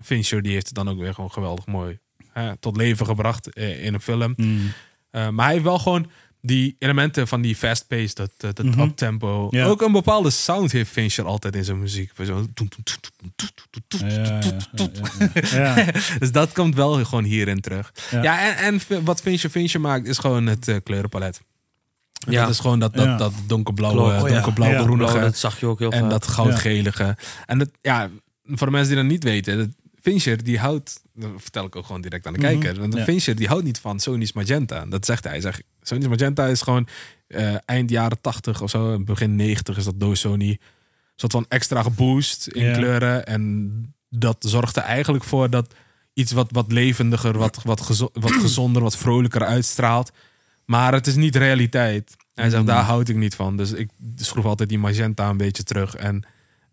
[SPEAKER 1] Fincher die heeft het dan ook weer gewoon geweldig mooi hè, tot leven gebracht eh, in een film.
[SPEAKER 3] Mm.
[SPEAKER 1] Eh, maar hij heeft wel gewoon die elementen van die fast pace, dat, dat, dat uptempo.
[SPEAKER 3] Mhm. Ja.
[SPEAKER 1] Ook een bepaalde sound heeft Fincher altijd in zijn muziek. Zo, toet, toet, toet, toet, toet, toet, toet,
[SPEAKER 3] ja, ja, ja, ja, ja. Ja.
[SPEAKER 1] dus dat komt wel gewoon hierin terug. Ja,
[SPEAKER 3] Ja.
[SPEAKER 1] en, en wat Fincher Fincher maakt is gewoon het eh, kleurenpalet. En
[SPEAKER 2] Ja.
[SPEAKER 1] Dat is gewoon dat, dat,
[SPEAKER 3] Ja.
[SPEAKER 1] dat
[SPEAKER 2] Klopt.
[SPEAKER 1] donkerblauwe,
[SPEAKER 2] Oh ja.
[SPEAKER 1] donkerblauw
[SPEAKER 3] Ja.
[SPEAKER 1] groenige
[SPEAKER 2] Oh, dat zag je ook heel
[SPEAKER 1] en
[SPEAKER 2] vaak.
[SPEAKER 1] dat goudgelige. En dat, ja, voor de mensen die dat niet weten, dat Fincher die houdt, dat vertel ik ook gewoon direct aan de kijker, want
[SPEAKER 3] Ja.
[SPEAKER 1] Fincher die houdt niet van Sony's Magenta. Dat zegt hij. hij zegt, Sony's Magenta is gewoon eh, eind jaren 80 of zo, begin 90 is dat door Sony soort van extra geboost in
[SPEAKER 3] Ja.
[SPEAKER 1] kleuren. En dat zorgt er eigenlijk voor dat iets wat, wat levendiger, wat, wat, gezo- wat gezonder, wat vrolijker uitstraalt. Maar het is niet realiteit. Hij zegt, daar houd ik niet van. Dus ik schroef altijd die magenta een beetje terug. En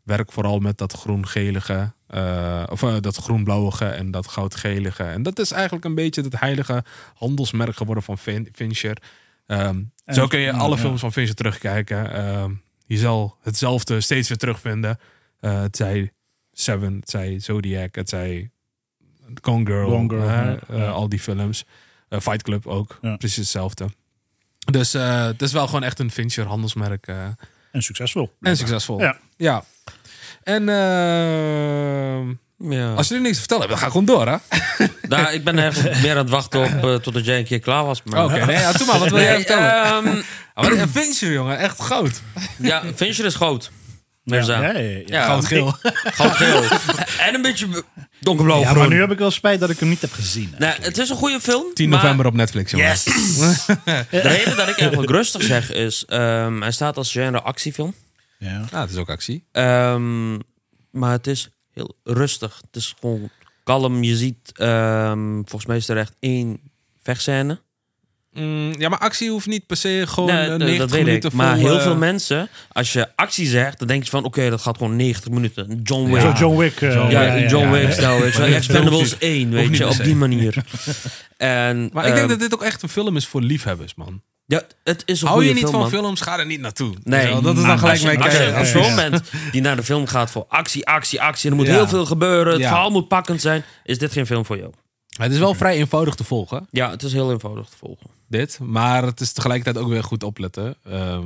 [SPEAKER 1] werk vooral met dat groen-gelige, eh, of eh, dat groen-blauwige en dat goudgelige. En dat is eigenlijk een beetje het heilige handelsmerk geworden van Fin- Fincher. Ehm,
[SPEAKER 3] En-
[SPEAKER 1] zo kun je alle
[SPEAKER 3] ja.
[SPEAKER 1] films van Fincher terugkijken. Ehm, je zal hetzelfde steeds weer terugvinden. Eh, het zij Seven, het zij Zodiac, het zij Gone Girl,
[SPEAKER 3] Gone Girl,
[SPEAKER 1] hè,
[SPEAKER 3] ja,
[SPEAKER 1] eh,
[SPEAKER 3] ja.
[SPEAKER 1] al die films. Eh, Fight Club ook,
[SPEAKER 3] Ja.
[SPEAKER 1] precies hetzelfde. Dus eh, het is wel gewoon echt een Fincher handelsmerk. eh,
[SPEAKER 3] En succesvol.
[SPEAKER 1] en succesvol.
[SPEAKER 3] Ja.
[SPEAKER 1] Ja. En ehm,
[SPEAKER 2] Ja.
[SPEAKER 1] als jullie niks te vertellen hebben, dan ga ik gewoon door, hè?
[SPEAKER 2] Nou, ik ben eigenlijk meer aan het wachten op eh, totdat jij een keer klaar was. maar-
[SPEAKER 1] Oké, nee, ja, doe maar. Wat wil jij
[SPEAKER 2] Nee,
[SPEAKER 1] vertellen?
[SPEAKER 2] ehm,
[SPEAKER 1] Ah, wat een Fincher, jongen. Echt goud.
[SPEAKER 2] ja, Fincher is groot.
[SPEAKER 3] Ja,
[SPEAKER 2] Meer zijn.
[SPEAKER 3] ja, ja, ja.
[SPEAKER 2] Ja.
[SPEAKER 1] Goudgeel.
[SPEAKER 2] Goudgeel. en een beetje donkerblauw.
[SPEAKER 3] Ja, maar
[SPEAKER 2] groen.
[SPEAKER 3] nu heb ik wel spijt dat ik hem niet heb gezien. hè.
[SPEAKER 2] Nou, het is een goede film.
[SPEAKER 1] 10
[SPEAKER 2] maar
[SPEAKER 1] november op Netflix, jongen.
[SPEAKER 3] Yes!
[SPEAKER 2] De reden dat ik eigenlijk rustig zeg is... ehm, hij staat als genre actiefilm.
[SPEAKER 3] Ja.
[SPEAKER 1] Nou, het is ook actie.
[SPEAKER 2] Ehm, maar het is heel rustig. Het is gewoon kalm. Je ziet, ehm, volgens mij is er echt één Vechtscène.
[SPEAKER 1] Mm, ja, maar actie hoeft niet per se gewoon
[SPEAKER 2] Nee,
[SPEAKER 1] eh,
[SPEAKER 2] dat-
[SPEAKER 1] 90
[SPEAKER 2] dat weet
[SPEAKER 1] minuten
[SPEAKER 2] ik. Maar
[SPEAKER 1] vol,
[SPEAKER 2] heel
[SPEAKER 1] eh,
[SPEAKER 2] veel mensen, als je actie zegt, dan denk je van oké, dat gaat gewoon 90 minuten. John Wick.
[SPEAKER 3] Zo
[SPEAKER 2] Ja,
[SPEAKER 3] John Wick. eh,
[SPEAKER 1] John-
[SPEAKER 2] ja,
[SPEAKER 1] ja, ja,
[SPEAKER 2] John
[SPEAKER 1] ja.
[SPEAKER 2] Wick stijl, weet je wel.
[SPEAKER 1] Ja,
[SPEAKER 2] Expendables
[SPEAKER 1] hoeft
[SPEAKER 2] 1,
[SPEAKER 1] hoeft
[SPEAKER 2] weet
[SPEAKER 1] niet
[SPEAKER 2] je,
[SPEAKER 1] per
[SPEAKER 2] op
[SPEAKER 1] se.
[SPEAKER 2] die manier. En,
[SPEAKER 1] Maar ik denk
[SPEAKER 2] ehm,
[SPEAKER 1] dat dit ook echt een film is voor liefhebbers, man.
[SPEAKER 2] ja, het is een
[SPEAKER 1] Hou
[SPEAKER 2] goede
[SPEAKER 1] je niet
[SPEAKER 2] film,
[SPEAKER 1] van
[SPEAKER 2] man.
[SPEAKER 1] films, ga er niet naartoe.
[SPEAKER 2] Nee,
[SPEAKER 1] Zo, dat is dan
[SPEAKER 2] maar
[SPEAKER 1] gelijk
[SPEAKER 2] als je-
[SPEAKER 1] mijn
[SPEAKER 2] als je
[SPEAKER 1] kijken.
[SPEAKER 2] Als je
[SPEAKER 3] Ja,
[SPEAKER 2] een
[SPEAKER 3] ja.
[SPEAKER 2] moment die naar de film gaat voor actie, actie, actie. Er moet
[SPEAKER 1] Ja.
[SPEAKER 2] heel veel gebeuren. Het
[SPEAKER 1] Ja.
[SPEAKER 2] verhaal moet pakkend zijn. Is dit geen film voor jou?
[SPEAKER 1] Het is wel vrij eenvoudig te volgen,
[SPEAKER 2] Ja, het is heel eenvoudig te volgen.
[SPEAKER 1] dit. Maar het is tegelijkertijd ook weer goed opletten. Ehm,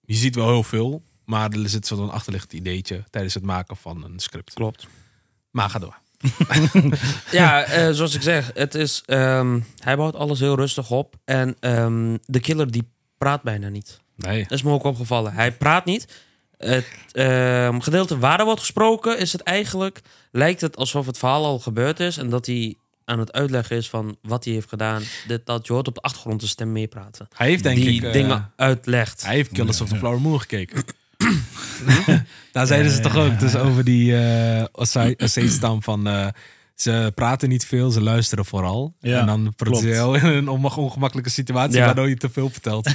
[SPEAKER 1] je ziet wel heel veel, maar er zit zo'n achterliggend ideetje tijdens het maken van een script.
[SPEAKER 2] Klopt.
[SPEAKER 1] Maar ga door.
[SPEAKER 2] Ja, eh, zoals ik zeg, het is, ehm, hij bouwt alles heel rustig op. En ehm, de killer die praat bijna niet.
[SPEAKER 1] Nee.
[SPEAKER 2] Dat is me ook opgevallen. Hij praat niet. Het ehm, gedeelte waar er wordt gesproken, is het eigenlijk, lijkt het alsof het verhaal al gebeurd is. En dat hij aan het uitleggen is van wat hij heeft gedaan. Dit, dat je hoort op de achtergrond de stem meepraten.
[SPEAKER 1] Hij heeft denk
[SPEAKER 2] die
[SPEAKER 1] ik... eh,
[SPEAKER 2] dingen uitlegt.
[SPEAKER 1] Hij heeft Killers of the Flower Moon gekeken. Daar zeiden ze toch ook. Dus over die eh, Ossai- Ossai-stam van... eh, ze praten niet veel, ze luisteren vooral.
[SPEAKER 3] Ja,
[SPEAKER 1] en dan praten ze
[SPEAKER 3] klopt.
[SPEAKER 1] heel in een onma- ongemakkelijke situatie...
[SPEAKER 2] Ja.
[SPEAKER 1] waardoor je te veel vertelt.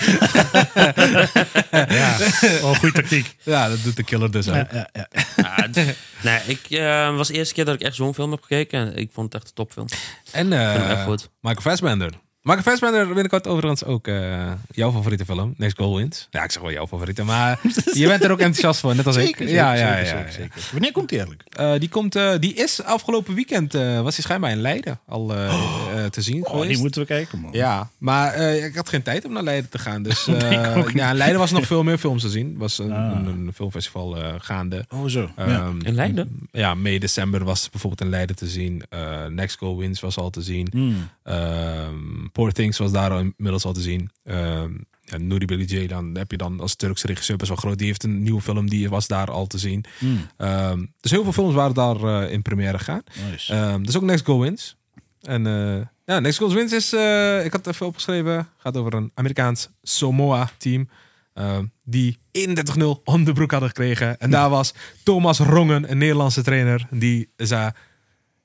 [SPEAKER 3] Ja, oh, goede tactiek.
[SPEAKER 1] ja, dat doet de killer dus ook.
[SPEAKER 3] Ja, ja, ja.
[SPEAKER 2] Ja, het- nee, ik eh, was de eerste keer dat ik echt zo'n film heb gekeken. En ik vond het echt een topfilm.
[SPEAKER 1] En eh,
[SPEAKER 2] vind hem echt goed.
[SPEAKER 1] Michael Fassbender. Michael Fassbender binnenkort overigens ook eh, jouw favoriete film. Next Goal Wins. Ja, ik zeg wel jouw favoriete. Maar je bent er ook enthousiast voor, net als
[SPEAKER 3] Zeker,
[SPEAKER 1] ik.
[SPEAKER 3] zeker,
[SPEAKER 1] Ja, ja,
[SPEAKER 3] zeker,
[SPEAKER 1] ja,
[SPEAKER 3] zeker,
[SPEAKER 1] ja.
[SPEAKER 3] zeker. Wanneer komt die eigenlijk?
[SPEAKER 1] Eh, die, komt, eh, die is afgelopen weekend, eh, was hij schijnbaar in Leiden al eh, eh, te zien
[SPEAKER 3] Oh,
[SPEAKER 1] geweest.
[SPEAKER 3] die moeten we kijken, man.
[SPEAKER 1] Ja, maar eh, ik had geen tijd om naar Leiden te gaan. Dus eh,
[SPEAKER 3] ik ook niet.
[SPEAKER 1] ja, in Leiden was nog veel meer films te zien. was een,
[SPEAKER 3] Ah.
[SPEAKER 1] een, een filmfestival eh, gaande.
[SPEAKER 3] Oh, zo. ja.
[SPEAKER 1] Ehm,
[SPEAKER 2] In Leiden?
[SPEAKER 1] Ja, mei december was bijvoorbeeld in Leiden te zien. Eh, Next Goal Wins was al te zien.
[SPEAKER 3] Hmm.
[SPEAKER 1] Ehm, Poor Things was daar al inmiddels al te zien. Ehm ja, Nuri Bilge Ceylan heb je dan als Turkse regisseur best wel groot. Die heeft een nieuwe film, die was daar al te zien.
[SPEAKER 3] Hmm.
[SPEAKER 1] Ehm, dus heel veel films waren daar eh, in première gaan.
[SPEAKER 3] Nice.
[SPEAKER 1] Ehm, dus ook Next Goal Wins. En eh, ja, Next Goal Wins is, eh, ik had het even opgeschreven, gaat over een Amerikaans Samoa-team. ehm, die 31-0 om de broek hadden gekregen. En daar was Thomas Rongen, een Nederlandse trainer, die ze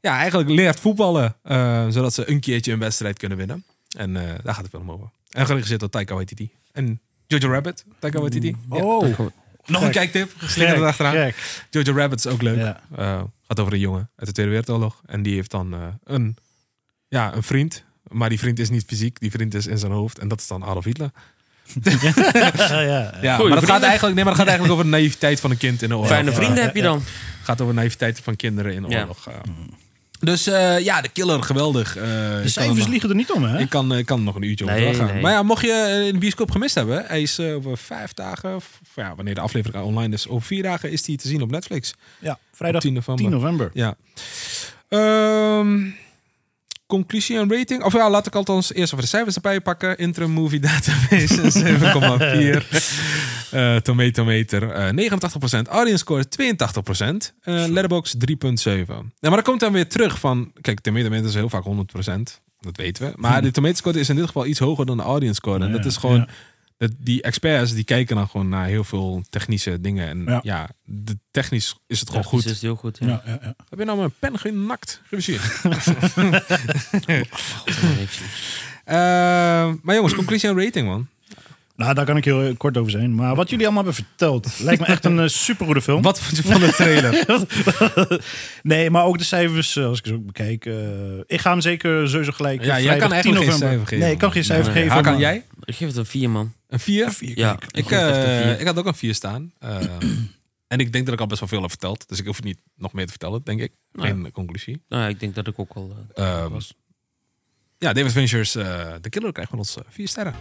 [SPEAKER 1] ja, eigenlijk leert voetballen. eh, zodat ze een keertje een wedstrijd kunnen winnen. En eh, daar gaat de film over. En geregisseerd door Taika Waititi. En Jojo Rabbit, Taika Waititi. Ja.
[SPEAKER 3] oh,
[SPEAKER 1] Eh, Nog een kijktip, geslingerd erachteraan.
[SPEAKER 3] Gek.
[SPEAKER 1] Jojo Rabbit is ook leuk.
[SPEAKER 3] Ja.
[SPEAKER 1] Eh, gaat over een jongen uit de Tweede Wereldoorlog. En die heeft dan eh, een, ja, een vriend. Maar die vriend is niet fysiek. Die vriend is in zijn hoofd. En dat is dan Adolf Hitler.
[SPEAKER 3] ja, ja.
[SPEAKER 1] Ja,
[SPEAKER 2] Goeie
[SPEAKER 1] maar het gaat,
[SPEAKER 2] vrienden.
[SPEAKER 1] eigenlijk, nee, maar het gaat eigenlijk over de naïviteit van een kind in de oorlog.
[SPEAKER 2] Fijne vrienden
[SPEAKER 1] Ja.
[SPEAKER 2] heb je dan.
[SPEAKER 1] Het gaat over de naïviteit van kinderen in de
[SPEAKER 2] Ja.
[SPEAKER 1] oorlog. ja. Dus eh, ja, de killer, geweldig. Eh, ik
[SPEAKER 3] Mm. De
[SPEAKER 1] kan
[SPEAKER 3] cijfers
[SPEAKER 1] hem-
[SPEAKER 3] liggen er niet om, hè?
[SPEAKER 1] Ik kan, eh, ik kan er nog een uurtje
[SPEAKER 2] Nee,
[SPEAKER 1] over doorgaan.
[SPEAKER 2] nee.
[SPEAKER 1] Maar ja, mocht je eh, de bioscoop gemist hebben, hij is eh, over vijf dagen, of ja, wanneer de aflevering online is, over vier dagen is die te zien op Netflix.
[SPEAKER 3] ja, vrijdag 10
[SPEAKER 1] 10
[SPEAKER 3] november.
[SPEAKER 1] november. Ja. Ehm, conclusie en rating. Of ja, laat ik althans eerst even de cijfers erbij pakken. Interim Movie Database een 7,4. Eh tomatometer eh, 89%. Audience score 82%. Eh Letterboxd 3,7. Nou, maar dat komt dan weer terug van... Kijk, tomatometer is heel vaak 100%. Dat weten we. Maar de tomatoscore is in dit geval iets hoger dan de audience score. En
[SPEAKER 3] Ja,
[SPEAKER 1] dat is gewoon...
[SPEAKER 3] ja.
[SPEAKER 1] dat die experts die kijken dan gewoon naar heel veel technische dingen. En ja,
[SPEAKER 3] Ja.
[SPEAKER 1] de, technisch is het gewoon
[SPEAKER 2] Technisch
[SPEAKER 1] goed.
[SPEAKER 2] Is het heel goed, ja.
[SPEAKER 3] Ja, ja, ja.
[SPEAKER 1] Heb je nou mijn pen genakt? Geviseerd. Eh, maar jongens, conclusie en rating, man.
[SPEAKER 3] Nou, daar kan ik heel eh, kort over zijn. Maar wat jullie allemaal hebben verteld, lijkt me echt een super supergoede film.
[SPEAKER 1] Wat vond je van de trailer?
[SPEAKER 3] Nee, maar ook de cijfers, eh, als ik ze ook bekijk. eh, ik ga hem zeker sowieso gelijk. eh,
[SPEAKER 1] Ja, jij
[SPEAKER 3] vrijdag
[SPEAKER 1] kan eigenlijk
[SPEAKER 3] 10
[SPEAKER 1] geen
[SPEAKER 3] november.
[SPEAKER 1] cijfer geven,
[SPEAKER 3] Nee, ik kan geen cijfer
[SPEAKER 2] Nee.
[SPEAKER 3] geven.
[SPEAKER 1] Hakan,
[SPEAKER 3] maar-
[SPEAKER 1] jij?
[SPEAKER 2] Ik geef het een vier, man.
[SPEAKER 1] Een 4?
[SPEAKER 2] Ja,
[SPEAKER 1] Ik,
[SPEAKER 2] geef het echt
[SPEAKER 1] eh,
[SPEAKER 2] een vier.
[SPEAKER 1] ik had ook een 4 staan. Eh, en ik denk dat ik al best wel veel heb verteld. Dus ik hoef niet nog meer te vertellen, denk ik. Geen conclusie.
[SPEAKER 2] Nou, ja, ik denk dat ik ook al... eh,
[SPEAKER 1] Ehm,
[SPEAKER 2] was.
[SPEAKER 1] ja, David Finchers, eh The Killer, krijgt van ons eh, vier sterren.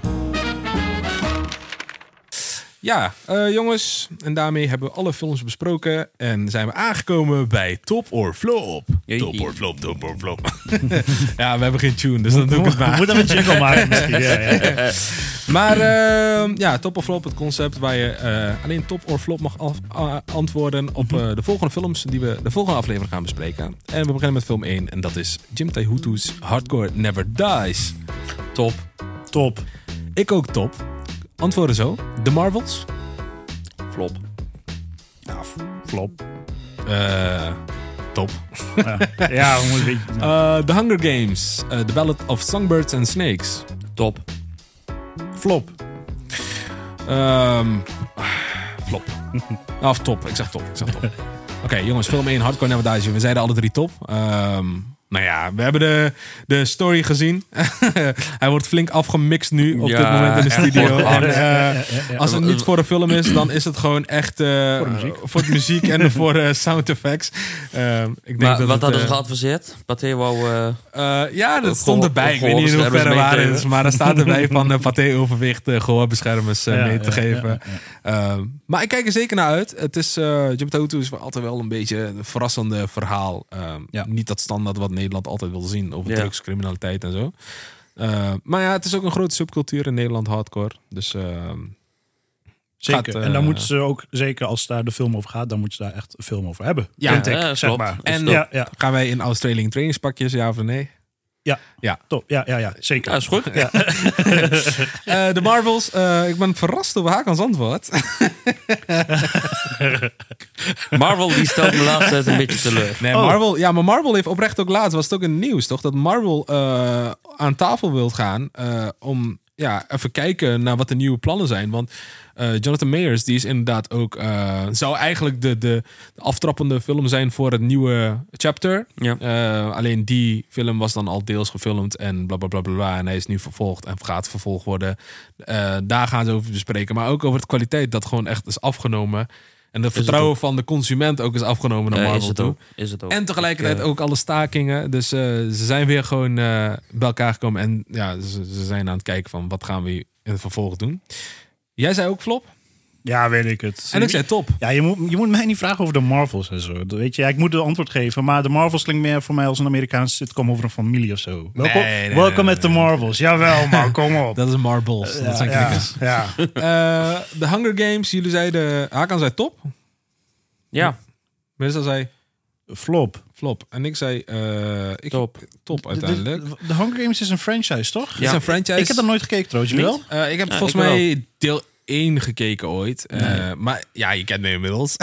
[SPEAKER 1] Ja, eh, jongens. En daarmee hebben we alle films besproken. En zijn we aangekomen bij Top or Flop.
[SPEAKER 2] Jeetje.
[SPEAKER 1] Top or Flop, Top or Flop. ja, we hebben geen tune, dus dan doe ik het maar.
[SPEAKER 3] Moet even een jingle maken misschien. Ja, ja, ja.
[SPEAKER 1] Maar ehm, ja, top of flop, het concept waar je eh, alleen top of flop mag af- a- antwoorden op
[SPEAKER 3] Mhm.
[SPEAKER 1] eh, de volgende films die we de volgende aflevering gaan bespreken. En we beginnen met film 1 en dat is Jim Taihutu's Hardcore Never Dies.
[SPEAKER 2] Top.
[SPEAKER 3] Top.
[SPEAKER 1] Ik ook top. Antwoorden zo. The Marvels. Nou,
[SPEAKER 2] Flop.
[SPEAKER 3] Flop.
[SPEAKER 1] Eh, Top.
[SPEAKER 3] Ja, ja we moeten een beetje-
[SPEAKER 1] Eh, The Hunger Games. eh, The Ballad of Songbirds and Snakes.
[SPEAKER 2] Top.
[SPEAKER 1] Flop. Ehm, flop. Ah, of top. Ik zeg top. Ik zeg top. Oké, jongens. Film 1, Hardcore Never Dies. We zeiden alle drie top. Ehm, nou ja, we hebben de, de story gezien. Hij wordt flink afgemixt nu op
[SPEAKER 2] Ja,
[SPEAKER 1] dit moment in de
[SPEAKER 2] echt
[SPEAKER 1] studio.
[SPEAKER 2] hard.
[SPEAKER 1] En, eh, Als het niet voor een film is, dan is het gewoon echt eh, voor, de muziek. en voor eh, sound effects. Ehm, ik denk
[SPEAKER 2] Maar
[SPEAKER 1] dat
[SPEAKER 2] wat
[SPEAKER 1] het,
[SPEAKER 2] hadden ze
[SPEAKER 1] eh,
[SPEAKER 2] geadviseerd? Pathé wou... eh,
[SPEAKER 1] eh, ja, dat
[SPEAKER 2] Of
[SPEAKER 1] stond
[SPEAKER 2] gehoor-
[SPEAKER 1] erbij.
[SPEAKER 2] of
[SPEAKER 1] Ik weet niet in
[SPEAKER 2] gehoorbeschermers
[SPEAKER 1] hoeverre waar het is,
[SPEAKER 2] meegeven.
[SPEAKER 1] maar daar staat erbij van eh paté overwicht eh, gehoorbeschermers eh,
[SPEAKER 3] Ja,
[SPEAKER 1] mee te
[SPEAKER 3] ja,
[SPEAKER 1] geven.
[SPEAKER 3] ja,
[SPEAKER 1] Ehm, maar ik kijk er zeker naar uit. Het is, eh Jump Toto is altijd wel een beetje een verrassende verhaal. Ehm,
[SPEAKER 3] Ja.
[SPEAKER 1] Niet dat standaard wat Nederland altijd wil zien over
[SPEAKER 2] Ja.
[SPEAKER 1] drugscriminaliteit en zo. Eh, maar ja, het is ook een grote subcultuur in Nederland, hardcore. Dus ehm,
[SPEAKER 3] Zeker.
[SPEAKER 1] Gaat, eh,
[SPEAKER 3] en dan moeten ze ook, zeker als daar de film over gaat, dan moeten ze daar echt een film over hebben.
[SPEAKER 1] Ja,
[SPEAKER 3] Vind ik,
[SPEAKER 2] eh,
[SPEAKER 3] zeg
[SPEAKER 2] klopt.
[SPEAKER 3] maar.
[SPEAKER 1] En-
[SPEAKER 2] Is top.
[SPEAKER 3] Ja, ja,
[SPEAKER 1] gaan wij in Australian trainingspakjes, ja of nee?
[SPEAKER 3] top. Ja, ja, ja, zeker.
[SPEAKER 2] Ja, is goed.
[SPEAKER 1] Eh, de Marvels, eh, ik ben verrast over Hakan's antwoord.
[SPEAKER 2] Marvel die stelt me laatst tijd een beetje teleur. Oh.
[SPEAKER 1] Nee, Marvel, ja, maar Marvel heeft oprecht ook laatst, was het ook in het nieuws, toch? Dat Marvel eh, aan tafel wil gaan eh, om ja, even kijken naar wat de nieuwe plannen zijn. Want eh, Jonathan Mayers, die is inderdaad ook, eh, zou eigenlijk de, de, de aftrappende film zijn voor het nieuwe chapter.
[SPEAKER 2] Ja.
[SPEAKER 1] Eh, alleen die film was dan al deels gefilmd en bla bla bla bla. bla. en hij is nu vervolgd en gaat vervolgd worden. Eh, daar gaan ze over bespreken. Maar ook over de kwaliteit dat gewoon echt is afgenomen. En het vertrouwen van de consument ook is afgenomen naar
[SPEAKER 2] Eh,
[SPEAKER 1] Marvel
[SPEAKER 2] is, het
[SPEAKER 1] toe.
[SPEAKER 2] ook, is het ook.
[SPEAKER 1] En tegelijkertijd
[SPEAKER 2] Ik, eh,
[SPEAKER 1] ook alle stakingen. Dus eh, ze zijn weer gewoon eh, bij elkaar gekomen. En ja, ze, ze zijn aan het kijken van wat gaan we in het vervolg doen. Jij zei ook flop.
[SPEAKER 3] Ja, weet ik het.
[SPEAKER 1] En ik zei top.
[SPEAKER 3] Ja, je moet, je moet mij niet vragen over de Marvels en zo. Dat Weet je, ja, ik moet een antwoord geven. Maar de Marvels klinkt meer voor mij als een Amerikaanse sitcom over een familie of zo. Welkom,
[SPEAKER 1] nee, nee,
[SPEAKER 3] welkom
[SPEAKER 1] nee,
[SPEAKER 3] met de Marvels. Jawel, man, kom op.
[SPEAKER 1] Dat is marbles. dat zijn
[SPEAKER 3] ja,
[SPEAKER 1] knikkers.
[SPEAKER 3] ja.
[SPEAKER 1] Eh, De Hunger Games. Jullie zeiden... Hakan zei top.
[SPEAKER 2] Ja,
[SPEAKER 1] Marissa zei
[SPEAKER 3] Flop.
[SPEAKER 1] flop. En ik zei... eh, ik,
[SPEAKER 2] Top.
[SPEAKER 1] Top uiteindelijk.
[SPEAKER 3] De, de Hunger Games is een franchise, toch?
[SPEAKER 1] Het is
[SPEAKER 2] ja.
[SPEAKER 1] een franchise.
[SPEAKER 3] Ik heb dat nooit gekeken trouwens, jullie wel?
[SPEAKER 1] Eh, ik heb
[SPEAKER 2] Ja,
[SPEAKER 1] volgens
[SPEAKER 2] ik wel.
[SPEAKER 1] mij deel 1 gekeken ooit. Eh, Maar ja, je kent me inmiddels.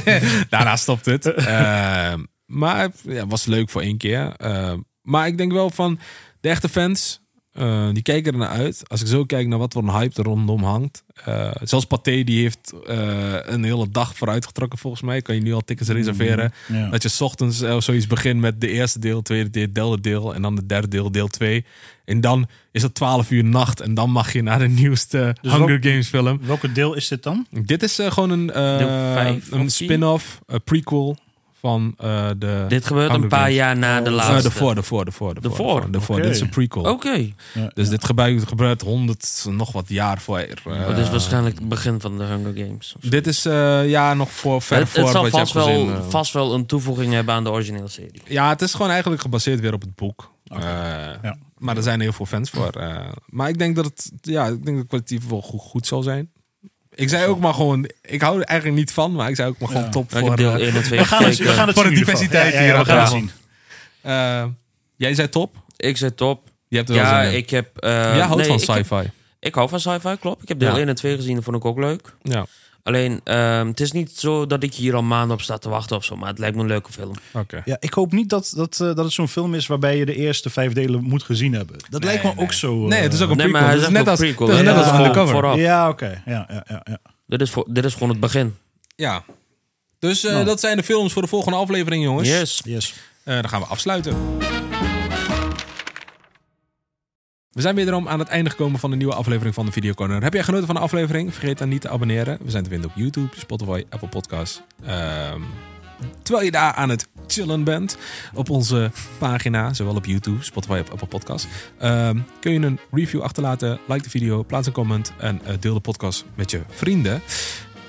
[SPEAKER 1] Daarna stopt het. Eh, maar het ja, was leuk voor één keer. Eh, maar ik denk wel van de echte fans. eh, die kijken er naar uit. Als ik zo kijk naar wat voor een hype er rondom hangt. Eh, zelfs Pathé die heeft eh, een hele dag vooruit getrokken volgens mij. Kan je nu al tickets reserveren.
[SPEAKER 3] Mhm. Ja.
[SPEAKER 1] Dat je 's ochtends eh, of zoiets begint met de eerste deel, tweede deel, derde deel. En dan de derde deel, deel 2. En dan is het 12 uur nacht. En dan mag je naar de nieuwste
[SPEAKER 3] Dus
[SPEAKER 1] Hunger
[SPEAKER 3] wat-
[SPEAKER 1] Games film.
[SPEAKER 3] Welke deel is dit dan?
[SPEAKER 1] Dit is eh, gewoon een, eh,
[SPEAKER 2] Deel vijf of
[SPEAKER 1] een
[SPEAKER 2] tien?
[SPEAKER 1] spin-off, een prequel van eh, de...
[SPEAKER 2] dit gebeurt
[SPEAKER 1] Hunger
[SPEAKER 2] een paar
[SPEAKER 1] Games.
[SPEAKER 2] jaar na de
[SPEAKER 1] Eh,
[SPEAKER 2] laatste.
[SPEAKER 1] de voor, de voor, de voor. De
[SPEAKER 2] De
[SPEAKER 1] voor.
[SPEAKER 2] voor?
[SPEAKER 1] de voor.
[SPEAKER 3] Oké.
[SPEAKER 1] Dit is een prequel.
[SPEAKER 2] Oké.
[SPEAKER 1] Dus dit gebruikt, gebruikt 100 nog wat jaar voor. eh,
[SPEAKER 2] Dat Oh, is waarschijnlijk het begin van de Hunger Games. of zo.
[SPEAKER 1] dit is eh, ja, nog voor ver
[SPEAKER 2] Het,
[SPEAKER 1] voor
[SPEAKER 2] het zal
[SPEAKER 1] wat je hebt
[SPEAKER 2] vast wel,
[SPEAKER 1] gezien. eh.
[SPEAKER 2] vast wel een toevoeging hebben aan de originele serie.
[SPEAKER 1] Ja, het is gewoon eigenlijk gebaseerd weer op het boek. Eh,
[SPEAKER 3] Ja.
[SPEAKER 1] Maar er zijn heel veel fans voor. eh. maar ik denk dat het, ja, ik denk dat het kwalitatief wel goed, goed zal zijn. Ik zei ook maar gewoon, ik hou er eigenlijk niet van, maar ik zei ook maar gewoon top
[SPEAKER 2] ik
[SPEAKER 1] voor.
[SPEAKER 2] heb deel
[SPEAKER 1] eh,
[SPEAKER 2] 1 en 2
[SPEAKER 3] We gaan het, we
[SPEAKER 2] gekeken.
[SPEAKER 3] gaan het
[SPEAKER 1] Voor de
[SPEAKER 3] zien in ieder geval.
[SPEAKER 1] diversiteit
[SPEAKER 3] Ja, ja,
[SPEAKER 1] hier
[SPEAKER 3] we
[SPEAKER 1] ook
[SPEAKER 3] gaan het
[SPEAKER 1] wel.
[SPEAKER 3] zien.
[SPEAKER 1] eh, jij zei top.
[SPEAKER 2] Ik zei top.
[SPEAKER 1] Je hebt er wel
[SPEAKER 2] Ja,
[SPEAKER 1] zin in.
[SPEAKER 2] ik heb... eh,
[SPEAKER 1] Jij houdt
[SPEAKER 2] nee,
[SPEAKER 1] van
[SPEAKER 2] ik heb-
[SPEAKER 1] sci-fi.
[SPEAKER 2] Ik hou van sci-fi, klopt. Ik heb deel
[SPEAKER 1] Ja.
[SPEAKER 2] 1 en 2 gezien, dat vond ik ook leuk.
[SPEAKER 1] Ja,
[SPEAKER 2] Alleen, ehm, het is niet zo dat ik hier al maanden op sta te wachten of zo, maar het lijkt me een leuke film.
[SPEAKER 1] oké.
[SPEAKER 3] Ja, ik hoop niet dat, dat, eh, dat het zo'n film is waarbij je de eerste vijf delen moet gezien hebben. Dat lijkt me ook zo. eh,
[SPEAKER 1] Nee, het is ook een
[SPEAKER 2] Nee, maar
[SPEAKER 1] prequel. Het
[SPEAKER 2] hij
[SPEAKER 1] is
[SPEAKER 2] zegt
[SPEAKER 1] net
[SPEAKER 2] ook
[SPEAKER 1] als,
[SPEAKER 2] prequel,
[SPEAKER 1] het is
[SPEAKER 3] hè?
[SPEAKER 1] net
[SPEAKER 3] Ja.
[SPEAKER 1] als
[SPEAKER 3] Gewoon
[SPEAKER 1] undercover.
[SPEAKER 2] vooraf.
[SPEAKER 3] Ja, oké. Ja, ja, ja, ja.
[SPEAKER 2] Dit is, voor, dit is gewoon het begin.
[SPEAKER 1] Ja. Dus eh, dat zijn de films voor de volgende aflevering, jongens.
[SPEAKER 2] Yes.
[SPEAKER 3] Yes.
[SPEAKER 1] Eh, dan gaan we afsluiten. We zijn wederom aan het einde gekomen van de nieuwe aflevering van de Video Corner. Heb jij genoten van de aflevering? Vergeet dan niet te abonneren. We zijn te vinden op YouTube, Spotify, Apple Podcasts. Ehm, terwijl je daar aan het chillen bent op onze pagina, zowel op YouTube, Spotify of Apple Podcasts, ehm, kun je een review achterlaten, like de video, plaats een comment en eh, deel de podcast met je vrienden.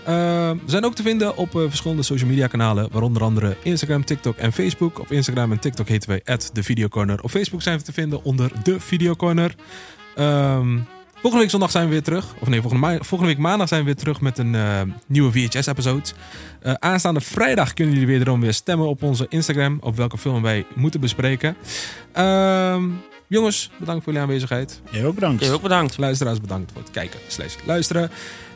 [SPEAKER 1] Ehm, we zijn ook te vinden op eh, verschillende social media kanalen, waaronder andere Instagram, TikTok en Facebook. Op Instagram en TikTok heten wij @thevideocorner. Op Facebook zijn we te vinden onder de Video Corner. Ehm, volgende week zondag zijn we weer terug. Of nee, volgende, ma- volgende week maandag zijn we weer terug met een eh, nieuwe VHS-episode. Eh, aanstaande vrijdag kunnen jullie wederom weer stemmen op onze Instagram. Op welke film wij moeten bespreken. Ehm, jongens, bedankt voor jullie aanwezigheid.
[SPEAKER 3] Jij ook bedankt.
[SPEAKER 2] Jij ook bedankt.
[SPEAKER 1] Luisteraars, bedankt voor het kijken slash luisteren.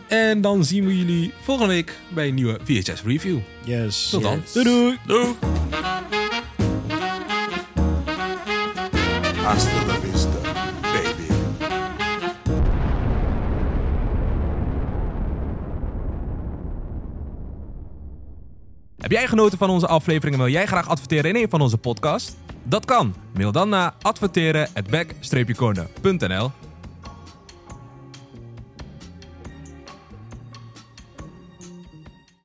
[SPEAKER 1] En dan zien we jullie volgende week bij een nieuwe VHS-review.
[SPEAKER 3] Yes.
[SPEAKER 1] Tot dan.
[SPEAKER 2] Yes.
[SPEAKER 1] Doei doei!
[SPEAKER 2] Doei.
[SPEAKER 6] Hasta la vista, baby.
[SPEAKER 1] Heb jij genoten van onze aflevering en wil jij graag adverteren in een van onze podcasts? Dat kan. Mail dan naar adverteren at back-corner.nl